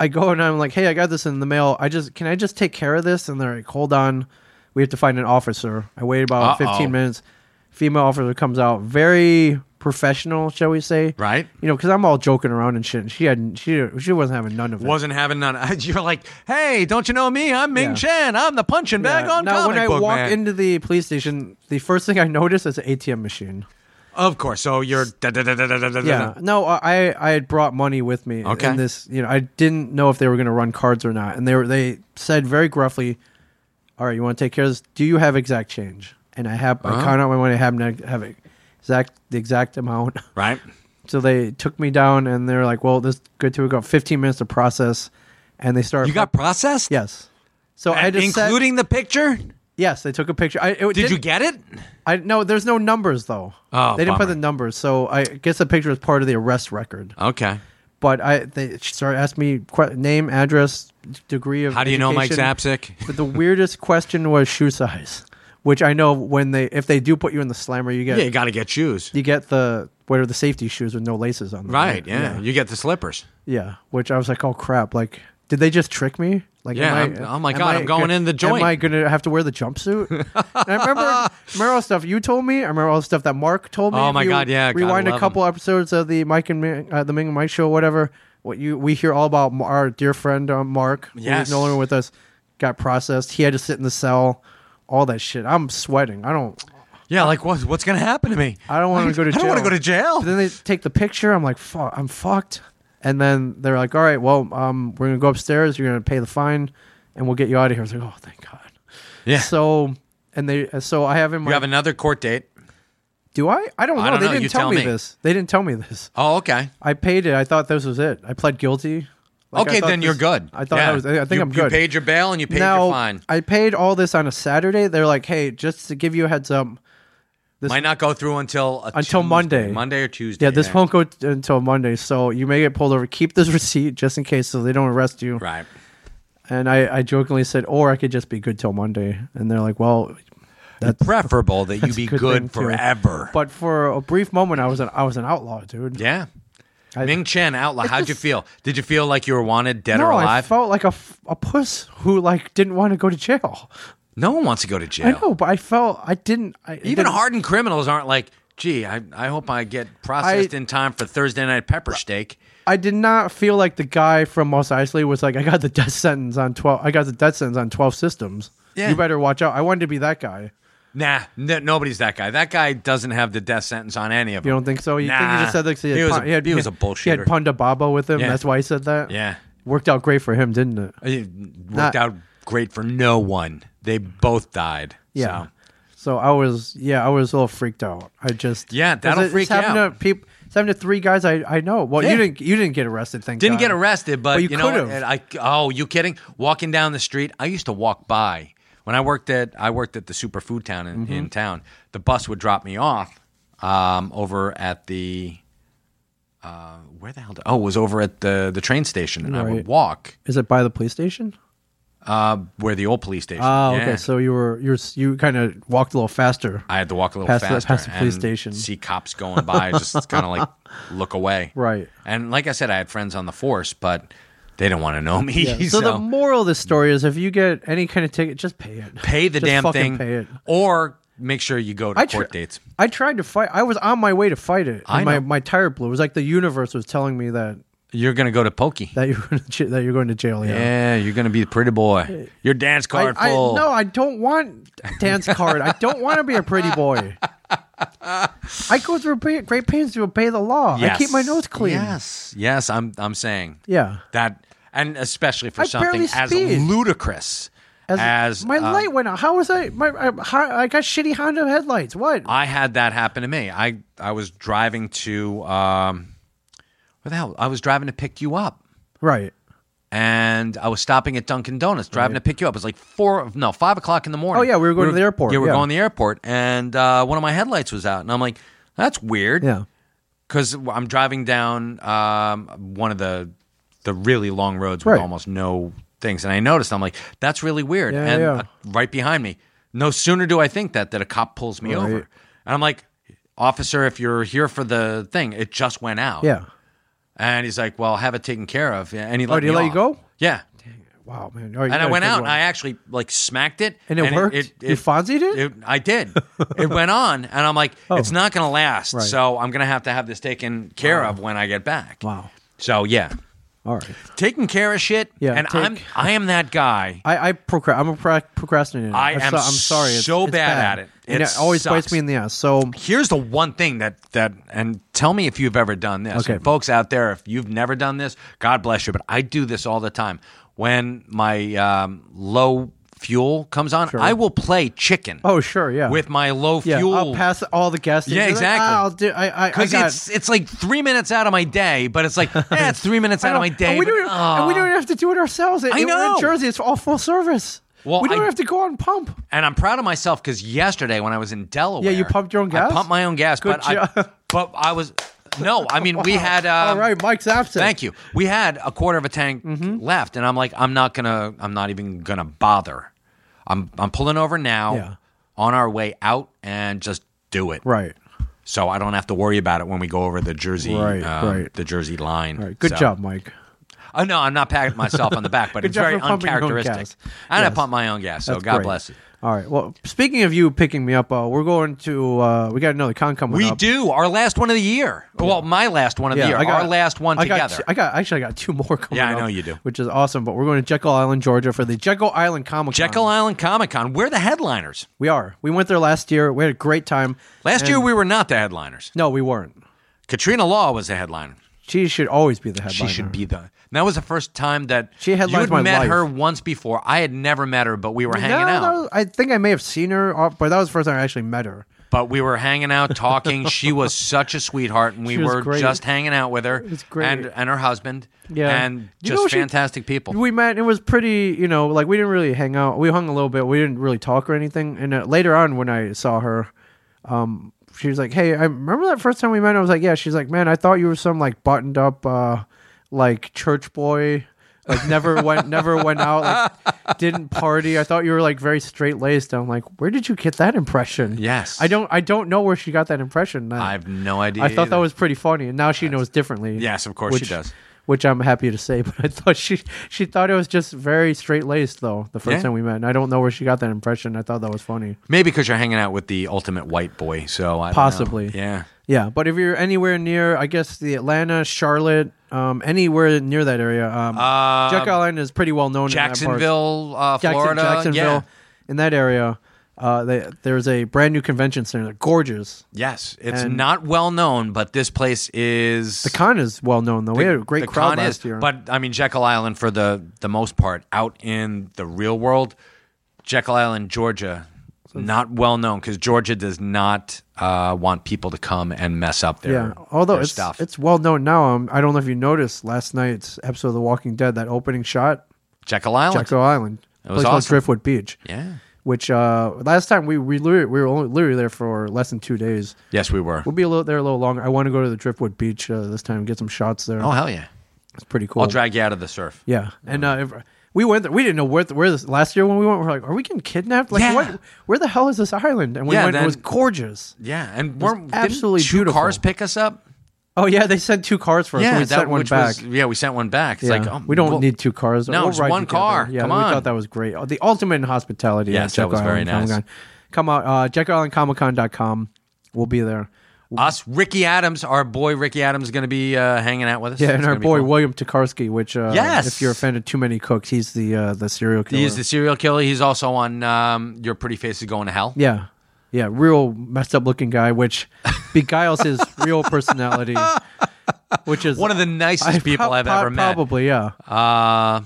[SPEAKER 10] I go and I'm like, hey, I got this in the mail. I just can I just take care of this? And they're like, hold on, we have to find an officer. I waited about
[SPEAKER 3] Uh-oh.
[SPEAKER 10] 15 minutes. Female officer comes out, very professional, shall we say?
[SPEAKER 3] Right.
[SPEAKER 10] You know, because I'm all joking around and shit. And she hadn't, she she wasn't having none of it.
[SPEAKER 3] Wasn't having none. You're like, hey, don't you know me? I'm Ming
[SPEAKER 10] Yeah.
[SPEAKER 3] Chen. I'm the punching
[SPEAKER 10] Yeah.
[SPEAKER 3] bag on
[SPEAKER 10] now,
[SPEAKER 3] comic
[SPEAKER 10] when I
[SPEAKER 3] book
[SPEAKER 10] walk
[SPEAKER 3] man.
[SPEAKER 10] into the police station, the first thing I notice is an ATM machine.
[SPEAKER 3] Of course. So you're. Da, da, da, da, da, da, da,
[SPEAKER 10] Yeah.
[SPEAKER 3] da.
[SPEAKER 10] No, I I had brought money with me.
[SPEAKER 3] Okay.
[SPEAKER 10] And this, you know, I didn't know if they were going to run cards or not, and they were they said very gruffly, "All right, you want to take care of this? Do you have exact change?" And I have
[SPEAKER 3] Uh-huh.
[SPEAKER 10] I count out my money. I have neg- have exact the exact amount.
[SPEAKER 3] Right.
[SPEAKER 10] So they took me down, and they're like, "Well, this is good to go. Fifteen minutes to process," and they started.
[SPEAKER 3] You got processed.
[SPEAKER 10] yes. So I just said-
[SPEAKER 3] including the picture.
[SPEAKER 10] yes, they took a picture. I, it
[SPEAKER 3] Did you
[SPEAKER 10] didn't-
[SPEAKER 3] get it?
[SPEAKER 10] I no, there's no numbers though.
[SPEAKER 3] Oh,
[SPEAKER 10] they didn't put
[SPEAKER 3] bummer.
[SPEAKER 10] the numbers, so I guess the picture is part of the arrest record.
[SPEAKER 3] Okay.
[SPEAKER 10] but I they she started asking me que- name, address, degree of
[SPEAKER 3] How do you know Mike
[SPEAKER 10] education.
[SPEAKER 3] Zapsik?
[SPEAKER 10] But the weirdest question was shoe size, which I know when they if they do put you in the slammer, you get
[SPEAKER 3] Yeah, you got to get shoes.
[SPEAKER 10] you get the what are the safety shoes with no laces on them?
[SPEAKER 3] Right. Yeah. You get the slippers.
[SPEAKER 10] yeah. Which I was like, oh crap! Like, did they just trick me? Like,
[SPEAKER 3] Yeah,
[SPEAKER 10] am
[SPEAKER 3] I'm-
[SPEAKER 10] I,
[SPEAKER 3] oh my
[SPEAKER 10] am
[SPEAKER 3] God,
[SPEAKER 10] I
[SPEAKER 3] I'm going
[SPEAKER 10] go-
[SPEAKER 3] in the joint.
[SPEAKER 10] Am I gonna have to wear the jumpsuit? And I remember, remember all the stuff you told me. I remember all the stuff that Mark told me.
[SPEAKER 3] Oh
[SPEAKER 10] If
[SPEAKER 3] my
[SPEAKER 10] you
[SPEAKER 3] God, yeah, gotta
[SPEAKER 10] rewind a
[SPEAKER 3] love
[SPEAKER 10] couple episodes of the Mike and Ming, uh, the Ming and Mike show, whatever. What you we hear all about m- our dear friend uh, Mark, who's
[SPEAKER 3] Yes.
[SPEAKER 10] no longer with us. got processed. He had to sit in the cell, all that shit. I'm sweating. I don't.
[SPEAKER 3] Yeah, like what, what's going to happen to me?
[SPEAKER 10] I don't want to go to jail.
[SPEAKER 3] I don't want to go to jail.
[SPEAKER 10] But then they take the picture. I'm like, fuck, I'm fucked. And then they're like, all right, well, um, we're gonna go upstairs. You're gonna pay the fine, and we'll get you out of here. I was like, oh, thank God.
[SPEAKER 3] Yeah.
[SPEAKER 10] So, and they, so I have in my.
[SPEAKER 3] you have another court date.
[SPEAKER 10] do I? I don't know.
[SPEAKER 3] I don't
[SPEAKER 10] they
[SPEAKER 3] know.
[SPEAKER 10] didn't
[SPEAKER 3] You
[SPEAKER 10] tell,
[SPEAKER 3] tell
[SPEAKER 10] me,
[SPEAKER 3] me.
[SPEAKER 10] this. They didn't tell me this.
[SPEAKER 3] Oh, okay.
[SPEAKER 10] I paid it. I thought this was it. I pled guilty. Like, I
[SPEAKER 3] okay,
[SPEAKER 10] thought
[SPEAKER 3] then you're
[SPEAKER 10] this-
[SPEAKER 3] good.
[SPEAKER 10] I thought
[SPEAKER 3] Yeah.
[SPEAKER 10] I was. I think
[SPEAKER 3] You-
[SPEAKER 10] I'm good.
[SPEAKER 3] You paid your bail and you paid
[SPEAKER 10] now,
[SPEAKER 3] your fine.
[SPEAKER 10] I paid all this on a Saturday. They're like, hey, just to give you a heads up.
[SPEAKER 3] Might not go through until a
[SPEAKER 10] Until
[SPEAKER 3] Tuesday-
[SPEAKER 10] Monday.
[SPEAKER 3] Monday or Tuesday.
[SPEAKER 10] Yeah, this won't go t- until Monday, so you may get pulled over. Keep this receipt just in case, so they don't arrest you.
[SPEAKER 3] Right.
[SPEAKER 10] And I, I jokingly said, or I could just be good till Monday. And they're like, well,
[SPEAKER 3] Preferable that you
[SPEAKER 10] that's
[SPEAKER 3] be
[SPEAKER 10] a good,
[SPEAKER 3] good,
[SPEAKER 10] thing, too.
[SPEAKER 3] forever.
[SPEAKER 10] But for a brief moment, I was an I was an outlaw, dude.
[SPEAKER 3] yeah. Ming Chen, outlaw. How'd you feel? Did you feel like you were wanted, dead
[SPEAKER 10] No,
[SPEAKER 3] or
[SPEAKER 10] I
[SPEAKER 3] alive?
[SPEAKER 10] felt like a, f- a puss who like didn't want to go to jail.
[SPEAKER 3] no one wants to go to jail.
[SPEAKER 10] I know, but I felt I didn't. I, it
[SPEAKER 3] Even
[SPEAKER 10] didn't-
[SPEAKER 3] hardened criminals aren't like, gee, I, I hope I get processed
[SPEAKER 10] I-
[SPEAKER 3] in time for Thursday night pepper steak.
[SPEAKER 10] I did not feel like the guy from Most Eisley was like, I got the death sentence on twelve. I got the death sentence on twelve systems.
[SPEAKER 3] Yeah.
[SPEAKER 10] You better watch out. I wanted to be that guy.
[SPEAKER 3] Nah, n- nobody's that guy. That guy doesn't have the death sentence on any of them.
[SPEAKER 10] You don't think so? You think he
[SPEAKER 3] Nah.
[SPEAKER 10] just said like he, had
[SPEAKER 3] He was
[SPEAKER 10] pun-
[SPEAKER 3] a-
[SPEAKER 10] he had,
[SPEAKER 3] he was a
[SPEAKER 10] He had
[SPEAKER 3] bullshitter.
[SPEAKER 10] Punda Baba with him.
[SPEAKER 3] Yeah.
[SPEAKER 10] That's why he said that.
[SPEAKER 3] Yeah.
[SPEAKER 10] worked out great for him, didn't it?
[SPEAKER 3] It worked
[SPEAKER 10] Not-
[SPEAKER 3] out great for no one. They both died.
[SPEAKER 10] Yeah.
[SPEAKER 3] So.
[SPEAKER 10] So I was, yeah, I was a little freaked out. I just,
[SPEAKER 3] Yeah, that'll
[SPEAKER 10] it's,
[SPEAKER 3] freak
[SPEAKER 10] it's happened
[SPEAKER 3] you
[SPEAKER 10] To
[SPEAKER 3] out.
[SPEAKER 10] peop it's happened to three guys I, I know. Well, you
[SPEAKER 3] Yeah.
[SPEAKER 10] didn't, you didn't get arrested. Thank
[SPEAKER 3] Didn't
[SPEAKER 10] God.
[SPEAKER 3] get arrested, but,
[SPEAKER 10] But you
[SPEAKER 3] you, know,
[SPEAKER 10] could've.
[SPEAKER 3] what? And I oh, you kidding? Walking down the street, I used to walk by when I worked at I worked at the superfood town in,
[SPEAKER 10] Mm-hmm.
[SPEAKER 3] in town. The bus would drop me off um, over at the uh, where the hell? Did, oh, it was over at the the train station, and I
[SPEAKER 10] Right.
[SPEAKER 3] would walk
[SPEAKER 10] Is it by the police station?
[SPEAKER 3] where the old police station.
[SPEAKER 10] Oh, okay.
[SPEAKER 3] yeah.
[SPEAKER 10] So you were, you were, you kind of walked a little faster.
[SPEAKER 3] I had to walk a little
[SPEAKER 10] Past the-
[SPEAKER 3] faster
[SPEAKER 10] past the police
[SPEAKER 3] and
[SPEAKER 10] station.
[SPEAKER 3] see cops going by, just kind of like look away.
[SPEAKER 10] Right.
[SPEAKER 3] And like I said, I had friends on the force, but they didn't want to know me.
[SPEAKER 10] Yeah. So, the moral of this story is, if you get any kind of ticket, just pay it.
[SPEAKER 3] pay the
[SPEAKER 10] Just
[SPEAKER 3] damn thing,
[SPEAKER 10] fucking Pay it.
[SPEAKER 3] or make sure you go to
[SPEAKER 10] I
[SPEAKER 3] court
[SPEAKER 10] tr-
[SPEAKER 3] dates.
[SPEAKER 10] I tried to fight. I was on my way to fight it. and
[SPEAKER 3] I
[SPEAKER 10] my
[SPEAKER 3] know.
[SPEAKER 10] my tire blew. It was like the universe was telling me that
[SPEAKER 3] You're gonna go to pokey.
[SPEAKER 10] that you're gonna, j- that you're going to jail. Yeah.
[SPEAKER 3] yeah, you're gonna be the pretty boy. Your dance
[SPEAKER 10] I,
[SPEAKER 3] card
[SPEAKER 10] I
[SPEAKER 3] full.
[SPEAKER 10] no, I don't want dance card. I don't want to be a pretty boy. I go through pa- great pains to obey the law. I keep my
[SPEAKER 3] Yes.
[SPEAKER 10] nose clean.
[SPEAKER 3] Yes, yes, I'm I'm saying
[SPEAKER 10] Yeah.
[SPEAKER 3] that, and especially for
[SPEAKER 10] I barely
[SPEAKER 3] something as
[SPEAKER 10] speed.
[SPEAKER 3] ludicrous as,
[SPEAKER 10] my
[SPEAKER 3] uh,
[SPEAKER 10] light went out. How was I? My I, how, I got shitty Honda headlights. What?
[SPEAKER 3] I had that happen to me. I I was driving to um, where the hell? I was driving to pick you up.
[SPEAKER 10] right.
[SPEAKER 3] and I was stopping at Dunkin' Donuts, driving to pick you up. It was like four, no, five o'clock in the morning.
[SPEAKER 10] Oh, yeah, we were going to the airport,
[SPEAKER 3] Yeah, we were
[SPEAKER 10] yeah.
[SPEAKER 3] going to the airport, and uh, one of my headlights was out, and I'm like, that's weird.
[SPEAKER 10] Yeah.
[SPEAKER 3] because I'm driving down um, one of the the really long roads with
[SPEAKER 10] Right.
[SPEAKER 3] almost no things, and I noticed. I'm like, that's really weird.
[SPEAKER 10] Yeah,
[SPEAKER 3] and
[SPEAKER 10] yeah.
[SPEAKER 3] uh, right behind me, no sooner do I think that that a cop pulls me
[SPEAKER 10] Right.
[SPEAKER 3] over, and I'm like, officer, if you're here for the thing, it just went out.
[SPEAKER 10] Yeah. Oh,
[SPEAKER 3] and he's like, well, have it taken care of. And he let
[SPEAKER 10] did he
[SPEAKER 3] me
[SPEAKER 10] let you
[SPEAKER 3] off.
[SPEAKER 10] go?
[SPEAKER 3] Yeah
[SPEAKER 10] Wow, man. All right, you
[SPEAKER 3] and I
[SPEAKER 10] got a
[SPEAKER 3] went
[SPEAKER 10] good
[SPEAKER 3] out
[SPEAKER 10] one.
[SPEAKER 3] and I actually like smacked it,
[SPEAKER 10] And it worked? You Fonzied it? Oh.
[SPEAKER 3] I did. it went on, and I'm like, it's not going to last,
[SPEAKER 10] Right.
[SPEAKER 3] so I'm going to have to have this taken care of when I get back.
[SPEAKER 10] Wow.
[SPEAKER 3] So yeah,
[SPEAKER 10] All right.
[SPEAKER 3] taking care of shit.
[SPEAKER 10] Yeah,
[SPEAKER 3] and
[SPEAKER 10] take-
[SPEAKER 3] I'm I am that guy.
[SPEAKER 10] I, I procra- I'm a pro- procrastinator.
[SPEAKER 3] I am
[SPEAKER 10] am sorry. It's,
[SPEAKER 3] so
[SPEAKER 10] it's
[SPEAKER 3] bad at it.
[SPEAKER 10] And
[SPEAKER 3] It
[SPEAKER 10] it always bites
[SPEAKER 3] sucks.
[SPEAKER 10] me in the ass. So
[SPEAKER 3] Here's the one thing that that and tell me if you've ever done this.
[SPEAKER 10] Okay.
[SPEAKER 3] And folks out there, if you've never done this, God bless you. But I do this all the time. When my um, low fuel comes on, I will play chicken.
[SPEAKER 10] oh sure, yeah.
[SPEAKER 3] with my low
[SPEAKER 10] yeah,
[SPEAKER 3] fuel.
[SPEAKER 10] I'll pass all the gas stations.
[SPEAKER 3] Yeah,
[SPEAKER 10] Like,
[SPEAKER 3] exactly.
[SPEAKER 10] "Ah, I'll do. I I, I
[SPEAKER 3] because
[SPEAKER 10] got.
[SPEAKER 3] it's it's like three minutes out of my day, but it's like yeah, it's three minutes
[SPEAKER 10] I
[SPEAKER 3] out
[SPEAKER 10] know.
[SPEAKER 3] of my day.
[SPEAKER 10] And we,
[SPEAKER 3] but, ah.
[SPEAKER 10] don't, and we
[SPEAKER 3] aw.
[SPEAKER 10] don't have to do it ourselves. It-
[SPEAKER 3] I
[SPEAKER 10] it- We're in
[SPEAKER 3] know.
[SPEAKER 10] Jersey. It's all full service.
[SPEAKER 3] Well,
[SPEAKER 10] we don't
[SPEAKER 3] I-
[SPEAKER 10] have to go on pump.
[SPEAKER 3] And I'm proud of myself because yesterday when I was in Delaware,
[SPEAKER 10] Yeah, you pumped your own gas?
[SPEAKER 3] I pumped my own gas,
[SPEAKER 10] Good
[SPEAKER 3] but I,
[SPEAKER 10] job.
[SPEAKER 3] but I was no. I mean, we had um,
[SPEAKER 10] all right, Mm-hmm. Mike's absent.
[SPEAKER 3] Thank you. We had a quarter of a tank left, and I'm like, I'm not gonna, I'm not even gonna bother. I'm I'm pulling over now
[SPEAKER 10] Yeah.
[SPEAKER 3] on our way out and just do it.
[SPEAKER 10] Right.
[SPEAKER 3] So I don't have to worry about it when we go over the Jersey,
[SPEAKER 10] Right,
[SPEAKER 3] um,
[SPEAKER 10] right.
[SPEAKER 3] the Jersey line.
[SPEAKER 10] All right. Good
[SPEAKER 3] So-
[SPEAKER 10] job, Mike.
[SPEAKER 3] Oh no, I'm not patting myself on the back, but
[SPEAKER 10] Good
[SPEAKER 3] it's
[SPEAKER 10] job
[SPEAKER 3] very
[SPEAKER 10] for pumping your own
[SPEAKER 3] uncharacteristic.
[SPEAKER 10] gas.
[SPEAKER 3] And I
[SPEAKER 10] Yes.
[SPEAKER 3] pump my own gas, so
[SPEAKER 10] That's
[SPEAKER 3] God
[SPEAKER 10] great.
[SPEAKER 3] bless you.
[SPEAKER 10] All right. Well, speaking of you picking me up, uh, we're going to uh, we got another con coming
[SPEAKER 3] We
[SPEAKER 10] up.
[SPEAKER 3] do our last one of the year. Well, my last one of the year. our last one
[SPEAKER 10] I got
[SPEAKER 3] together.
[SPEAKER 10] two- I got actually I got two more coming.
[SPEAKER 3] Yeah, I know
[SPEAKER 10] up,
[SPEAKER 3] you do.
[SPEAKER 10] which is awesome. But we're going to Jekyll Island, Georgia, for the Jekyll Island Comic.
[SPEAKER 3] Jekyll Island Comic Con. We're the headliners.
[SPEAKER 10] We are. We went there last year. We had a great time.
[SPEAKER 3] Last
[SPEAKER 10] And-
[SPEAKER 3] year we were not the headliners.
[SPEAKER 10] no, we weren't.
[SPEAKER 3] Katrina Law was the headliner.
[SPEAKER 10] She should always be the
[SPEAKER 3] She
[SPEAKER 10] headline.
[SPEAKER 3] should be the. and that was the first time that
[SPEAKER 10] She
[SPEAKER 3] you
[SPEAKER 10] headlined
[SPEAKER 3] had
[SPEAKER 10] my
[SPEAKER 3] met
[SPEAKER 10] life.
[SPEAKER 3] her once before. I had never met her, but we were hanging out.
[SPEAKER 10] I think I may have seen her, uh, but that was the first time I actually met her.
[SPEAKER 3] But we were hanging out, talking. she was such a sweetheart, and we
[SPEAKER 10] She was
[SPEAKER 3] were
[SPEAKER 10] great.
[SPEAKER 3] just hanging out with her
[SPEAKER 10] was great.
[SPEAKER 3] and and her husband. and
[SPEAKER 10] You
[SPEAKER 3] just
[SPEAKER 10] know, she-
[SPEAKER 3] fantastic people.
[SPEAKER 10] We met. It was pretty, you know, like we didn't really hang out. We hung a little bit. We didn't really talk or anything. And uh, later on, when I saw her, um, she was like, "Hey, I remember that first time we met." I was like, "Yeah." She's like, "Man, I thought you were some like buttoned up, uh, like church boy." like never went never went out like didn't party i thought you were like very straight laced i'm like where did you get that impression
[SPEAKER 3] Yes.
[SPEAKER 10] i don't i don't know where she got that impression
[SPEAKER 3] I have no idea.
[SPEAKER 10] I thought that
[SPEAKER 3] either.
[SPEAKER 10] was pretty funny, and now she knows differently.
[SPEAKER 3] Yes, of course she
[SPEAKER 10] which-
[SPEAKER 3] does.
[SPEAKER 10] Which I'm happy to say, but I thought she she thought it was just very straight laced though the first
[SPEAKER 3] Yeah.
[SPEAKER 10] time we met, and I don't know where she got that impression. I thought that was funny.
[SPEAKER 3] maybe because you're hanging out with the ultimate white boy. So I don't know.
[SPEAKER 10] Possibly.
[SPEAKER 3] yeah.
[SPEAKER 10] Yeah, but if you're anywhere near, I guess the Atlanta, Charlotte, um, anywhere near that area, um,
[SPEAKER 3] Uh,
[SPEAKER 10] Jekyll Island is pretty well known. in that part.
[SPEAKER 3] Jacksonville, uh,
[SPEAKER 10] Jackson-
[SPEAKER 3] Florida.
[SPEAKER 10] Jacksonville,
[SPEAKER 3] Yeah.
[SPEAKER 10] in that area, uh, they, there's a brand new convention center. Gorgeous.
[SPEAKER 3] Yes, it's
[SPEAKER 10] And-
[SPEAKER 3] not well known, but this place is
[SPEAKER 10] The con is well known though. we had a great
[SPEAKER 3] the
[SPEAKER 10] crowd
[SPEAKER 3] con
[SPEAKER 10] last
[SPEAKER 3] is,
[SPEAKER 10] year.
[SPEAKER 3] But I mean, Jekyll Island for the the most part out in the real world, Jekyll Island, Georgia, not well known because Georgia does not uh, want people to come and mess up their
[SPEAKER 10] yeah although
[SPEAKER 3] their
[SPEAKER 10] it's
[SPEAKER 3] stuff.
[SPEAKER 10] it's well known now um, i don't know if you noticed last night's episode of the walking dead that opening shot
[SPEAKER 3] Jekyll Island.
[SPEAKER 10] jekyll island
[SPEAKER 3] It was
[SPEAKER 10] place called
[SPEAKER 3] awesome.
[SPEAKER 10] driftwood beach
[SPEAKER 3] Yeah.
[SPEAKER 10] which uh last time we we, literally, we were only literally there for less than two days
[SPEAKER 3] Yes, we were.
[SPEAKER 10] we'll be a little there a little longer i want to go to the driftwood beach uh, this time and get some shots there
[SPEAKER 3] Oh hell yeah!
[SPEAKER 10] it's pretty cool
[SPEAKER 3] I'll drag you out of the surf.
[SPEAKER 10] yeah and uh if, we went there. We didn't know where, where this last year when we went. We are like, are we getting kidnapped? Like,
[SPEAKER 3] Yeah.
[SPEAKER 10] what, where the hell is this island? And we
[SPEAKER 3] Yeah,
[SPEAKER 10] went.
[SPEAKER 3] then-
[SPEAKER 10] it was gorgeous.
[SPEAKER 3] Yeah, and we're
[SPEAKER 10] absolutely
[SPEAKER 3] didn't two
[SPEAKER 10] beautiful.
[SPEAKER 3] cars pick us up.
[SPEAKER 10] Oh yeah, they sent two cars for us. so we sent one
[SPEAKER 3] which
[SPEAKER 10] back.
[SPEAKER 3] was- yeah, we sent one back. It's like
[SPEAKER 10] Yeah.
[SPEAKER 3] oh,
[SPEAKER 10] we don't
[SPEAKER 3] well-
[SPEAKER 10] need two cars.
[SPEAKER 3] No,
[SPEAKER 10] We'll
[SPEAKER 3] it's
[SPEAKER 10] ride
[SPEAKER 3] one
[SPEAKER 10] together.
[SPEAKER 3] car.
[SPEAKER 10] Yeah,
[SPEAKER 3] Come
[SPEAKER 10] we
[SPEAKER 3] on.
[SPEAKER 10] thought that was great. Oh, the ultimate in hospitality. at
[SPEAKER 3] Yes, that
[SPEAKER 10] Jekyll
[SPEAKER 3] was very
[SPEAKER 10] Island Comic
[SPEAKER 3] nice.
[SPEAKER 10] Con. Come out, uh, JekyllIslandComicCon.com. We'll be there.
[SPEAKER 3] us. Ricky Adams, our boy Ricky Adams, is going to be uh, hanging out with us.
[SPEAKER 10] Yeah,
[SPEAKER 3] It's
[SPEAKER 10] and our
[SPEAKER 3] gonna be
[SPEAKER 10] boy
[SPEAKER 3] cool.
[SPEAKER 10] William Tukarski, which uh,
[SPEAKER 3] Yes!
[SPEAKER 10] if you're a fan of Too Many Cooks, he's the uh, the serial killer.
[SPEAKER 3] He is the serial killer. He's also on um, Your Pretty Face is Going to Hell.
[SPEAKER 10] yeah, yeah, real messed up looking guy, which beguiles his real personality, which is
[SPEAKER 3] One of the nicest
[SPEAKER 10] I-
[SPEAKER 3] people
[SPEAKER 10] prob-
[SPEAKER 3] I've ever
[SPEAKER 10] prob-
[SPEAKER 3] met.
[SPEAKER 10] Probably, yeah,
[SPEAKER 3] Uh,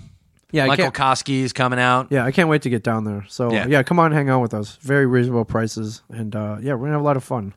[SPEAKER 10] yeah. I
[SPEAKER 3] Michael
[SPEAKER 10] can't-
[SPEAKER 3] Koski is coming out.
[SPEAKER 10] Yeah, I can't wait to get down there. So
[SPEAKER 3] Yeah.
[SPEAKER 10] yeah, come on, hang out with us. Very reasonable prices, and uh, yeah, we're gonna have a lot of fun.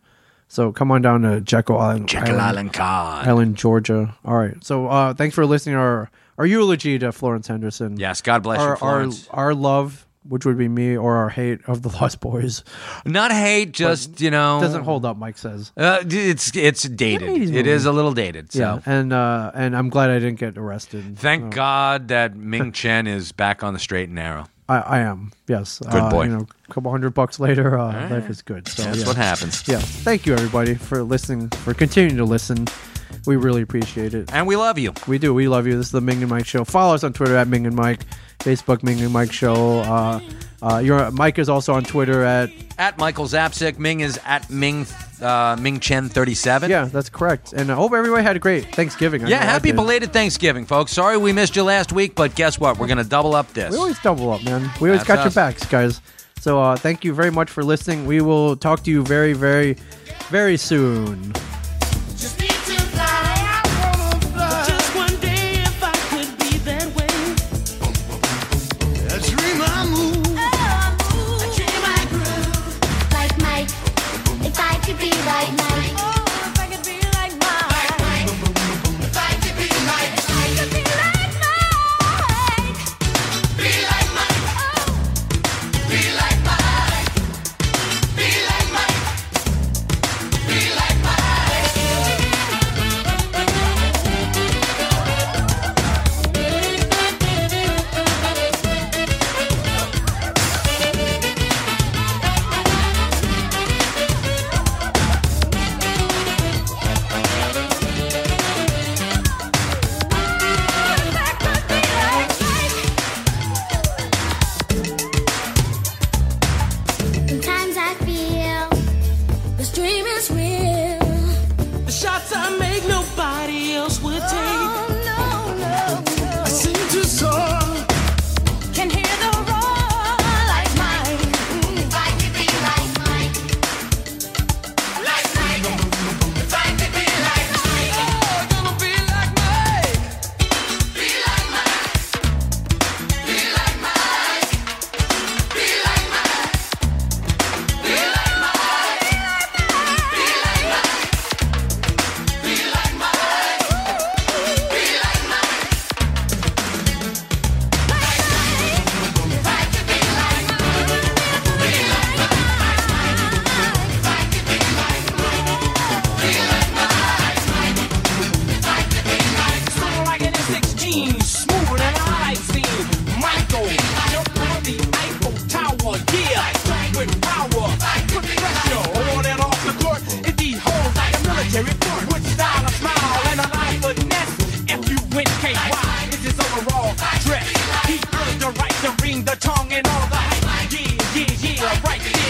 [SPEAKER 10] So come on down to Jekyll Island,
[SPEAKER 3] Jekyll Island Con.
[SPEAKER 10] Island, Georgia. All right. So uh, thanks for listening to our our eulogy to Florence Henderson.
[SPEAKER 3] Yes, God bless you,
[SPEAKER 10] our, our
[SPEAKER 3] Florence.
[SPEAKER 10] our love, which would be me, or our hate of the Lost Boys,
[SPEAKER 3] Not hate, just you know,
[SPEAKER 10] doesn't hold up. Mike says.
[SPEAKER 3] Uh, d- it's it's dated.
[SPEAKER 10] Yeah, 80s
[SPEAKER 3] It
[SPEAKER 10] movie.
[SPEAKER 3] is a little dated. So.
[SPEAKER 10] Yeah, Oh. and uh, and I'm glad I didn't get arrested.
[SPEAKER 3] Thank God that Ming Chen is back on the straight and narrow.
[SPEAKER 10] I, I am. Yes. Good
[SPEAKER 3] boy.
[SPEAKER 10] You know, a couple hundred bucks later, uh, life is good. So
[SPEAKER 3] That's
[SPEAKER 10] yeah.
[SPEAKER 3] what happens.
[SPEAKER 10] yeah thank you everybody for listening for continuing to listen we really appreciate it
[SPEAKER 3] And we love you.
[SPEAKER 10] we do we love you this is the ming and mike show follow us on twitter at ming and mike facebook ming and mike show uh, uh, your mike is also on twitter at
[SPEAKER 3] At Michael Zapsik, Ming is at Ming uh, Ming Chen thirty seven.
[SPEAKER 10] yeah that's correct and i hope everybody had a great thanksgiving I
[SPEAKER 3] Yeah,
[SPEAKER 10] know I
[SPEAKER 3] happy
[SPEAKER 10] did.
[SPEAKER 3] belated Thanksgiving, folks. Sorry we missed you last week, but guess what? We're going to double up this.
[SPEAKER 10] we always double up man we always
[SPEAKER 3] That's
[SPEAKER 10] got your
[SPEAKER 3] us.
[SPEAKER 10] backs guys so uh, thank you very much for listening we will talk to you very very very soon
[SPEAKER 1] Just need to fly, I wanna fly. Just one day if I could be that way.
[SPEAKER 9] A dream I
[SPEAKER 1] Oh.
[SPEAKER 9] move.
[SPEAKER 1] I dream I grew like Mike. If I could be like Mike. Oh, if I could be like Mike. If I could be like Mike. I could be like Mike. Be like Mike. Oh. Be like Mike. Be like Mike. Be like Mike. Oh,
[SPEAKER 8] with power, like put pressure on and off the court. Indeed, hold like a military court. With style, a smile, and a life of nest. If you win KY, it's his overall dress. He earned the right to ring the tongue and all that. Yeah, yeah, yeah, right.